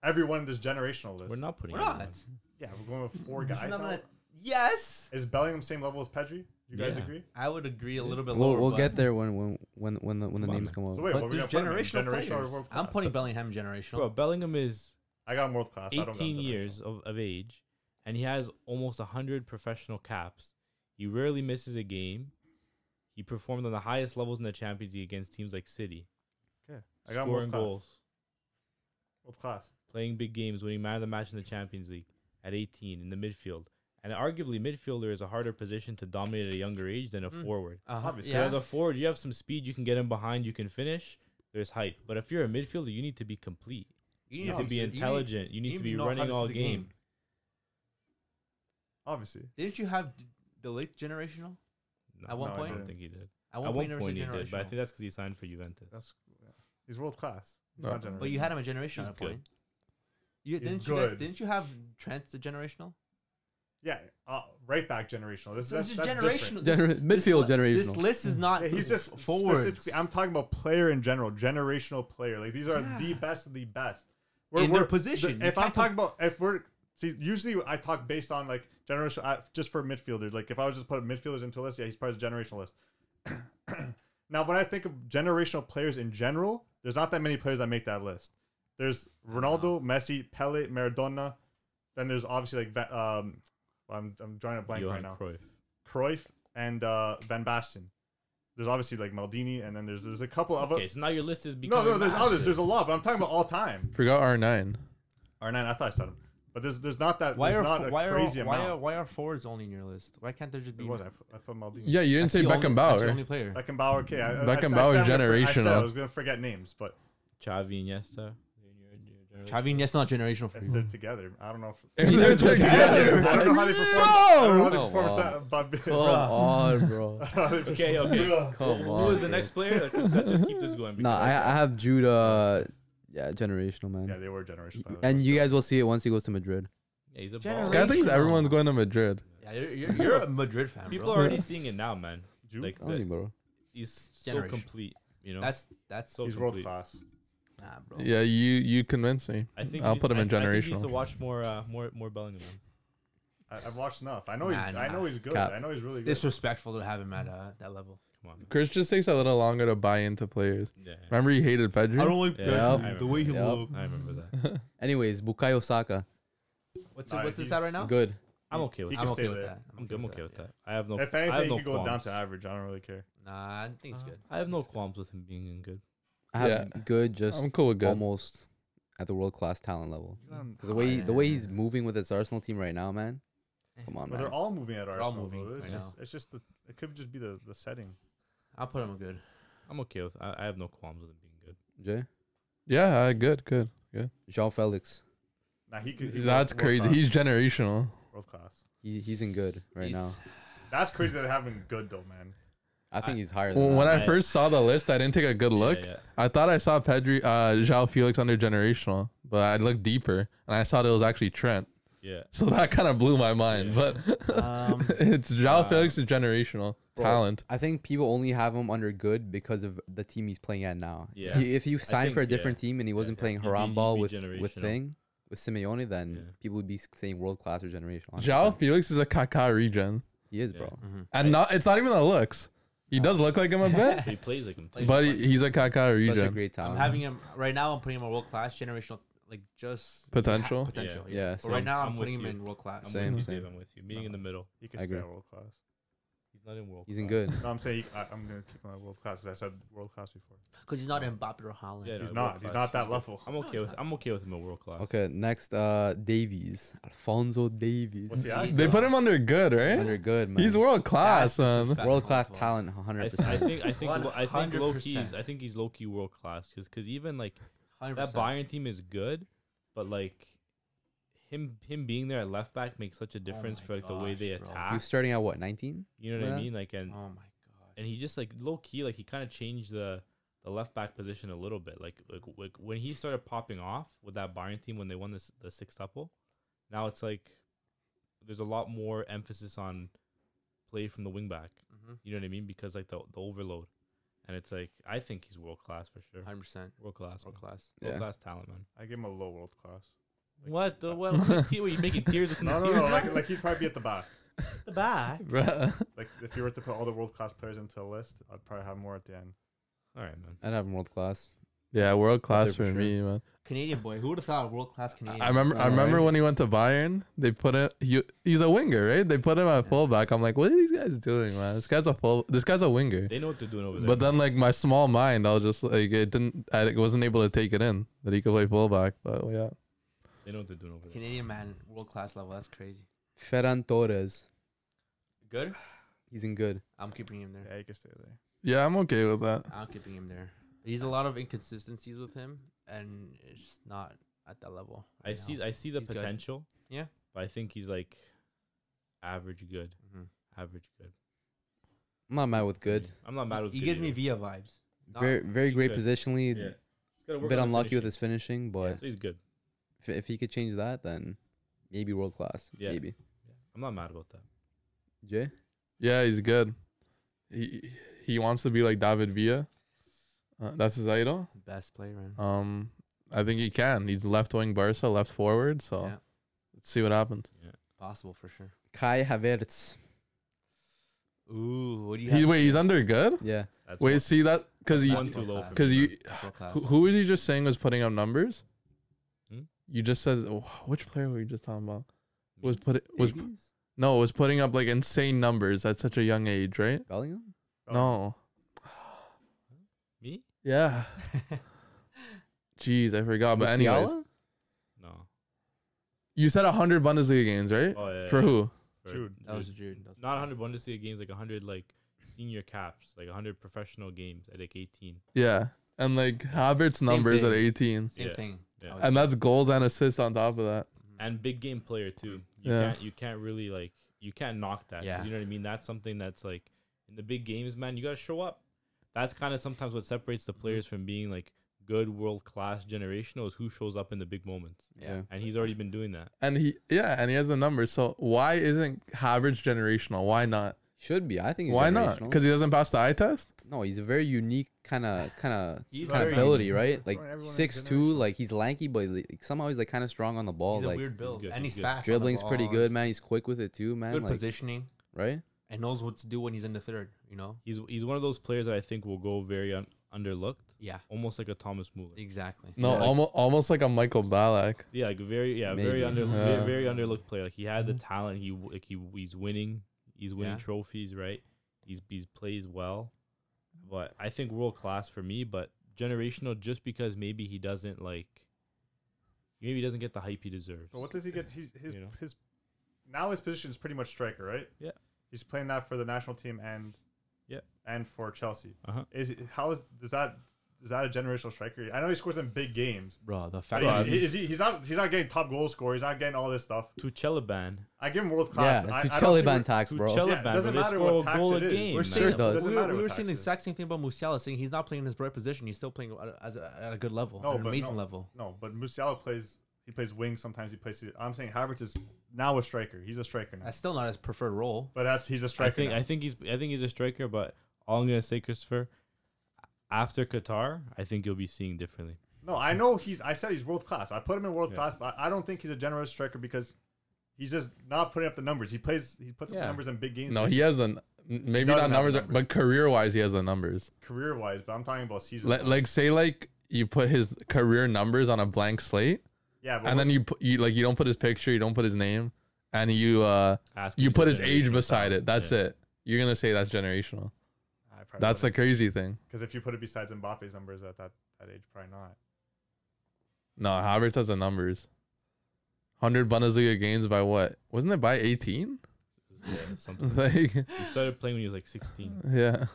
D: everyone in this generational list.
C: We're not putting.
E: We're
C: anyone.
E: not.
D: Yeah, we're going with four
E: This
D: guys.
E: is not
D: now.
E: gonna- yes,
D: Is Bellingham same level as Pedri? You guys
C: Yeah.
D: agree?
E: I would agree a little bit
B: We'll,
E: lower.
B: we'll
E: but-
B: get there when when when when the, when the
C: Come on,
B: names
C: man.
B: come up.
D: So wait,
E: But
D: what
E: there's
D: we got
E: generational players.
D: World
E: I'm
D: class?
E: putting Bellingham generational.
C: Bro, Bellingham is
D: I got him world class. I don't got him
C: 18
D: generational.
C: years of, of age, and he has almost 100 professional caps. He rarely misses a game. He performed on the highest levels in the Champions League against teams like City,
D: I got him
C: scoring
D: world class.
C: goals,
D: World class.
C: playing big games, winning man of the match in the Champions League at 18 in the midfield. And arguably, midfielder is a harder position to dominate at a younger age than a
E: Mm.
C: forward.
E: Uh-huh.
D: Obviously,
C: So
E: yeah.
C: as a forward, you have some speed, you can get in behind, you can finish. There's height, but if you're a midfielder, you need to be complete. You need
E: know-
C: to be
E: you need-
C: intelligent. You need, to be
E: know how
C: running
E: see
C: all
E: the
C: game.
D: Obviously.
E: Didn't you have the late generational?
C: No,
E: At one
D: No, I
E: point,
C: I
D: didn't.
C: don't think he did.
E: at
C: At
E: one
C: one
E: point, you never said
C: point he
E: generational.
C: did, but I think that's because he signed for Juventus.
D: That's yeah. he's world class. He's
A: No.
D: not
E: but you
D: generational.
E: had him at generational
C: He's
E: at a
C: good.
E: point. You,
D: He's
E: didn't, you guys,
D: good.
E: didn't you have Trent the generational?
D: Yeah, uh, right back generational. This,
E: So
D: that's,
E: this is
D: that's different.
E: generational.
B: Genera-
E: this,
B: midfield
E: this, li- This
B: generational.
E: list is not.
D: Yeah, he's just
E: forward.
D: Specifically, I'm talking about player in general, generational player. Like these are the
E: Yeah.
D: best of the best.
E: In their position.
D: the-
E: You
D: if I'm
E: can't com-
D: talking about, if we're see, usually I talk based on like generational, uh, just for midfielders. Like if I was just putting midfielders into a list, yeah, he's part of the generational list. now, when I think of generational players in general, there's not that many players that make that list. There's
E: Uh-huh.
D: Ronaldo, Messi, Pele, Maradona. Then there's obviously like Va- um, I'm I'm drawing a blank
C: Johan
D: right now.
C: Cruyff.
D: Cruyff and uh, Van Basten. There's obviously like Maldini, and then there's there's a couple of
C: Okay, so now your list is
D: no,
C: becoming
D: no, there's
C: massive.
D: others. There's a lot, but I'm talking about all time.
A: Forgot R9.
D: Or nine, I thought I said him, but there's there's not that.
E: why
D: there's
E: are
D: not
E: fo-
D: a
E: why are
D: crazy
E: why are
D: amount.
E: why are forwards only in your list? Why can't there just be?
D: It was, I, put- I put Maldini.
A: Yeah, you didn't
E: That's
A: say
E: the only-
A: Beckham
E: that's the
A: Bauer.
E: only player.
D: Beckenbauer. Okay, I, I- I, said-
A: Beckenbauer's
D: I said I'm gonna for- I, said I
A: generational.
D: was gonna forget names, but
C: Xavi, Iniesta. Your- your- your-
E: Xavi that's not generational for
D: if
E: you.
D: they're together, I don't know. If,
A: If they're together.
D: I don't know how they perform. I don't know how they
B: No!
D: perform.
B: Come
D: sa- but-
B: Come on, bro.
D: I don't know how they
C: Okay,
D: perform.
C: okay.
B: Come
C: Who
B: on,
C: is the
B: bro.
C: next player? Let's just, let's just keep this going.
B: No, I I have Judah. Yeah, generational man.
D: Yeah, they were generational.
B: and you guys will see it once he goes to Madrid.
C: Yeah, he's a
E: General-
A: This
C: baller.
A: guy thinks everyone's going to Madrid.
E: Yeah, you're, you're, you're a Madrid fan.
C: People
E: bro.
C: are already seeing it now, man.
D: Jude?
C: Like
B: Only,
C: the,
B: bro.
C: he's so
E: Generation.
C: complete. You know,
E: That's that's
C: So-
D: he's world
C: complete.
D: class.
E: nah, bro.
A: Yeah, you you convinced me.
C: I think
A: I'll
C: you-
A: put him
C: I-
A: in
C: I think you need to
A: generational.
C: watch more, uh, more, more Bellingham. man.
D: I, I've watched enough. I know he's.
E: Nah,
D: I know
E: nah.
D: he's good.
B: Cap.
D: I know he's really good.
E: Disrespectful to have him at uh, that level.
C: Come on, man.
A: Chris just takes a little longer to buy into players.
C: Yeah, yeah.
A: Remember, he hated Pedri.
D: like
C: Yeah,
B: Yep.
C: I
B: The way he
C: remember that.
B: looks.
C: I remember that.
B: Anyways, Bukayo Saka,
E: What's
D: Nah,
E: it, what's this
D: he's-
E: at right now?
B: good.
C: I'm okay with
D: He
C: that.
E: I'm
D: can
E: okay
D: stay
E: with
D: there.
E: that.
C: I'm, I'm okay with that. I have no.
D: If
C: I have
D: anything,
C: no
D: he could go down
C: qualms.
D: to average. I don't really care.
E: Nah, I think it's
C: Uh,
E: good.
C: I have no qualms with him being in good.
B: I have good. Just
A: I'm cool with good.
B: almost at the world class talent level.
D: Um,
B: Because the way the way he's moving with his Arsenal team right now, man. Come on,
D: But they're
B: man.
D: all moving at
E: They're all
D: Arsenal. though.
E: moving,
D: It's
E: I
D: just, it's just the, it could just be the, the setting.
E: I'll put him a good.
C: I'm okay with. I, I have no qualms with him being good.
B: Jay,
A: Yeah, uh, good, good.
B: Jean Felix,
D: Nah, he could. he
A: That's
D: world
A: crazy.
D: class.
A: He's generational.
D: world class.
B: he, he's in good right
E: He's-
B: now.
D: That's crazy that they have been good though, man.
B: I think
C: I-
B: he's higher than
A: When when
B: that.
A: I
C: I-
A: first saw the list, I didn't take a good
C: Yeah,
A: look.
C: yeah.
A: I thought I saw Pedri, uh, Joao Felix under generational, but I looked deeper and I saw that it was actually Trent.
C: Yeah.
A: So that kind of blew my mind. But
E: Um,
A: it's Joao
C: Wow.
A: Felix is generational
B: Bro,
A: talent.
B: I think people only have him under good because of the team he's playing at now.
C: Yeah.
B: He, if you signed for a
C: think, yeah.
B: different team and he wasn't
C: yeah.
B: playing
C: He'd be-
B: Haram
C: he'd
B: ball
C: be
B: with with
C: generational.
B: thing with Simeone, then
C: Yeah.
B: people would be saying world class or generational. 100%.
A: Joao Felix is a Kaká regen,
B: he is,
C: Yeah.
B: bro.
A: and not it's not even the looks. He does look like him a bit,
C: But he plays like him too.
A: but he, he's a Kaká
B: Such a
A: regen.
B: great
E: I'm
B: talent.
E: having him right now. I'm putting him in world class, generational, like just ha-
A: Potential?
E: potential.
B: Yeah. Yeah,
E: But right
B: same.
E: now, I'm,
C: I'm with
E: putting him
C: you.
E: in world
C: I'm
E: class.
C: with
B: Same,
C: you,
B: same.
C: Dave. I'm with you. Meeting in the middle.
D: He could
B: I
D: stay
B: agree.
D: at world class.
C: He's not in world.
B: he's in
C: class.
B: good.
D: No, I'm saying he, I, I'm gonna keep him at world class because I said world class before.
E: Because he's not Mbappe or Holland.
C: Yeah, no,
D: He's
C: world
D: not. He's
C: class.
D: not that
C: good.
D: level.
C: I'm okay
E: he's
C: with.
E: not.
C: I'm okay with him in world class.
B: Okay, next uh Davies, Alfonso Davies.
D: What's he at?
A: They put him under good, right?
B: Under good, man.
A: He's world class,
E: That's
A: man.
E: fact.
B: world class
E: Alfonso.
B: talent,
C: I,
B: hundred
C: th- I
B: percent.
C: think I think lo- I think low keys
E: 100%.
C: I think he's low key world class because even like
E: 100%.
C: that Bayern team is good, but like him him being there at left back makes such a difference
E: Oh my
C: for like the way they
E: gosh, bro.
C: attack.
B: You're starting at what, 19?
C: You know what I
B: Yeah.
C: mean? Like and
E: Oh my god.
C: and he just like low key like he kind of changed the the left back position a little bit. Like like, like when he started popping off with that Bayern team when they won this the sextuple, now it's like there's a lot more emphasis on play from the wing back.
E: Mm-hmm.
C: You know what I mean? Because like the the overload, and it's like I think he's world class for sure.
E: 100%
C: World class,
E: world
C: world
E: class.
C: class,
A: Yeah.
C: talent, man.
D: I give him a low world class. Like-
C: What the what? what te- what, you making tears within
D: No,
C: the
D: no,
C: tears?
D: no. Like, like he'd probably be at the back.
C: the back.
A: Bruh.
D: Like if you were to put all the world class players into a list, I'd probably have more at the end.
C: All right, man.
B: I'd have him world class.
A: Yeah, world class
D: there for
A: for,
D: sure.
A: me, man.
E: Canadian boy. Who would have thought world class
A: I-
E: Canadian?
A: I remember. I
B: Alright.
A: remember when he went to Bayern. They put it. He, he's a winger, right? They put him at fullback. I'm like, what are these guys doing, man? This guy's a full. This guy's a winger.
C: They know what they're doing over there.
A: But
C: man.
A: then, like my small mind, I was just like, it didn't. I wasn't able to take it in that he could play fullback. But yeah,
C: they know what they're doing over there.
E: Canadian man, world class level. That's crazy.
B: Ferran Torres.
E: Good.
B: He's in good.
E: I'm keeping him there.
D: Yeah, you can stay there.
A: yeah, I'm okay with that.
E: I'm keeping him there. He's a lot of inconsistencies with him, and it's not at that level.
C: I see. I see the
E: He's good.
C: potential.
E: Yeah.
C: but I think he's like average good.
E: hmm
C: Average good.
B: I'm not mad with good.
C: I'm not mad with.
E: He
C: good
E: gives me
C: either.
E: Via vibes. Not-
B: Very, very
C: he's
B: great
C: good.
B: positionally.
C: Yeah. He's gotta
B: A
C: work
B: bit
C: on the
B: unlucky with
C: finishing.
B: his finishing, but
C: So he's good.
B: if, if he could change that, then maybe world class.
C: Yeah.
B: Maybe.
C: I'm not mad about that.
B: Jay?
A: Yeah, he's good. He he wants to be like David Villa. Uh, that's his idol.
E: best player, man.
A: Um, I think he can. He's left wing Barca, left forward. So
E: Yeah.
A: let's see what happens.
C: Yeah.
E: Possible for sure.
B: Kai Havertz.
E: Ooh, what do you
A: He,
E: have?
A: wait, he's under good.
B: Yeah.
C: That's
A: Wait,
C: one-
A: see that because you
C: one too
E: world
C: low
E: class.
C: for me,
A: 'cause
C: man.
A: you-
E: That's world class.
A: who, who was he just saying was putting up numbers?
C: Hmm?
A: You just said wh- which player were you just talking about? Was put was pu-
B: Davies?
A: no was putting up like insane numbers at such a young age, right?
B: Bellingham?
D: Oh.
A: No.
C: me?
A: Yeah. Jeez, I forgot. But anyways,
B: Musiala?
C: No.
A: you said hundred Bundesliga games, right?
C: Oh yeah.
A: For
C: yeah.
A: who?
C: For
D: Jude.
E: that was Jude. That was
C: Not 100 Bundesliga games, like 100 like senior caps, like 100 professional games at like 18.
A: Yeah, and like Havertz
E: Same
A: numbers at
E: thing.
A: eighteen,
E: Same
C: Yeah.
E: thing.
C: Yeah.
E: I was- Mm-hmm.
A: and that's goals and assists on top of that.
C: And big game player too. You
A: Yeah.
C: can't you can't really like you can't knock that. 'cause
E: Yeah.
C: You know what I mean? That's something that's like in the big games, man, you got to show up. That's kind of sometimes what separates the players from being like good world class generational is who shows up in the big moments.
E: yeah.
C: And he's already been doing that.
A: And he, yeah, and he has the numbers. So why isn't Havertz generational? Why not?
B: Should be. I think he's
A: Why not?
B: generational.
A: Because he doesn't pass the eye test.
B: No, he's a very unique kind of kind of
E: He's
B: kind of
E: very
B: ability,
D: unique.
B: right?
D: That's
B: Like
D: why everyone is
B: six two,
D: generational.
B: like he's lanky, but like, somehow he's like kind of strong on the ball.
E: He's a
B: like
E: weird build,
C: good,
E: and
C: he's
E: he's
C: good.
E: fast. on the
B: dribbling's pretty
E: ball,
B: good,
E: he's
B: man. He's quick with it too, man.
E: Good
B: like,
E: positioning
B: right?
E: and knows what to do when he's in the third. You know.
C: He's he's one of those players that I think will go very un- underlooked,
E: Yeah.
C: almost like a Thomas Muller.
E: Exactly.
A: No,
C: Yeah, like-
A: almost almost like a Michael Ballack.
C: Yeah, like very yeah,
B: Maybe.
C: very under ve-
A: Yeah.
C: very, underlooked player. Like he had the talent. He w- like he he's winning. He's winning
E: Yeah.
C: trophies, right? He's he's plays well. But I think world class for me, but generational just because maybe he doesn't like maybe he doesn't get the hype he deserves.
D: So what does he get? He's, his
C: You know?
D: his now his position is pretty much striker, right?
C: Yeah.
D: He's playing that for the national team and
C: Yeah.
D: and for Chelsea.
C: Uh-huh.
D: Is he- how is does that is that a generational striker? I know he scores in big games.
E: Bro, the
D: but
E: fact
C: Bro,
D: is,
E: that
C: he's-
D: he, is he, he's not he's not getting top goal scorer. He's not getting all this stuff.
C: To Chelaban.
D: I give him world
B: Yeah,
D: class. I,
B: to
D: I don't see
B: Cheliban
D: where-
B: tax,
C: To
B: bro.
C: Chel-
D: yeah, it
C: Taliban,
D: doesn't
C: bro, they
D: matter
C: score
D: what
C: a
D: tax
C: goal
D: it
C: a
D: is.
C: game,
E: We're
C: man.
E: saying
B: Sure does.
E: We
D: Doesn't
E: were,
D: matter
E: we
D: what
E: were
D: tax
E: saying the
D: it
E: exact same thing about Musiala, saying he's not playing his right position. He's still playing at a, as a, at a good level,
D: No,
E: at an
D: but
E: amazing
D: no.
E: level.
D: No, but Musiala plays. He plays wing sometimes. He plays. I'm saying Havertz is now a striker. He's a striker now.
E: That's still not his preferred role.
D: But that's he's a
C: I
D: striker.
C: think
D: now.
C: I think he's I think he's a striker, but all I'm gonna say, Christopher, after Qatar, I think you'll be seeing differently.
D: No, I know he's. I said he's world class. I put him in world
C: Yeah.
D: class, but I don't think he's a generous striker because he's just not putting up the numbers. He plays. He puts up
C: Yeah.
D: the numbers in big games.
A: No, he has an maybe
D: doesn't
A: not
D: have
A: numbers,
D: numbers.
A: but career wise, he has the numbers.
D: career wise, but I'm talking about season.
A: Like, like say like you put his career numbers on a blank slate,
D: yeah, but
A: and then you put you like you don't put his picture, you don't put his name, and you uh
C: Ask
A: you
C: him
A: put
C: if
A: his
C: he's
A: age
C: generational
A: beside
C: talent.
A: it. That's
C: Yeah.
A: it. You're gonna say that's generational. That's
D: that's
A: the crazy thing.
D: because if you put it besides Mbappe's numbers at that, that age, probably not.
A: No, Havertz has the numbers. Hundred Bundesliga games by what? Wasn't it by eighteen?
C: Yeah, something.
A: like
C: He started playing when he was like 16.
A: yeah.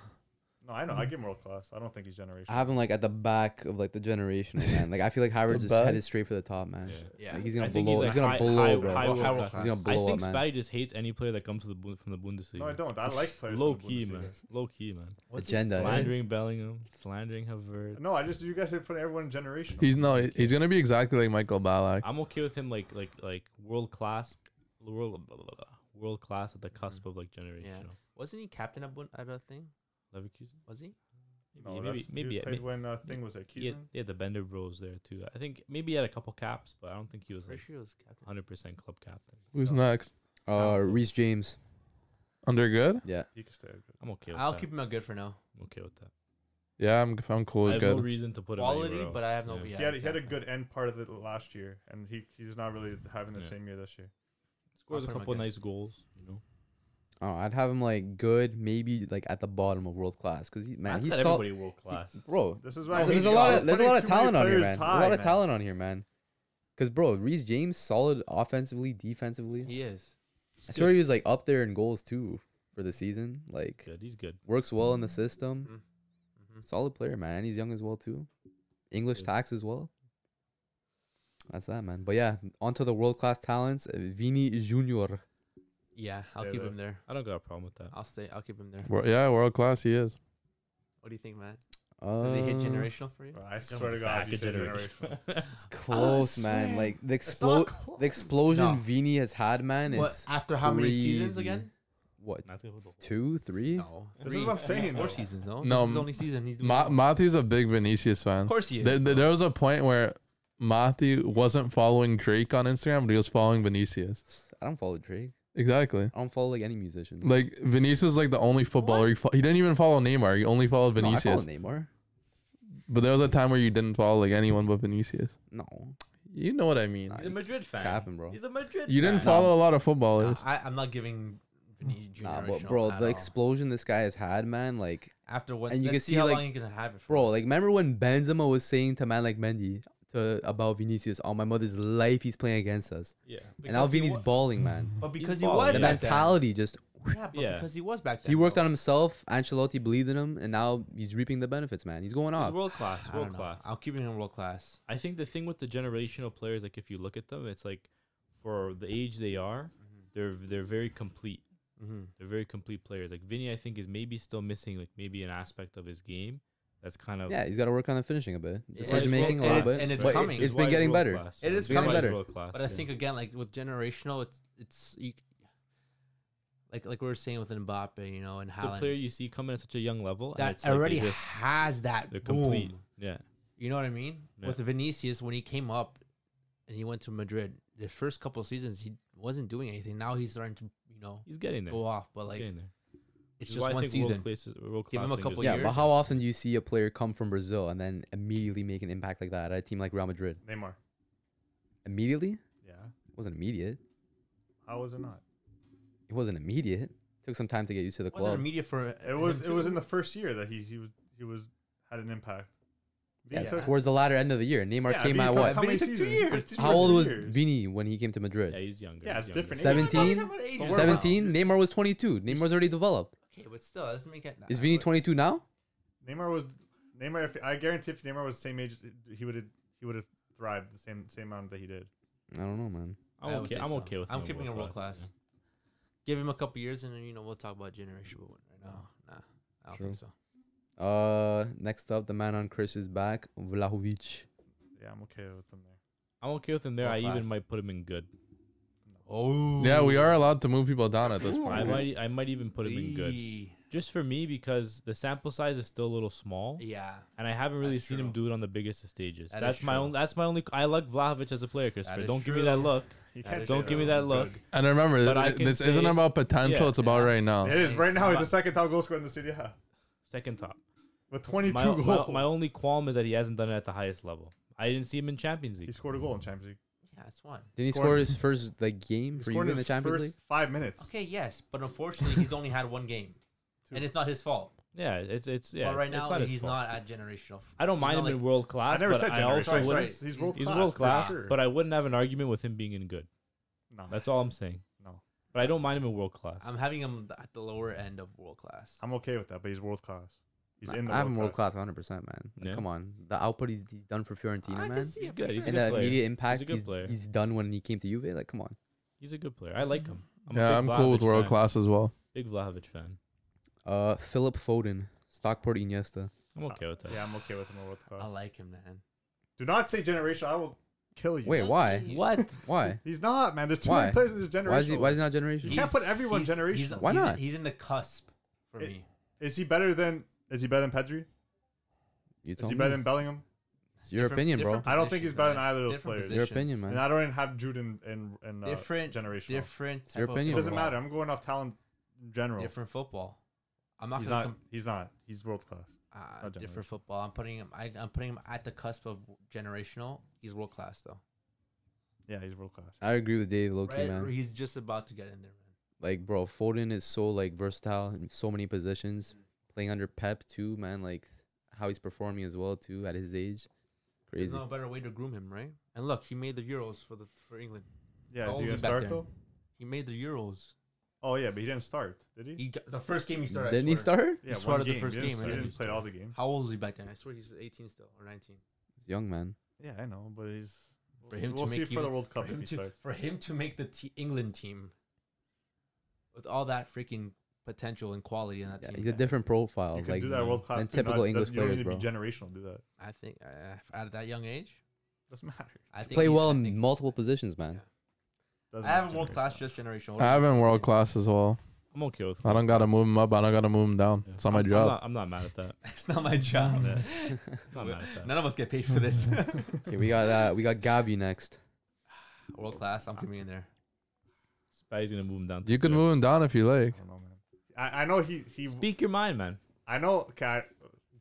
D: No, I know. I give him world class. I don't think he's generational.
B: I have him like at the back of like the generational man. Like I feel like Howard's just
A: back?
B: headed straight for the top, man.
C: Yeah.
E: Yeah.
B: Like, he's gonna
C: I think he's,
B: blow.
C: like,
B: He's, gonna
C: high-
B: blow,
C: high-
B: bro.
C: high
B: he's
E: world
B: gonna
E: class.
B: blow
C: I think
B: up, man.
C: Spatty just hates any player that comes to the Bu- from the Bundesliga.
D: no, I don't. I like players.
C: Low
D: from the
C: key,
D: Bundesliga.
C: man. Low key, man.
E: What's
B: Agenda,
E: His,
B: eh?
C: Slandering Bellingham, slandering Havertz.
D: No, I just you guys should put everyone generational.
A: He's no, he's gonna be exactly like Michael Ballack.
C: I'm okay with him like like like world class, world blah, blah, blah, blah, world class at the cusp of like generational.
E: wasn't he captain at, Bun- at a thing?
C: Leverkusen.
E: Was he?
D: no,
C: Yeah,
D: maybe
C: maybe maybe
D: played
C: maybe,
D: when uh, thing was at
C: yeah,
D: Keaton.
C: yeah the Bender Bros there too. I think maybe he had a couple caps, but I don't think he was like
E: Pretty sure he was captain.
C: 100 percent club captain.
A: Who's
C: So,
A: next?
C: Oh.
B: Uh, Reese James.
A: Under good?
B: Yeah.
D: He could stay. Good.
C: I'm okay. With
E: I'll
C: that.
E: keep him at good for now.
C: I'm okay with that.
A: Yeah, I'm I'm cool
C: I
A: with
C: have no
A: good.
C: reason to put him
E: Quality,
C: anywhere
E: but I have no.
C: else.
E: Yeah,
D: he had he had a
E: exactly.
D: good end part of the last year, and he he's not really having the
C: Yeah.
D: same year this year.
C: Scores a
E: I'll put him
C: couple
E: again.
C: nice goals. You know,
B: Oh, I'd have him like good, maybe like at the bottom of world class, cause he, man,
C: that's
B: he's
C: not
B: solid,
C: everybody world class.
B: bro.
D: This is why
B: There's,
D: we
B: there's a
D: stop
B: lot of there's a
D: putting
B: lot of
D: too many
B: talent on here, man.
D: players
B: There's a
D: high,
B: lot of
D: man.
B: talent on here, man. Cause bro, Reese James solid offensively, defensively.
E: He is.
B: I swear he was like up there in goals too for the season. Like
C: Good. He's good.
B: works well in the system.
E: Mm-hmm.
B: Solid player, man, and he's young as well too. English
C: Good.
B: tax as well. That's that, man. But yeah, onto the world class talents, uh, Vini Junior.
E: Yeah, I'll
D: Stay
E: keep
D: there.
E: him there.
C: I don't got a problem with that.
E: I'll stay. I'll keep him there.
A: Wor- yeah, world class he is.
E: What do you think, man?
B: Uh,
E: Does he hit generational for you?
D: Bro, I swear to God,
C: Back
D: he
C: a
D: said
C: generation.
D: generational.
B: Close, man. Like the explode, the explosion
E: No.
B: Vini has had, man, is
E: What after how many seasons
B: crazy.
E: again?
B: what
C: Not the whole-
B: two, three?
E: No,
D: This is what I'm saying.
E: Four
D: though.
E: seasons, no.
A: No,
E: this is his
A: m-
E: only season. He's doing.
A: Ma-
E: well.
A: Mathi's a big Vinicius
E: of
A: fan.
E: course he is.
A: There, there
E: bro.
A: there was a point where Mathi wasn't following Drake on Instagram, but he was following Vinicius.
B: I don't follow Drake.
A: Exactly.
B: I don't follow like any musician.
A: Like Vinicius was like the only footballer he, fo- he didn't even follow Neymar. He only followed
B: no, I follow
A: Vinicius.
B: Neymar.
A: but there was a time where you didn't follow like anyone but Vinicius.
B: No,
A: You know what I mean.
B: Nah,
C: He's a Madrid fan.
B: capping, bro.
C: He's a Madrid.
A: You didn't
C: fan.
A: follow a lot of
E: Nah,
A: footballers.
E: I, I'm not giving. Vinny
B: Nah,
E: generational
B: but bro,
E: at
B: the
E: all.
B: explosion this guy has had, man, like
E: after what,
B: and you
E: let's
B: can
E: see,
B: see,
E: how
B: like-
E: long you can have it. For.
B: Bro, like remember when Benzema was saying to man like Mendy to about Vinicius, oh my mother's life he's playing against us.
C: Yeah.
B: and now
E: Because he
B: Vini's
E: wa-
B: balling, man.
E: but
C: he's
E: because he
C: balling.
E: was
B: The
C: Yeah.
E: back then.
B: mentality just
E: yeah, but
C: Yeah.
E: because he was back then.
B: he worked
E: bro.
B: on himself, Ancelotti believed in him, and now he's reaping the benefits, man. He's going
C: He's
B: off.
C: world class.
E: I don't
C: World
E: know.
C: class.
E: I'll keep him in world class.
C: I think the thing with the generational players, like if you look at them, it's like for the age they are, they're they're very complete.
E: Mm-hmm.
C: They're very complete players. Like Vinny, I think is maybe still missing like maybe an aspect of his game that's kind of
B: Yeah, he's gotta work on the finishing a bit.
E: Yeah,
B: Decision
E: it's
B: making a
E: world-
B: little bit.
E: and it's- and it's
B: but
E: coming.
B: It, has
E: It's
B: been getting better.
E: It is
B: coming. better.
E: But I think again, like with generational, it's it's you, like like we were saying with Mbappe, you know, and
C: it's a player
E: Haaland,
C: you see coming at such a young level and
E: that
C: it's like they
E: already
C: just-
E: has that
C: they're
E: boom.
C: complete. Yeah,
E: You know what I mean?
C: Yeah.
E: With Vinicius, when he came up and he went to Madrid, the first couple of seasons he wasn't doing anything. Now he's starting to you know
C: he's getting there.
E: go off, but
C: He's
E: like
C: getting there.
E: it's
C: This is
E: just
C: why I
E: one
C: think world
E: season.
C: class is- world
E: Give him
C: class
E: a
C: thing
E: couple
C: is-
B: Yeah,
E: years.
B: but how often do you see a player come from Brazil and then immediately make an impact like that at a team like Real Madrid?
D: Neymar.
B: Immediately? It
D: Yeah.
B: wasn't immediate.
D: How was it not?
B: It wasn't immediate. took some time to get used to the
E: wasn't
B: club.
E: immediate for
D: It was it was in the first year that he he was he was had an impact.
B: Yeah,
E: Yeah.
B: towards the latter end of the year. Neymar
D: Yeah,
B: came
D: Vini
B: at
D: took-
B: what?
D: how many
E: Vini took two
D: seasons?
E: years.
D: Two or
B: How old
D: three
B: was
D: years.
B: Vini when he came to Madrid?
C: Yeah, he's younger.
D: Yeah,
C: he's
D: it's
C: younger.
D: different.
B: Seven- 17?
D: But we're-
B: 17? Neymar was 22. Neymar's already developed.
E: Okay, but still, that doesn't make it.
B: Is
E: nah,
B: Vini
E: but-
B: 22 now?
D: Neymar was Neymar. If I guarantee, if Neymar was the same age, he would have he would have thrived the same same amount that he did.
B: I don't know, man.
C: I'm
E: I would
C: okay.
E: say
C: I'm
E: so.
C: okay with.
E: I'm
C: him in
E: keeping him world class.
C: yeah.
E: Give him a couple years, and then you know we'll talk about generational one right now. Nah, I don't think so.
B: Uh, next up, the man on Chris's back, Vlahovic.
D: Yeah, I'm okay with him there.
C: I'm okay with him there.
E: World
C: I
E: class.
C: even might put him in good.
E: Oh,
A: yeah, we are allowed to move people down at this
C: I
A: point.
C: might I might even put him in good. Just for me because the sample size is still a little small
E: Yeah,
C: and I haven't really
E: That's
C: seen him
E: true.
C: do it on the biggest of stages.
E: That
C: that's
E: is
C: my
E: true.
C: own that's my only I like Vlahovic as a player, Christopher.
E: is
C: Don't give me that
E: true.
C: look.
D: You
E: That
D: can't
E: is
D: say
C: Don't give me
D: about
C: that
D: him.
C: look.
D: Good.
A: And remember,
C: But I
A: th-
C: can
A: this
C: say-
A: isn't about potential.
C: Yeah.
A: it's about right now.
D: It is right now. He's
C: My-
D: the second top goal scorer in the city. Yeah,
C: Second top.
D: with 22
C: My,
D: goals.
C: my, my only qualm is that he hasn't done it at the highest level. I didn't see him in Champions
D: He
C: League.
D: scored a goal in Champions League.
E: yeah, it's one.
B: Didn't he
D: Scored.
B: score his first like game
D: He
B: for you
D: scored
B: in the
D: his
B: Champions
D: first
B: League?
D: Five minutes.
E: Okay, yes, but unfortunately, he's only had one game, and it's not his fault.
C: Yeah, it's it's yeah.
E: but right
C: it's-
E: now,
C: it's not his
E: he's
C: fault.
E: not at generational. f-
C: I don't
E: he's
C: mind
E: not
C: him
E: like-
C: in world class.
D: I never
C: but
D: said
C: I also
D: generational. Sorry,
C: wouldn't-
D: sorry. He's world
C: He's
D: class,
C: world
D: for
C: class,
D: sure.
C: but I wouldn't have an argument with him being in good.
D: No,
C: That's all I'm saying.
D: no.
C: But I don't mind him in world class.
E: I'm having him at the lower end of world class.
D: I'm okay with that, but he's world class. He's in the
B: I have him
D: world class.
B: 100, percent man. Like,
C: Yeah.
B: Come on, the output he's, he's done for Fiorentina,
E: I
B: man,
E: can see
C: He's
E: it for
C: good, he's
E: sure.
B: and
C: a good
B: the
C: player.
B: immediate impact
C: good
B: he's,
C: player.
B: he's done when he came to Juve. Like, come on,
C: He's a good player. I like him. I'm
A: yeah,
C: a
A: I'm
C: big
A: cool with
C: Vlahovic
A: world
C: fan.
A: class as well.
C: Big Vlahovic fan.
B: uh, Philip Foden, Stockport Iniesta.
C: I'm okay with that.
D: Yeah, I'm okay with him in world class.
E: I like him, man.
D: Do not say generational. I will kill you.
B: Wait, why?
E: What?
B: Why?
D: He's not, man. There's too
B: Why?
D: many players in this generation.
B: Why is he? Why is he not generation?
D: You can't put everyone generational.
E: He's,
B: Why
E: he's-
B: not?
E: He's in the cusp for
D: It-
E: me.
D: Is he better than? Is he better than Pedri?
B: You
D: Is
B: tell
D: he
B: me.
D: better than Bellingham?
B: It's your
E: Different-
B: opinion, bro.
E: different
D: I don't think he's
E: positions,
D: better than
E: man.
D: either of those
E: Different
D: players.
B: Your opinion, man.
D: And I don't even have Jude in in, in uh,
E: Different-
D: generational.
E: Different. Type
B: Your
E: of
B: opinion,
D: It doesn't
E: football.
D: matter. I'm going off talent in general.
E: Different football. I'm not
D: He's
E: gonna
D: not.
E: com-
D: he's not. He's world class.
E: uh,
D: not generation.
E: different football. I'm putting him. I, I'm putting him at the cusp of generational. He's world class though.
D: Yeah, he's world class.
B: I agree with Dave, low key,
E: Right?
B: man.
E: Or He's just about to get in there, man.
B: like bro Foden is so like versatile in so many positions playing under Pep too man like how he's performing as well too at his age
E: There's
B: crazy
E: no better way to groom him, right? And look, he made the Euros for the for England.
D: Yeah, is
E: Goals
D: he gonna
E: back
D: start
E: there.
D: though?
E: He made the Euros.
D: Oh yeah, but he didn't start, did he?
E: He got, the first game he started. I
B: didn't he
E: swear.
B: start
D: yeah,
E: started
D: one
E: the
D: game.
E: first
D: he didn't, start-
E: game, and
D: He
E: then
D: didn't
E: he
D: play all the
E: started.
D: games.
E: How old was he back then? I swear he's 18 still or 19.
B: he's young man
D: Yeah, I know, but he's.
E: For him
D: we'll
E: to
D: see
E: make
D: for
E: you-
D: the World
E: for
D: Cup if
E: him
D: he
E: to
D: starts.
E: for him to make the te- England team with all that freaking potential and quality in that
B: yeah,
E: team.
B: he's a
E: man.
B: different profile
D: You can
B: like
D: do that world class
B: than
D: too, not-
B: typical
D: doesn't-
B: English
D: you don't
B: players
D: need
B: bro
D: To be generational, do that.
E: I think uh, at that young age,
D: Doesn't matter.
E: I think
B: play
E: he's-
B: well
E: I
B: in
E: think-
B: multiple positions man Uh,
E: Yeah.
D: Doesn't
E: I have
D: matter
E: him world class
D: generational.
E: just generational.
A: I have him world class as well.
C: I'm okay with
A: I don't gotta move him up. I don't gotta move him down.
C: Yeah.
A: It's not my
C: I'm- I'm
A: job.
C: not, I'm not mad at that.
E: It's not my job.
C: I'm not mad at that.
E: None of us get paid for this.
B: okay we got uh we got Gabi next
E: world class. I'm coming in there.
C: Spy's gonna move him down. to
A: You can
C: third.
A: move him down if you like.
D: I don't know, man. I, I know he he.
C: Speak your mind, man.
D: I know. Okay, I,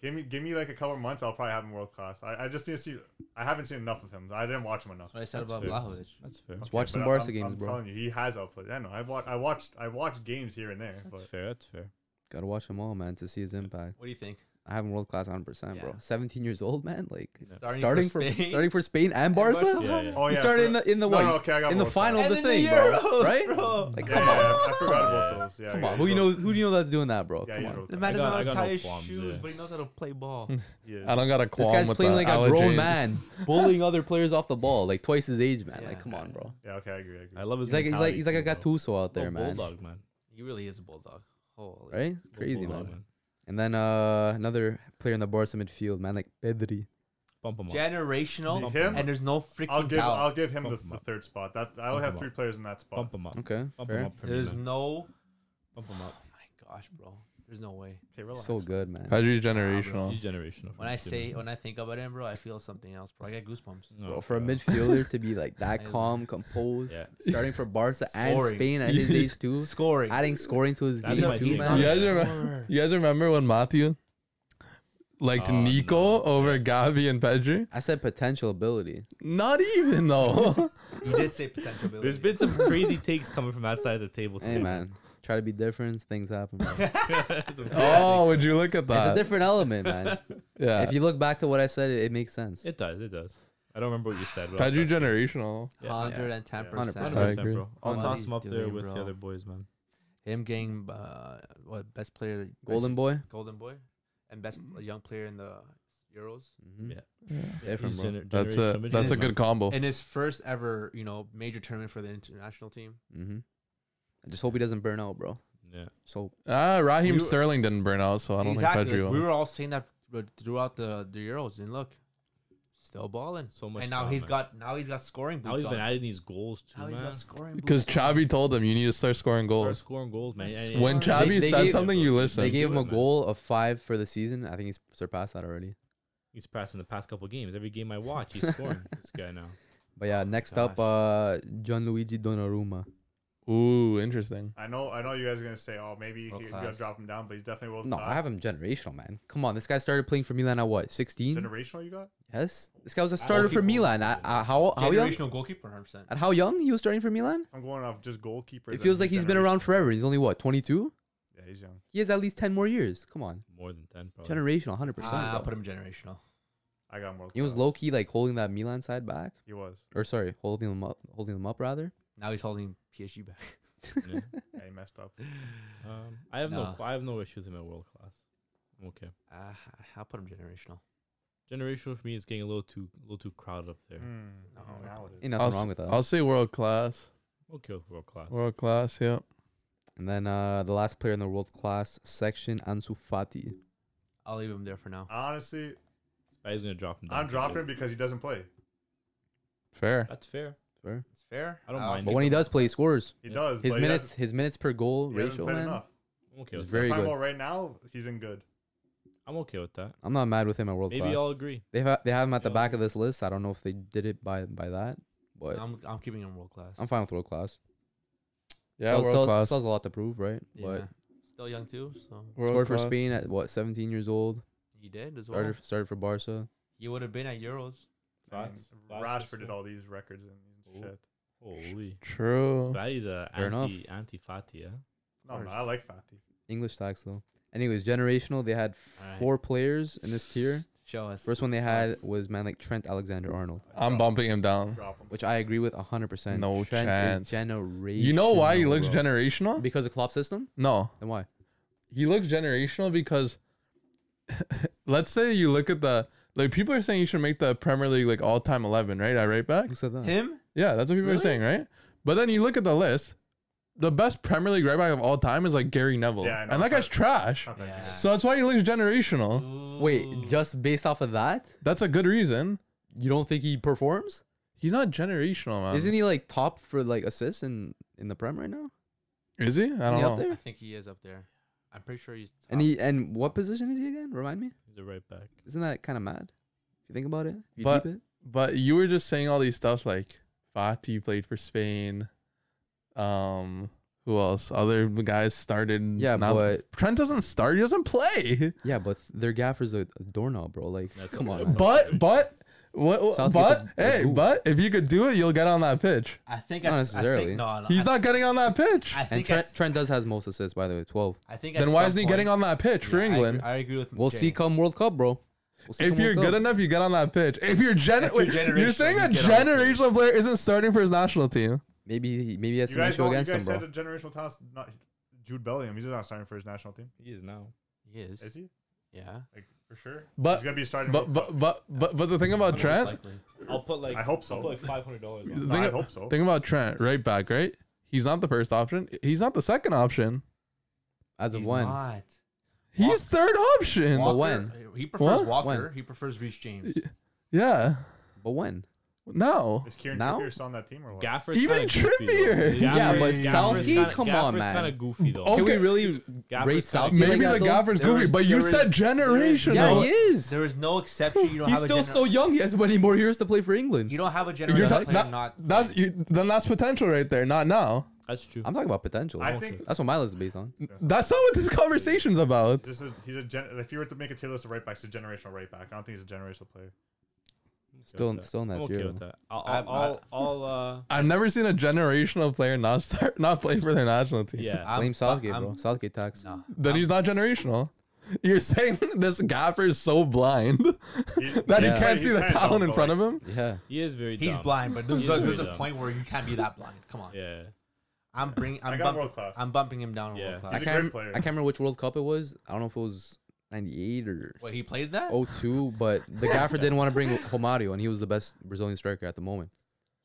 D: give me give me like a couple months. I'll probably have him world class. I, I just need to see. I haven't seen enough of him. I didn't watch him enough.
E: That's what I said
C: That's
E: about
C: fair.
E: Vlahovic.
C: That's fair.
B: watch
D: but
B: some
D: I'm-
B: Barca
D: I'm-
B: games,
D: I'm
B: bro.
D: telling you, he has output. I know. I watched. I watched. I watched games here and there,
C: That's
D: but
C: fair. That's fair.
B: gotta watch them all man to see his impact
E: What do you think?
B: I have him world class 100 percent bro
E: Yeah.
B: 17 years old man like
C: Yeah.
B: starting, for,
E: Spain.
B: starting for Spain and
E: Barca?
B: Barca,
C: Yeah, yeah.
D: oh
B: he
D: yeah,
B: started
D: for-
B: in the in the
D: no,
B: what
D: no, okay, I got
B: in the
D: world class.
B: finals
E: And
B: the
E: then the
B: thing bro
E: Euros,
B: right
E: bro.
B: like
D: Yeah,
B: come
D: yeah,
B: on
D: I forgot about
C: Yeah.
D: those. Yeah,
B: Come
D: yeah,
B: on,
D: he's
B: who you
D: world-
B: know who do you know that's doing that, bro?
D: Yeah,
B: Come
D: he's
B: on.
D: world
E: The
D: class.
E: man
C: I
E: doesn't know
C: got- I
E: how to
C: got no
E: tie his
C: qualms,
E: shoes,
C: yeah.
E: but he knows how to play ball.
D: Yeah.
A: I don't got a
B: This
A: qualm
B: guy's
A: with
B: playing
A: that.
B: like
A: Alec
B: a grown
A: James.
B: man, bullying other players off the ball, like twice his age, man. Like,
E: Yeah.
B: come on, bro.
D: Yeah, okay, I agree. I agree.
C: I love his.
B: He's like he's like
C: mentality
B: he's like a
C: too, bro.
B: Gattuso out there,
C: Little
B: man.
C: Bulldog, man.
E: He really is a bulldog. Holy.
B: Right?
C: Little
B: Crazy,
C: bulldog,
B: man. And then uh another player in the Barca midfield, man, like Pedri.
C: Bump him up.
E: Generational,
D: See him?
E: and there's no freaking
D: I'll give.
E: doubt.
D: I'll give him the,
C: Bump him
D: the
C: up.
D: third spot. That I only
C: Bump
D: have
C: him
D: three
C: up.
D: players in that spot.
C: Bump him up.
B: Okay,
C: Bump him
B: fair.
C: up for me.
E: there's
C: man.
E: no.
C: Bump him up.
E: My gosh, bro. There's no way.
D: Okay, relax.
B: So good, man.
A: Pedri's generational.
C: He's generational. for
E: When
C: me
E: I
C: too,
E: say
C: man.
E: when I think about him, bro, I feel something else, bro. I get goosebumps.
C: No,
B: Bro, for a
C: Oh, bro.
B: midfielder to be like that
E: I-
B: calm, composed,
C: Yeah.
B: starting for Barca and
E: Scoring.
B: Spain at his age too,
E: Scoring.
B: adding scoring to his
C: That's
B: game
C: my
B: too,
C: team.
B: man.
A: You guys, remember,
E: Sure.
A: you guys remember when Matthew liked
C: Oh,
A: Nico
C: no.
A: over Gavi and Pedri?
B: I said potential ability.
A: Not even though.
E: You did say potential. ability.
C: There's been some crazy takes coming from outside the table.
B: Hey,
C: today.
B: man, try to be different. Things happen. bro. it's
C: Some-
A: oh, would you look at
B: a
A: that?
B: different element, man.
A: Yeah.
B: if you look back to what I said, it, it makes sense.
C: It does. It does. I don't remember what you said. but I'll
A: Pedri
C: touch-
A: generational.
C: Yeah.
E: Hundred and ten
B: Yeah.
E: percent.
B: 100%.
A: I agree.
C: bro. I'll
E: What
C: toss
E: he's
C: him up there
E: doing,
C: with the
E: bro.
C: other boys, man.
E: Him getting uh, what best player?
B: Golden boy.
E: Golden boy, and best young player in the Euros.
B: Mhm.
C: Yeah.
B: Different,
C: He's
B: bro.
C: gener-
A: That's a
C: generational
A: that's a
C: midfielder.
A: good combo.
E: In his first ever, you know, major tournament for the international team.
B: hmm I just hope he doesn't burn out, bro.
C: Yeah.
B: So
A: Ah, Raheem
E: We were-
A: Sterling didn't burn out, so I don't
E: exactly.
A: think Pedri
E: like,
A: will.
E: we were all saying that but throughout the the Euros, and look, still balling.
C: So much.
E: and now
C: he's
E: he's got now he's got scoring boots
C: Now he's
E: on.
C: been adding these goals too,
E: now he's
C: man.
E: got scoring
A: because
E: boots on.
A: Chavi told him you need to start scoring
C: Start
A: goals.
C: scoring goals, man.
E: That's
C: And-
E: Yeah.
A: When
E: They-
A: Chavi
B: they
A: says
B: gave-
A: something, you listen.
B: they
C: do
B: gave him
C: it,
B: a
C: man.
B: goal of five for the season. I think he's surpassed that already.
C: he's passing the past couple games. Every game I watch, he's scoring. this guy now.
B: But
C: Oh
B: yeah, next up, uh, Gianluigi Donnarumma.
A: Ooh, interesting.
D: I know. I know you guys are gonna say, "Oh, maybe
E: World
D: he- you
E: class.
D: gotta drop him down," but he's definitely world
B: No,
D: class.
B: I have him generational, man. Come on, this guy started playing for Milan at what, 16?
D: Generational, you got?
B: Yes, this guy was a starter for
C: people
B: Milan. At, uh, how how young?
E: generational goalkeeper, hundred percent.
B: At how young he was starting for Milan?
D: I'm going off just goalkeeper.
B: It feels like he's been around forever. He's only what, 22?
D: Yeah, he's young.
B: He has at least 10 more years. Come on.
C: More than ten, probably.
B: Generational, 100%.
E: Ah, I'll
C: Ah,
B: bro.
E: put him generational.
D: I got him world.
B: He was
D: class.
B: low key like holding that Milan side back,
D: He was.
B: or sorry, holding them up, holding them up rather.
E: Now he's holding PSG back.
C: Yeah.
D: Yeah, he messed up.
C: Um, I have no,
E: Nah.
C: I have no issue with him at world class. Okay.
E: Uh, I- I'll put them generational.
C: Generational for me is getting a little too a little too crowded up there.
D: Mm,
E: No.
D: now it is.
B: Ain't nothing
A: I'll s-
B: wrong with that.
A: I'll say world class.
C: Okay with world class.
A: World class. Yep.
B: and then uh, the last player in the world class section, Ansu Fati.
E: I'll leave them there for now.
D: Honestly,
C: Spy's gonna drop him down.
D: I'm dropping him because he doesn't play.
A: Fair.
C: That's fair.
B: Fair.
E: It's fair.
C: I don't
E: Uh,
C: mind
B: But when he does play, he scores.
D: He
C: Yeah.
D: does.
B: His
D: but he
B: minutes,
D: hasn't-
B: his minutes per goal
D: he hasn't
B: ratio,
D: played
B: man,
D: enough.
C: I'm okay
B: is
C: with
B: very
D: if I'm
B: good.
D: all right now, he's in good.
C: that. I'm okay with that.
B: I'm not mad with him at world
C: Maybe
B: class.
C: I'll agree.
B: They have they have him at the
C: Yeah.
B: back of this list. I don't know if they did it by by that, but
E: I'm, I'm keeping them world class.
B: I'm fine with world class.
A: Yeah.
B: Still-
A: World
B: still,
A: class.
B: Still has a lot to prove, right?
E: yeah. Still young too, so
B: But
A: world
B: scored for
A: class.
B: Spain at what 17 years old.
E: he did as well.
B: Started started for Barca.
E: He would have been at Euros.
D: I mean,
C: Facts. Facts.
D: Rashford did all these records and
C: Ooh.
D: shit.
C: Holy.
A: True.
C: Spy's a
B: Fair enough.
C: anti anti Fati, yeah?
D: No,
E: course.
D: no, I like Fatih.
B: English tax though. Anyways, generational. They had
E: Alright.
B: four players in this tier.
E: Show us.
B: First one they had was man like Trent Alexander Arnold,
A: I'm bumping him down.
D: Drop him.
B: which I agree with 100. percent
A: No
B: Trent
A: chance.
B: Is generational.
A: You know why he looks
B: bro.
A: generational?
B: Because of Klopp system.
A: No,
B: Then why?
A: he looks generational because let's say you look at the like people are saying you should make the Premier League like all time eleven, right? At right back.
B: Who said that?
E: him.
A: Yeah, that's what people are
E: Really?
A: saying, right? But then you look at the list, the best Premier League right back of all time is like Gary Neville,
D: Yeah, I know.
A: and that guy's trash.
D: Not that
E: Yeah.
D: good.
A: So that's why he looks generational.
B: Wait, just based off of that,
A: That's a good reason.
B: you don't think he performs?
A: He's not generational, man.
B: Isn't he like top for like assists in in the Prem right now?
A: Is he? I
B: Isn't
A: don't
B: he
A: know.
B: up there?
E: I think he is up there. I'm pretty sure he's.
B: And
E: top.
B: he and what position is he again? Remind me.
C: He's a right back.
B: Isn't that kind of mad? If you think about it, If you
A: But-
B: deep it.
A: But you were just saying all these stuff like Fati played for Spain. Um, who else? Other guys started.
B: Yeah,
A: now-
B: but-
A: Trent doesn't start. He doesn't play.
B: Yeah, but th- their gaffer's a, a doorknob, bro. Like,
C: That's
B: come
C: a-
B: on.
C: that's
B: man.
C: a-
A: But but what? what
B: Southgate's
A: but
B: a- a
A: hey,
B: goof.
A: but if you could do it, you'll get on that pitch.
E: I think
B: Not
E: I, I
B: necessarily.
E: think no, no.
A: He's
E: I,
A: not getting on that pitch.
E: I
B: and
E: think
B: Trent,
E: at-
B: Trent does has most assists, by the way, twelve.
E: I think. at
A: Then why
E: some
A: isn't he
E: point-
A: getting on that pitch
E: Yeah,
A: for
E: I agree-
A: England?
E: I agree with.
B: We'll see
E: Jay.
B: come World Cup, bro. We'll see
A: if
B: come
A: you're
B: World
A: good
B: Cup.
A: enough, you get on that pitch. If you're gen,
E: If you're
A: wait, you're,
E: generational,
A: saying
E: you
A: a
E: get on that pitch.
A: generational player isn't starting for his national team.
B: maybe he- maybe he has
D: You
B: some
D: guys,
B: issue
D: don't, you
B: against
D: guys
B: him,
D: said
B: bro.
D: a generational talent's not Jude Bellingham. He's not starting for his national team.
C: He is now.
E: He is.
D: Is he?
E: Yeah.
D: Like for sure.
A: But-
D: he's gonna be starting.
A: Uh, But but but but, but the thing about
E: Most
A: Trent,
E: likely.
C: I'll put like
D: I hope so.
C: I'll put like five hundred dollars
A: the
C: on.
D: No,
A: thing
D: I
A: a-
D: hope so.
A: Think about Trent, right back, right? He's not the first option. He's not the second option.
B: As of
E: He's
B: when?
E: not.
A: He's
E: Walker-
A: third option.
B: Walker-
E: Walker- He prefers
A: What?
E: Walker.
B: When?
E: He prefers Reece James.
A: Yeah.
B: But when?
A: No.
D: Is Kieran
B: Now?
D: Trippier still on that team or what?
C: Gaffer's
A: Even
C: kinda goofy, though.
A: trippier.
B: Yeah,
C: Gaffer's-
B: but
C: Gaffer's
B: Southgate?
C: kinda-
B: Come on,
C: Gaffer's
B: man. Oh.
C: kind of goofy though.
A: Okay.
B: Can we really
C: Gaffer's
B: rate
C: kinda
B: Southgate?
A: Maybe
B: like that,
A: the
B: though?
A: gaffer's
E: There
A: goofy,
E: is-
A: but you
E: there
A: said
E: is-
A: generational.
B: Yeah,
E: No.
B: he is.
E: There is no exception. You don't
B: He's
E: have
B: still
E: a
B: so young. He has many more years to play for England.
E: You don't have a
A: You're
E: generational
A: ta-
E: player
A: that-
E: not.
A: that's you, then that's potential right there. Not now.
C: That's true.
B: I'm talking about potential.
D: I think
B: That's what my list is based on.
A: That's not what this conversation's about.
D: this is he's a gen. If you were to make a tier list of right backs, he's a generational right back. I don't think he's a generational player.
B: Still in- still in that
C: I'm okay
B: tier,
C: with
B: though.
C: that. I'll,
E: I'm-
C: I'll, I'll, I'll uh,
A: I've never seen a generational player not start not play for their national team.
C: yeah.
E: I'm-
B: Blame Southgate,
E: I'm-
B: bro. Southgate tax.
E: No.
A: Then he's not generational. You're saying this gaffer is so blind
D: He-
A: that
B: Yeah.
A: he can't
D: he's
A: see the
D: kinda
A: talent
D: dumb,
A: in
D: but,
A: front
D: like,
A: of him.
B: Yeah.
C: He is very.
E: He's
C: dumb.
E: blind, but there's,
C: He's
E: there's,
C: really
E: a
C: dumb.
E: point where you can't be that blind. Come on.
C: Yeah.
E: I'm bringing. I'm,
D: got
E: bump-
D: world class.
E: I'm bumping him down.
C: Yeah.
E: World
D: He's
E: class.
B: I
D: a
B: can't,
D: great
B: rem-
D: player.
B: I can't remember which World Cup it was. I don't know if it was 98 or
E: Wait, he played that?
B: 02, but the gaffer didn't want to bring Romario, and he was the best Brazilian striker at the moment.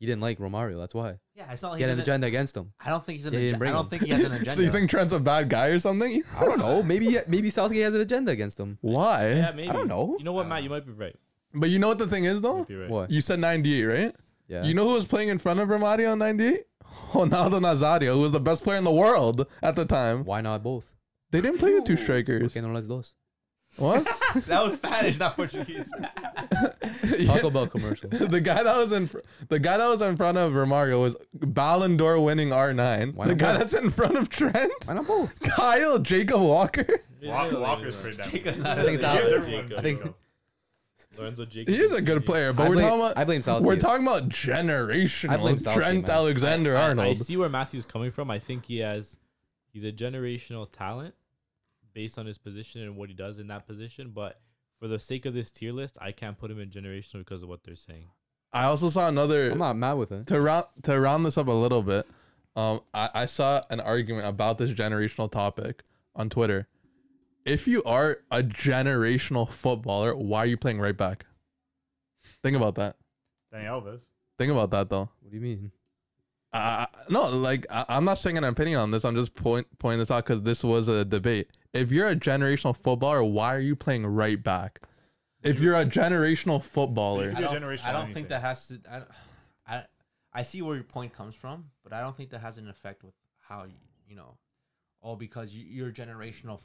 B: He didn't like Romario. That's why.
E: Yeah, it's not like
B: He had an
E: doesn't-
B: agenda against him.
E: I don't think he's an.
B: Yeah, he didn't
E: Agenda.
B: bring
E: I don't
B: him.
E: think he has an agenda.
A: So you think Trent's a bad guy or something?
B: I don't know. Maybe maybe Southgate has an agenda against him.
A: Why?
C: Yeah, maybe.
A: I don't know.
C: You know what, Matt? You might be right.
A: But you know what the thing is
C: You
A: though?
C: might be right.
B: Uh, What?
A: You said 98, right?
B: Yeah.
A: You know who was playing in front of Romario in 98? Ronaldo Nazario, who was the best player in the world at the time.
B: why not both?
A: They didn't play the two
B: ¿Por
A: strikers.
B: qué no las dos?
A: What?
E: that was Spanish, not Portuguese?
A: Yeah.
B: Taco Bell commercial.
A: The guy that was in fr- the guy that was in front of Romario was Ballon d'Or winning R9.
B: Why
A: the
B: not
A: guy
B: both?
A: that's in front of Trent,
B: Why not both?
A: Kyle Jacob Walker.
D: Walker, Walker's pretty down.
E: Jacob's not.
B: I think it's
D: He
B: out.
D: gives everyone
C: I
B: think-
D: Jacob.
C: Lorenzo Jacob.
A: He is a good player, but
B: I
A: we're
B: blame-
A: talking about
B: I blame Southgate.
A: We're talking about
B: I blame
A: generational
B: Southgate,
A: Trent
B: man.
A: Alexander
C: I, I
A: Arnold.
C: see where Matthew's coming from. I think he has, he's a generational talent based on his position and what he does in that position. But for the sake of this tier list, I can't put him in generational because of what they're saying.
A: I also saw another
B: I'm not mad with it.
A: to round to round this up a little bit, um, I, I saw an argument about this generational topic on Twitter, if you are a generational footballer, why are you playing right back? Think about that.
D: Danny Alves.
A: Think about that though.
B: What do you mean?
A: Uh, no, like I, I'm not saying an opinion on this. I'm just point pointing this out because this was a debate. If you're a generational footballer, why are you playing right back? If you're a generational footballer,
E: I
D: Your
E: don't,
D: generation
E: I
D: or
E: don't think
D: anything.
E: that has to. I, don't- I, I see where your point comes from, but I don't think that has an effect with how you, you know, all because you, you're a generational f-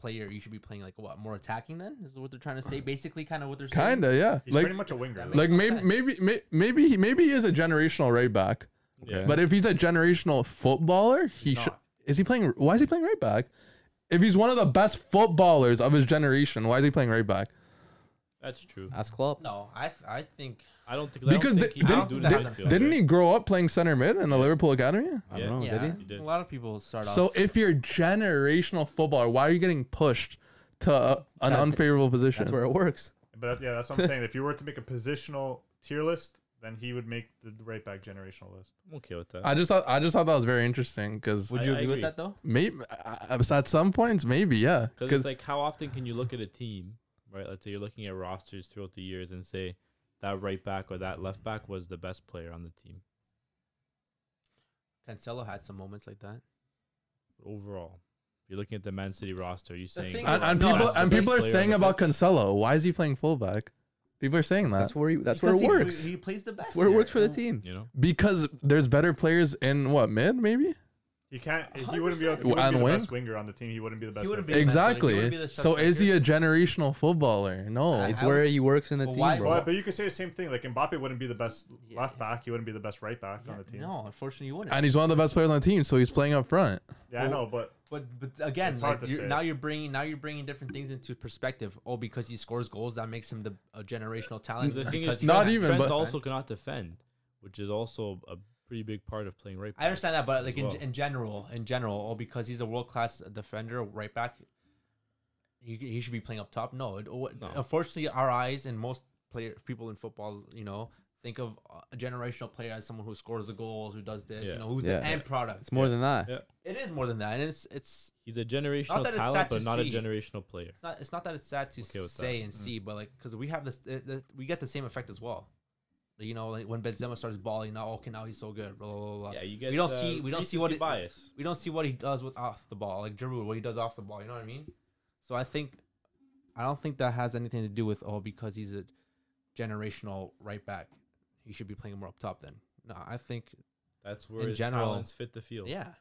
E: player. You should be playing like what more attacking then is what they're trying to say. Basically, kind of what they're saying.
A: kinda yeah.
D: He's
A: like
D: pretty much a winger.
E: That
D: Like,
E: makes-
A: like
E: no
A: maybe
E: sense.
A: maybe may- maybe he, maybe he is a generational right back.
C: Yeah.
A: But if he's a generational footballer, he
E: not.
A: should. Is he playing? Why is he playing right back? If he's one of the best footballers of his generation, why is he playing right back?
C: That's true.
B: Ask Klopp.
E: No, I th- I think
C: I don't think
A: Because
C: I don't think
A: di-
C: he
A: didn't-
C: can do
E: didn't-
C: that.
E: feel
A: Didn't he grow up playing center mid in the Liverpool academy?
B: I
C: Yeah.
B: don't know.
E: yeah,
B: Oh, Did he?
C: He did.
E: a lot of people start off.
A: So if you're generational footballer, why are you getting pushed to uh, an
B: That-
A: unfavorable position?
B: That's where it works.
D: but yeah, that's what I'm saying. If you were to make a positional tier list, then he would make the right back generational list.
C: I'm okay with that.
A: I just thought I just thought that was very interesting because
E: would
C: I-
E: you
C: I
E: agree with
C: agree.
E: that though?
A: maybe uh, at some points maybe yeah
C: Because it's like, how often can you look at a team, right? Let's say you're looking at rosters throughout the years and say that right back or that left back was the best player on the team
E: Cancelo had some moments like that.
C: overall. You're looking at the Man City roster. You're saying
E: thing
A: and, and
E: No,
A: people
E: that's the
A: and people are
C: best player
A: saying
C: on the
A: about Cancelo, why is he playing fullback? People are saying that
B: That's where he, that's where it
E: Because he-
B: works.
E: He, plays the best.
B: That's where it
E: there. Oh,
B: works for the
E: And-
B: team.
C: you know,
A: because there's better players in what mid maybe
D: He can't. He wouldn't be, he
E: 100%.
D: wouldn't be
A: And
D: the
A: wing?
D: best winger on the team. He wouldn't be the best.
E: wouldn't
D: winger.
E: be- Like, you wanna
A: exactly.
E: be the
A: So is he
E: striker?
A: a generational footballer? No,
E: I-
B: It's
E: I
B: where
E: would-
B: he works in the
E: Well,
B: team,
E: why-
B: bro.
D: But, but you could say the same thing. Like Mbappe wouldn't be the best
E: Yeah,
D: left
E: yeah.
D: back. He wouldn't be the best right back
E: Yeah,
D: on the team.
E: no, unfortunately, you wouldn't.
A: and he's one of the best players on the team, so he's playing up front.
D: Yeah, I know, but
E: But but again,
D: It's
E: like
D: hard to
E: you're,
D: say.
E: now you're bringing now you're bringing different things into perspective. Oh, because he scores goals, that makes him the a generational talent.
C: the thing
E: because
C: is,
E: he
A: Not
E: can't
A: even,
C: Trent
A: but-
C: also cannot defend, which is also a pretty big part of playing right back.
E: I understand that, but like in,
C: Well.
E: in general, in general, oh, because he's a world class defender, right back, he, he should be playing up top. No, it, what-
C: No.
E: unfortunately, our eyes and most player people in football, you know, think of a generational player as someone who scores the goals, who does this,
C: Yeah.
E: you know, who's
B: Yeah.
E: the end product.
B: It's more than that.
C: Yeah.
E: it is more than that, and it's it's
C: He's a generational
E: that it's sad
C: talent,
E: to
C: but not a
E: see.
C: generational player.
E: it's not it's not that it's sad to
C: Okay with
E: say
C: that. Mm.
E: and see, but like because we have this, uh, the, we get the same effect as well. You know, like when Benzema starts balling, now okay, now he's so good. Blah blah blah. blah.
C: Yeah, you get.
E: we don't
C: uh,
E: see we don't see what
C: recency
E: it,
C: bias.
E: we don't see what he does with off the ball, like Giroud, what he does off the ball. You know what I mean? So I think I don't think that has anything to do with oh because he's a generational right back, he should be playing more up top. Then no, I think
C: That's where
E: in
C: his
E: general-
C: talents fit the field.
E: yeah.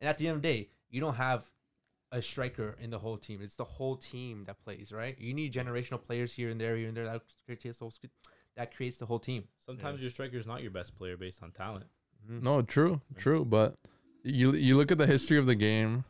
E: And at the end of the day, you don't have a striker in the whole team. It's the whole team that plays, right? You need generational players here and there, here and there. That creates the whole, sc- that creates the whole team.
C: Sometimes your striker is not your best player based on talent.
A: No, true, true. But you you look at the history of the game,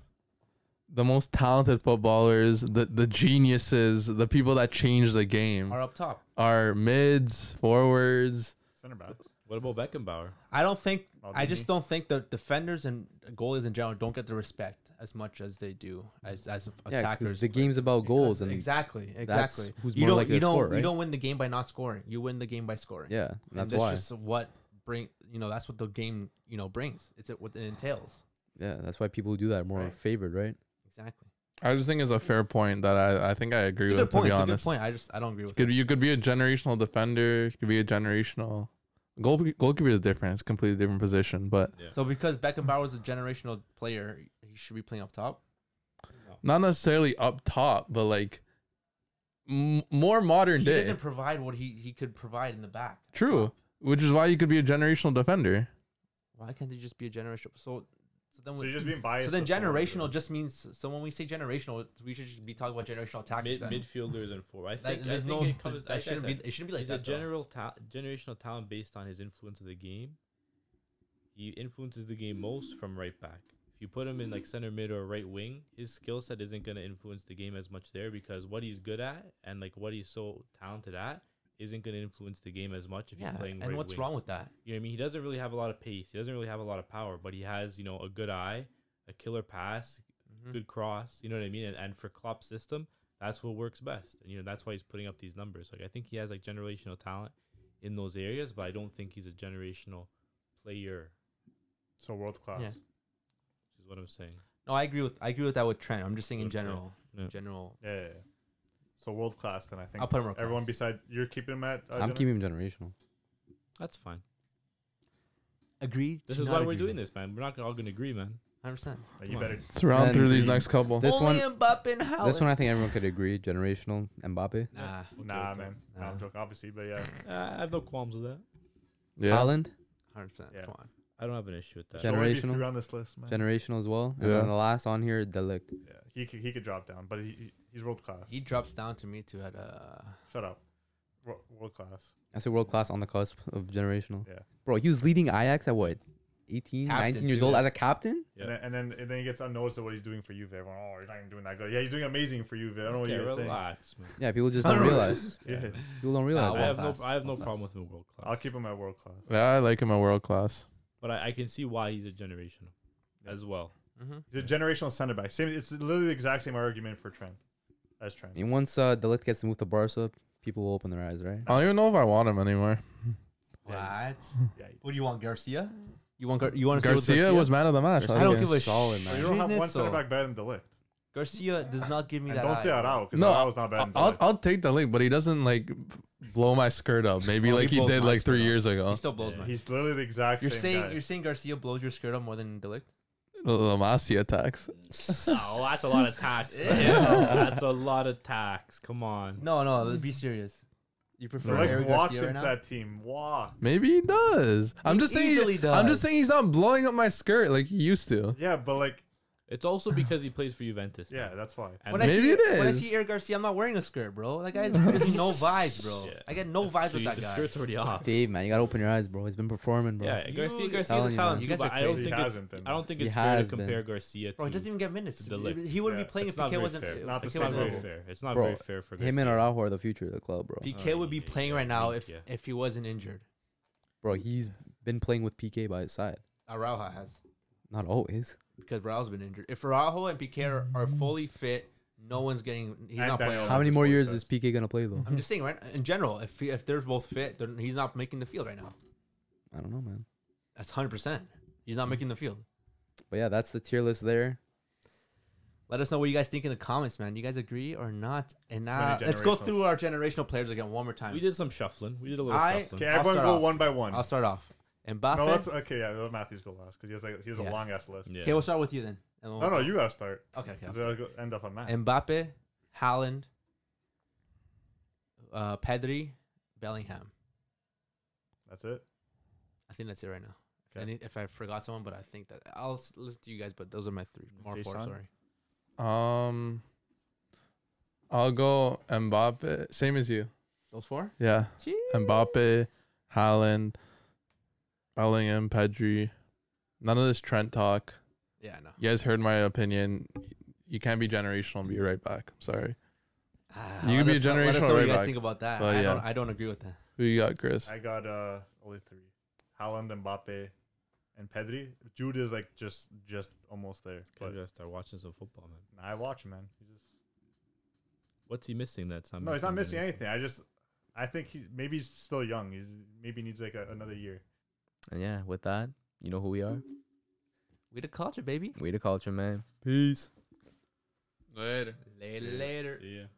A: the most talented footballers, the the geniuses, the people that change the game
E: Are up top.
A: are mids, forwards.
D: center back.
C: What about Beckenbauer?
E: I don't think.
D: Well,
E: I just
D: maybe.
E: don't think the defenders and goalies in general don't get the respect as much as they do as as
B: Yeah, 'cause
E: attackers.
B: the game's about goals, and
E: exactly,
B: that's
E: exactly.
B: who's
E: you
B: more
E: don't,
B: likely
E: you
B: to
E: don't,
B: score,
E: You
B: right?
E: don't win the game by not scoring. You win the game by scoring.
B: yeah,
E: And
B: that's
E: that's
B: why.
E: just what bring you know. That's what the game you know brings. It's what it entails.
B: yeah, that's why people who do that are more
E: Right.
B: favored, right?
E: Exactly.
A: I just think it's a fair point that I, I think I agree
E: It's a
A: with.
E: good
A: To
E: point.
A: be
E: It's a good
A: honest,
E: point. I just I don't agree with
A: Could
E: it.
A: you could be a generational defender? You could be a generational goal. Goalkeeper is different. It's a completely different position. But
E: So because Beckenbauer was a generational player, he should be playing up top.
A: not necessarily up top, but like m- more modern
E: He
A: day.
E: doesn't provide what he, he could provide in the back.
A: True, which is why you could be a generational defender.
E: Why can't he just be a generational? So so then
D: So
E: we-
D: you're just being biased.
E: So then
D: to forward,
E: generational just means so when we say generational, we should just be talking about generational attack.
C: Mid,
E: then.
C: midfielders and forward. I
E: like
C: think, I
E: there's
C: think
E: no
C: it comes.
E: that
C: like I
E: shouldn't
C: said,
E: be it shouldn't be like
C: he's
E: that.
C: a
E: though.
C: general ta- generational talent based on his influence of the game. He influences the game most from right back. If you put him in like center mid or right wing, his skill set isn't going to influence the game as much there because what he's good at and like what he's so talented at isn't going to influence the game as much if
E: yeah.
C: you're playing
E: And
C: right
E: what's
C: wing.
E: wrong with that?
C: You know what I mean? He doesn't really have a lot of pace. He doesn't really have a lot of power, but he has, you know, a good eye, a killer pass,
D: Mm-hmm.
C: good cross. You know what I mean? And, and for Klopp's system, that's what works best. And, you know, that's why he's putting up these numbers. Like, I think he has, like, generational talent in those areas, but I don't think he's a generational player,
D: So world class.
E: Yeah.
C: which is what I'm saying.
E: No, I agree with I agree with that with Trent. I'm just saying in
C: With Trent,
E: general,
C: yeah.
E: general.
D: Yeah, yeah, yeah. So world class, then I think
E: I'll put him up.
D: everyone
E: class.
D: beside you're keeping him at. Uh,
B: I'm
D: Jenner?
B: keeping him generational.
C: That's fine.
E: agree.
C: This is why we're doing this, man. We're not all gonna agree, man.
E: Hundred percent.
D: Uh, you
C: Come
D: better.
A: Let's round
B: And
A: through these
D: the-
A: next couple.
B: This
E: Only
B: one-
E: Mbappe and Haaland.
B: This one I think everyone could agree. Generational Mbappe.
E: Nah.
C: Okay,
D: Nah,
C: okay.
D: man. Nah, I'm
E: Nah.
D: joking, obviously, but yeah.
C: Uh, I have no qualms with that.
A: Yeah.
B: Holland,
E: Hundred percent.
D: Yeah.
E: Come on.
C: I don't have an issue with that.
D: There
B: Gen-
D: would be
B: Generational?
D: three on this list, man.
B: generational as well. And
A: Yeah.
B: then the last on here, Delict.
D: yeah, he could, he could drop down, but he, he he's world class.
E: He drops down to me too at uh.
D: Shut up. World, world class.
B: I said world class on the cusp of generational.
D: Yeah.
B: Bro, he was leading Ajax at what? 18,
E: Captain
B: 19 years
E: too,
B: old
E: yeah.
B: as a captain?
C: Yeah.
D: And, then, and then and then he gets unnoticed at what he's doing for Juve. Everyone, oh, you're not even doing that good. Yeah, he's doing amazing for Juve. I don't know what
C: Okay,
D: you're saying.
C: relax, man.
B: Yeah, people just don't realize.
D: Yeah.
B: People don't realize.
C: I
B: that.
C: have
E: class,
C: no, I have no
E: world
C: problem
E: class.
C: with him in world class.
D: I'll keep him at world class.
A: Yeah, I like him at world class.
C: but I, I can see why he's a generational as well.
E: Mm-hmm.
D: He's a generational center back. Same. It's literally the exact same argument for Trent as Trent.
B: And once uh, Delict gets moved to Barca, people will open their eyes, right?
A: I don't even know if I want him anymore.
D: Yeah.
E: What?
D: Yeah. he-
E: What do you want, Garcia? You want Gar- you want to
A: Garcia was man of the match.
B: Garcia
E: I don't
A: think.
E: give a
B: solid,
E: solid
D: But you don't have one center
E: Schnitzel.
D: back better than Delict.
E: Garcia does not give me
D: And
E: that.
D: don't say
E: eye.
D: Araujo because
A: No,
D: Araujo's not better than
A: I'll,
D: Delict.
A: I'll take the link, but he doesn't like blow my skirt up. Maybe
E: Well,
A: like
E: he
A: he
E: blows
A: did
E: my
A: like three
E: skirt up.
A: years ago.
E: He still blows
C: Yeah.
E: my.
D: He's literally the exact
E: You're
D: same
E: saying
D: guy.
E: you're saying Garcia blows your skirt up more than Delict?
A: La Masia attacks.
C: oh, that's a lot of tax.
E: Ew.
C: that's a lot of tax. Come on.
E: No, no. Let's be serious. You prefer
D: Delict
E: Eric
D: walks
E: Garcia
D: into
E: right now?
D: that team. Walk.
A: Maybe he does. I'm
E: He
A: just saying.
E: easily
A: I'm just
E: does.
A: saying he's not blowing up my skirt like he used to.
D: Yeah, but like,
C: It's also because he plays for Juventus. now.
D: yeah, that's why.
C: And
E: When
C: that's-
E: I see,
A: Maybe it
E: When I
A: is.
E: see Eric Garcia, I'm not wearing a skirt, bro. That guy's really no vibes, bro.
C: Yeah.
E: I get no vibes
C: so
E: with
C: you-
E: that
C: the
E: guy.
C: skirt's already off.
B: Dave, man, you gotta open your eyes, bro. He's been performing, bro.
C: Yeah,
E: You-
C: Garcia,
E: you
C: Garcia's
B: telling
C: a
B: you,
C: talent
B: man.
E: You
C: too,
E: guys
C: but
E: are
C: I don't
E: crazy.
C: think
D: He
C: it's,
D: hasn't been,
C: I don't think
B: He
C: it's fair to
B: has
C: compare Garcia to.
E: Bro, he doesn't even get minutes.
C: The lick.
E: He wouldn't
D: Yeah.
E: be playing
C: It's
E: if
C: not
E: PK
C: very
E: wasn't.
C: fair.
D: Not the
E: PK
C: it's
E: wasn't
C: not
D: same
C: very
D: level.
C: fair. It's not
B: Bro,
C: very fair for Garcia.
B: Him and Araujo are the future of the club, bro.
E: PK would be
C: yeah,
E: playing
C: yeah,
E: right now
C: yeah.
E: if if he wasn't injured.
B: Bro, he's been playing with PK by his side.
E: Araujo has
B: Not always.
E: because Araujo's been injured. If Araujo and PK are, are fully fit, no one's getting. He's
D: And
E: not playing.
D: Daniel.
E: all
B: How
E: of
B: many
E: us.
B: more
D: Four
B: years
D: times.
B: is PK gonna play though?
E: I'm just saying, right? In general, if he, if they're both fit, then he's not making the field right now.
B: I don't know, man.
E: That's hundred percent. He's not making the field.
B: But yeah, that's the tier list there.
E: Let us know what you guys think in the comments, man. You guys agree or not? And
D: Many
E: uh, let's go
D: generationals.
E: through our generational players again one more time.
C: We did some shuffling. We did a little
E: I-
D: Okay,
C: shuffling.
E: I'll
D: everyone
E: start
D: go
E: off.
D: one by one.
E: I'll start off. Mbappe.
D: No, that's okay. Yeah, let Matthews go last because he has like he has
E: Yeah.
D: a long ass list. Oh,
C: Yeah.
E: Okay, we'll start with you then. and we'll-
D: No, no, you gotta start.
E: Okay, okay. I'll
D: 'cause
E: start.
D: it'll go- end up on Matt.
E: Mbappe, Haaland, uh, Pedri, Bellingham.
D: That's it.
E: I think that's it right now. If,
D: Okay.
E: any, if I forgot someone, but I think that I'll s- listen to you guys. But those are my three, more four.
D: Jason?
E: Sorry.
A: Um, I'll go Mbappe. Same as you.
E: Those four.
A: Yeah, Mbappe, Haaland, Bellingham, Pedri. None of this Trent talk.
E: Yeah, no.
A: You guys heard my opinion. You can't be generational and be right back. I'm sorry.
E: Ah,
A: You
E: let
A: could be
E: us
A: a
E: know- Let us
A: generational
E: know what you
A: right
E: guys
A: back.
E: think about that.
A: But
E: I,
A: yeah.
E: don't, I don't agree with that.
A: Who you got, Chris?
D: I got uh only three: Haaland, Mbappe, and Pedri. Jude is like just just almost there,
C: Okay,
D: but
C: we gotta start watching some football, man.
D: nah, I watch him, man. He just,
C: What's he missing? That's not
D: no, he's not missing
C: anything?
D: anything. I just I think he maybe he's still young. He's maybe needs like a, another year.
B: And yeah, with that, you know who we are.
E: We the culture, baby.
B: We the culture, man. Peace.
A: Later.
E: Later, later.
C: See ya.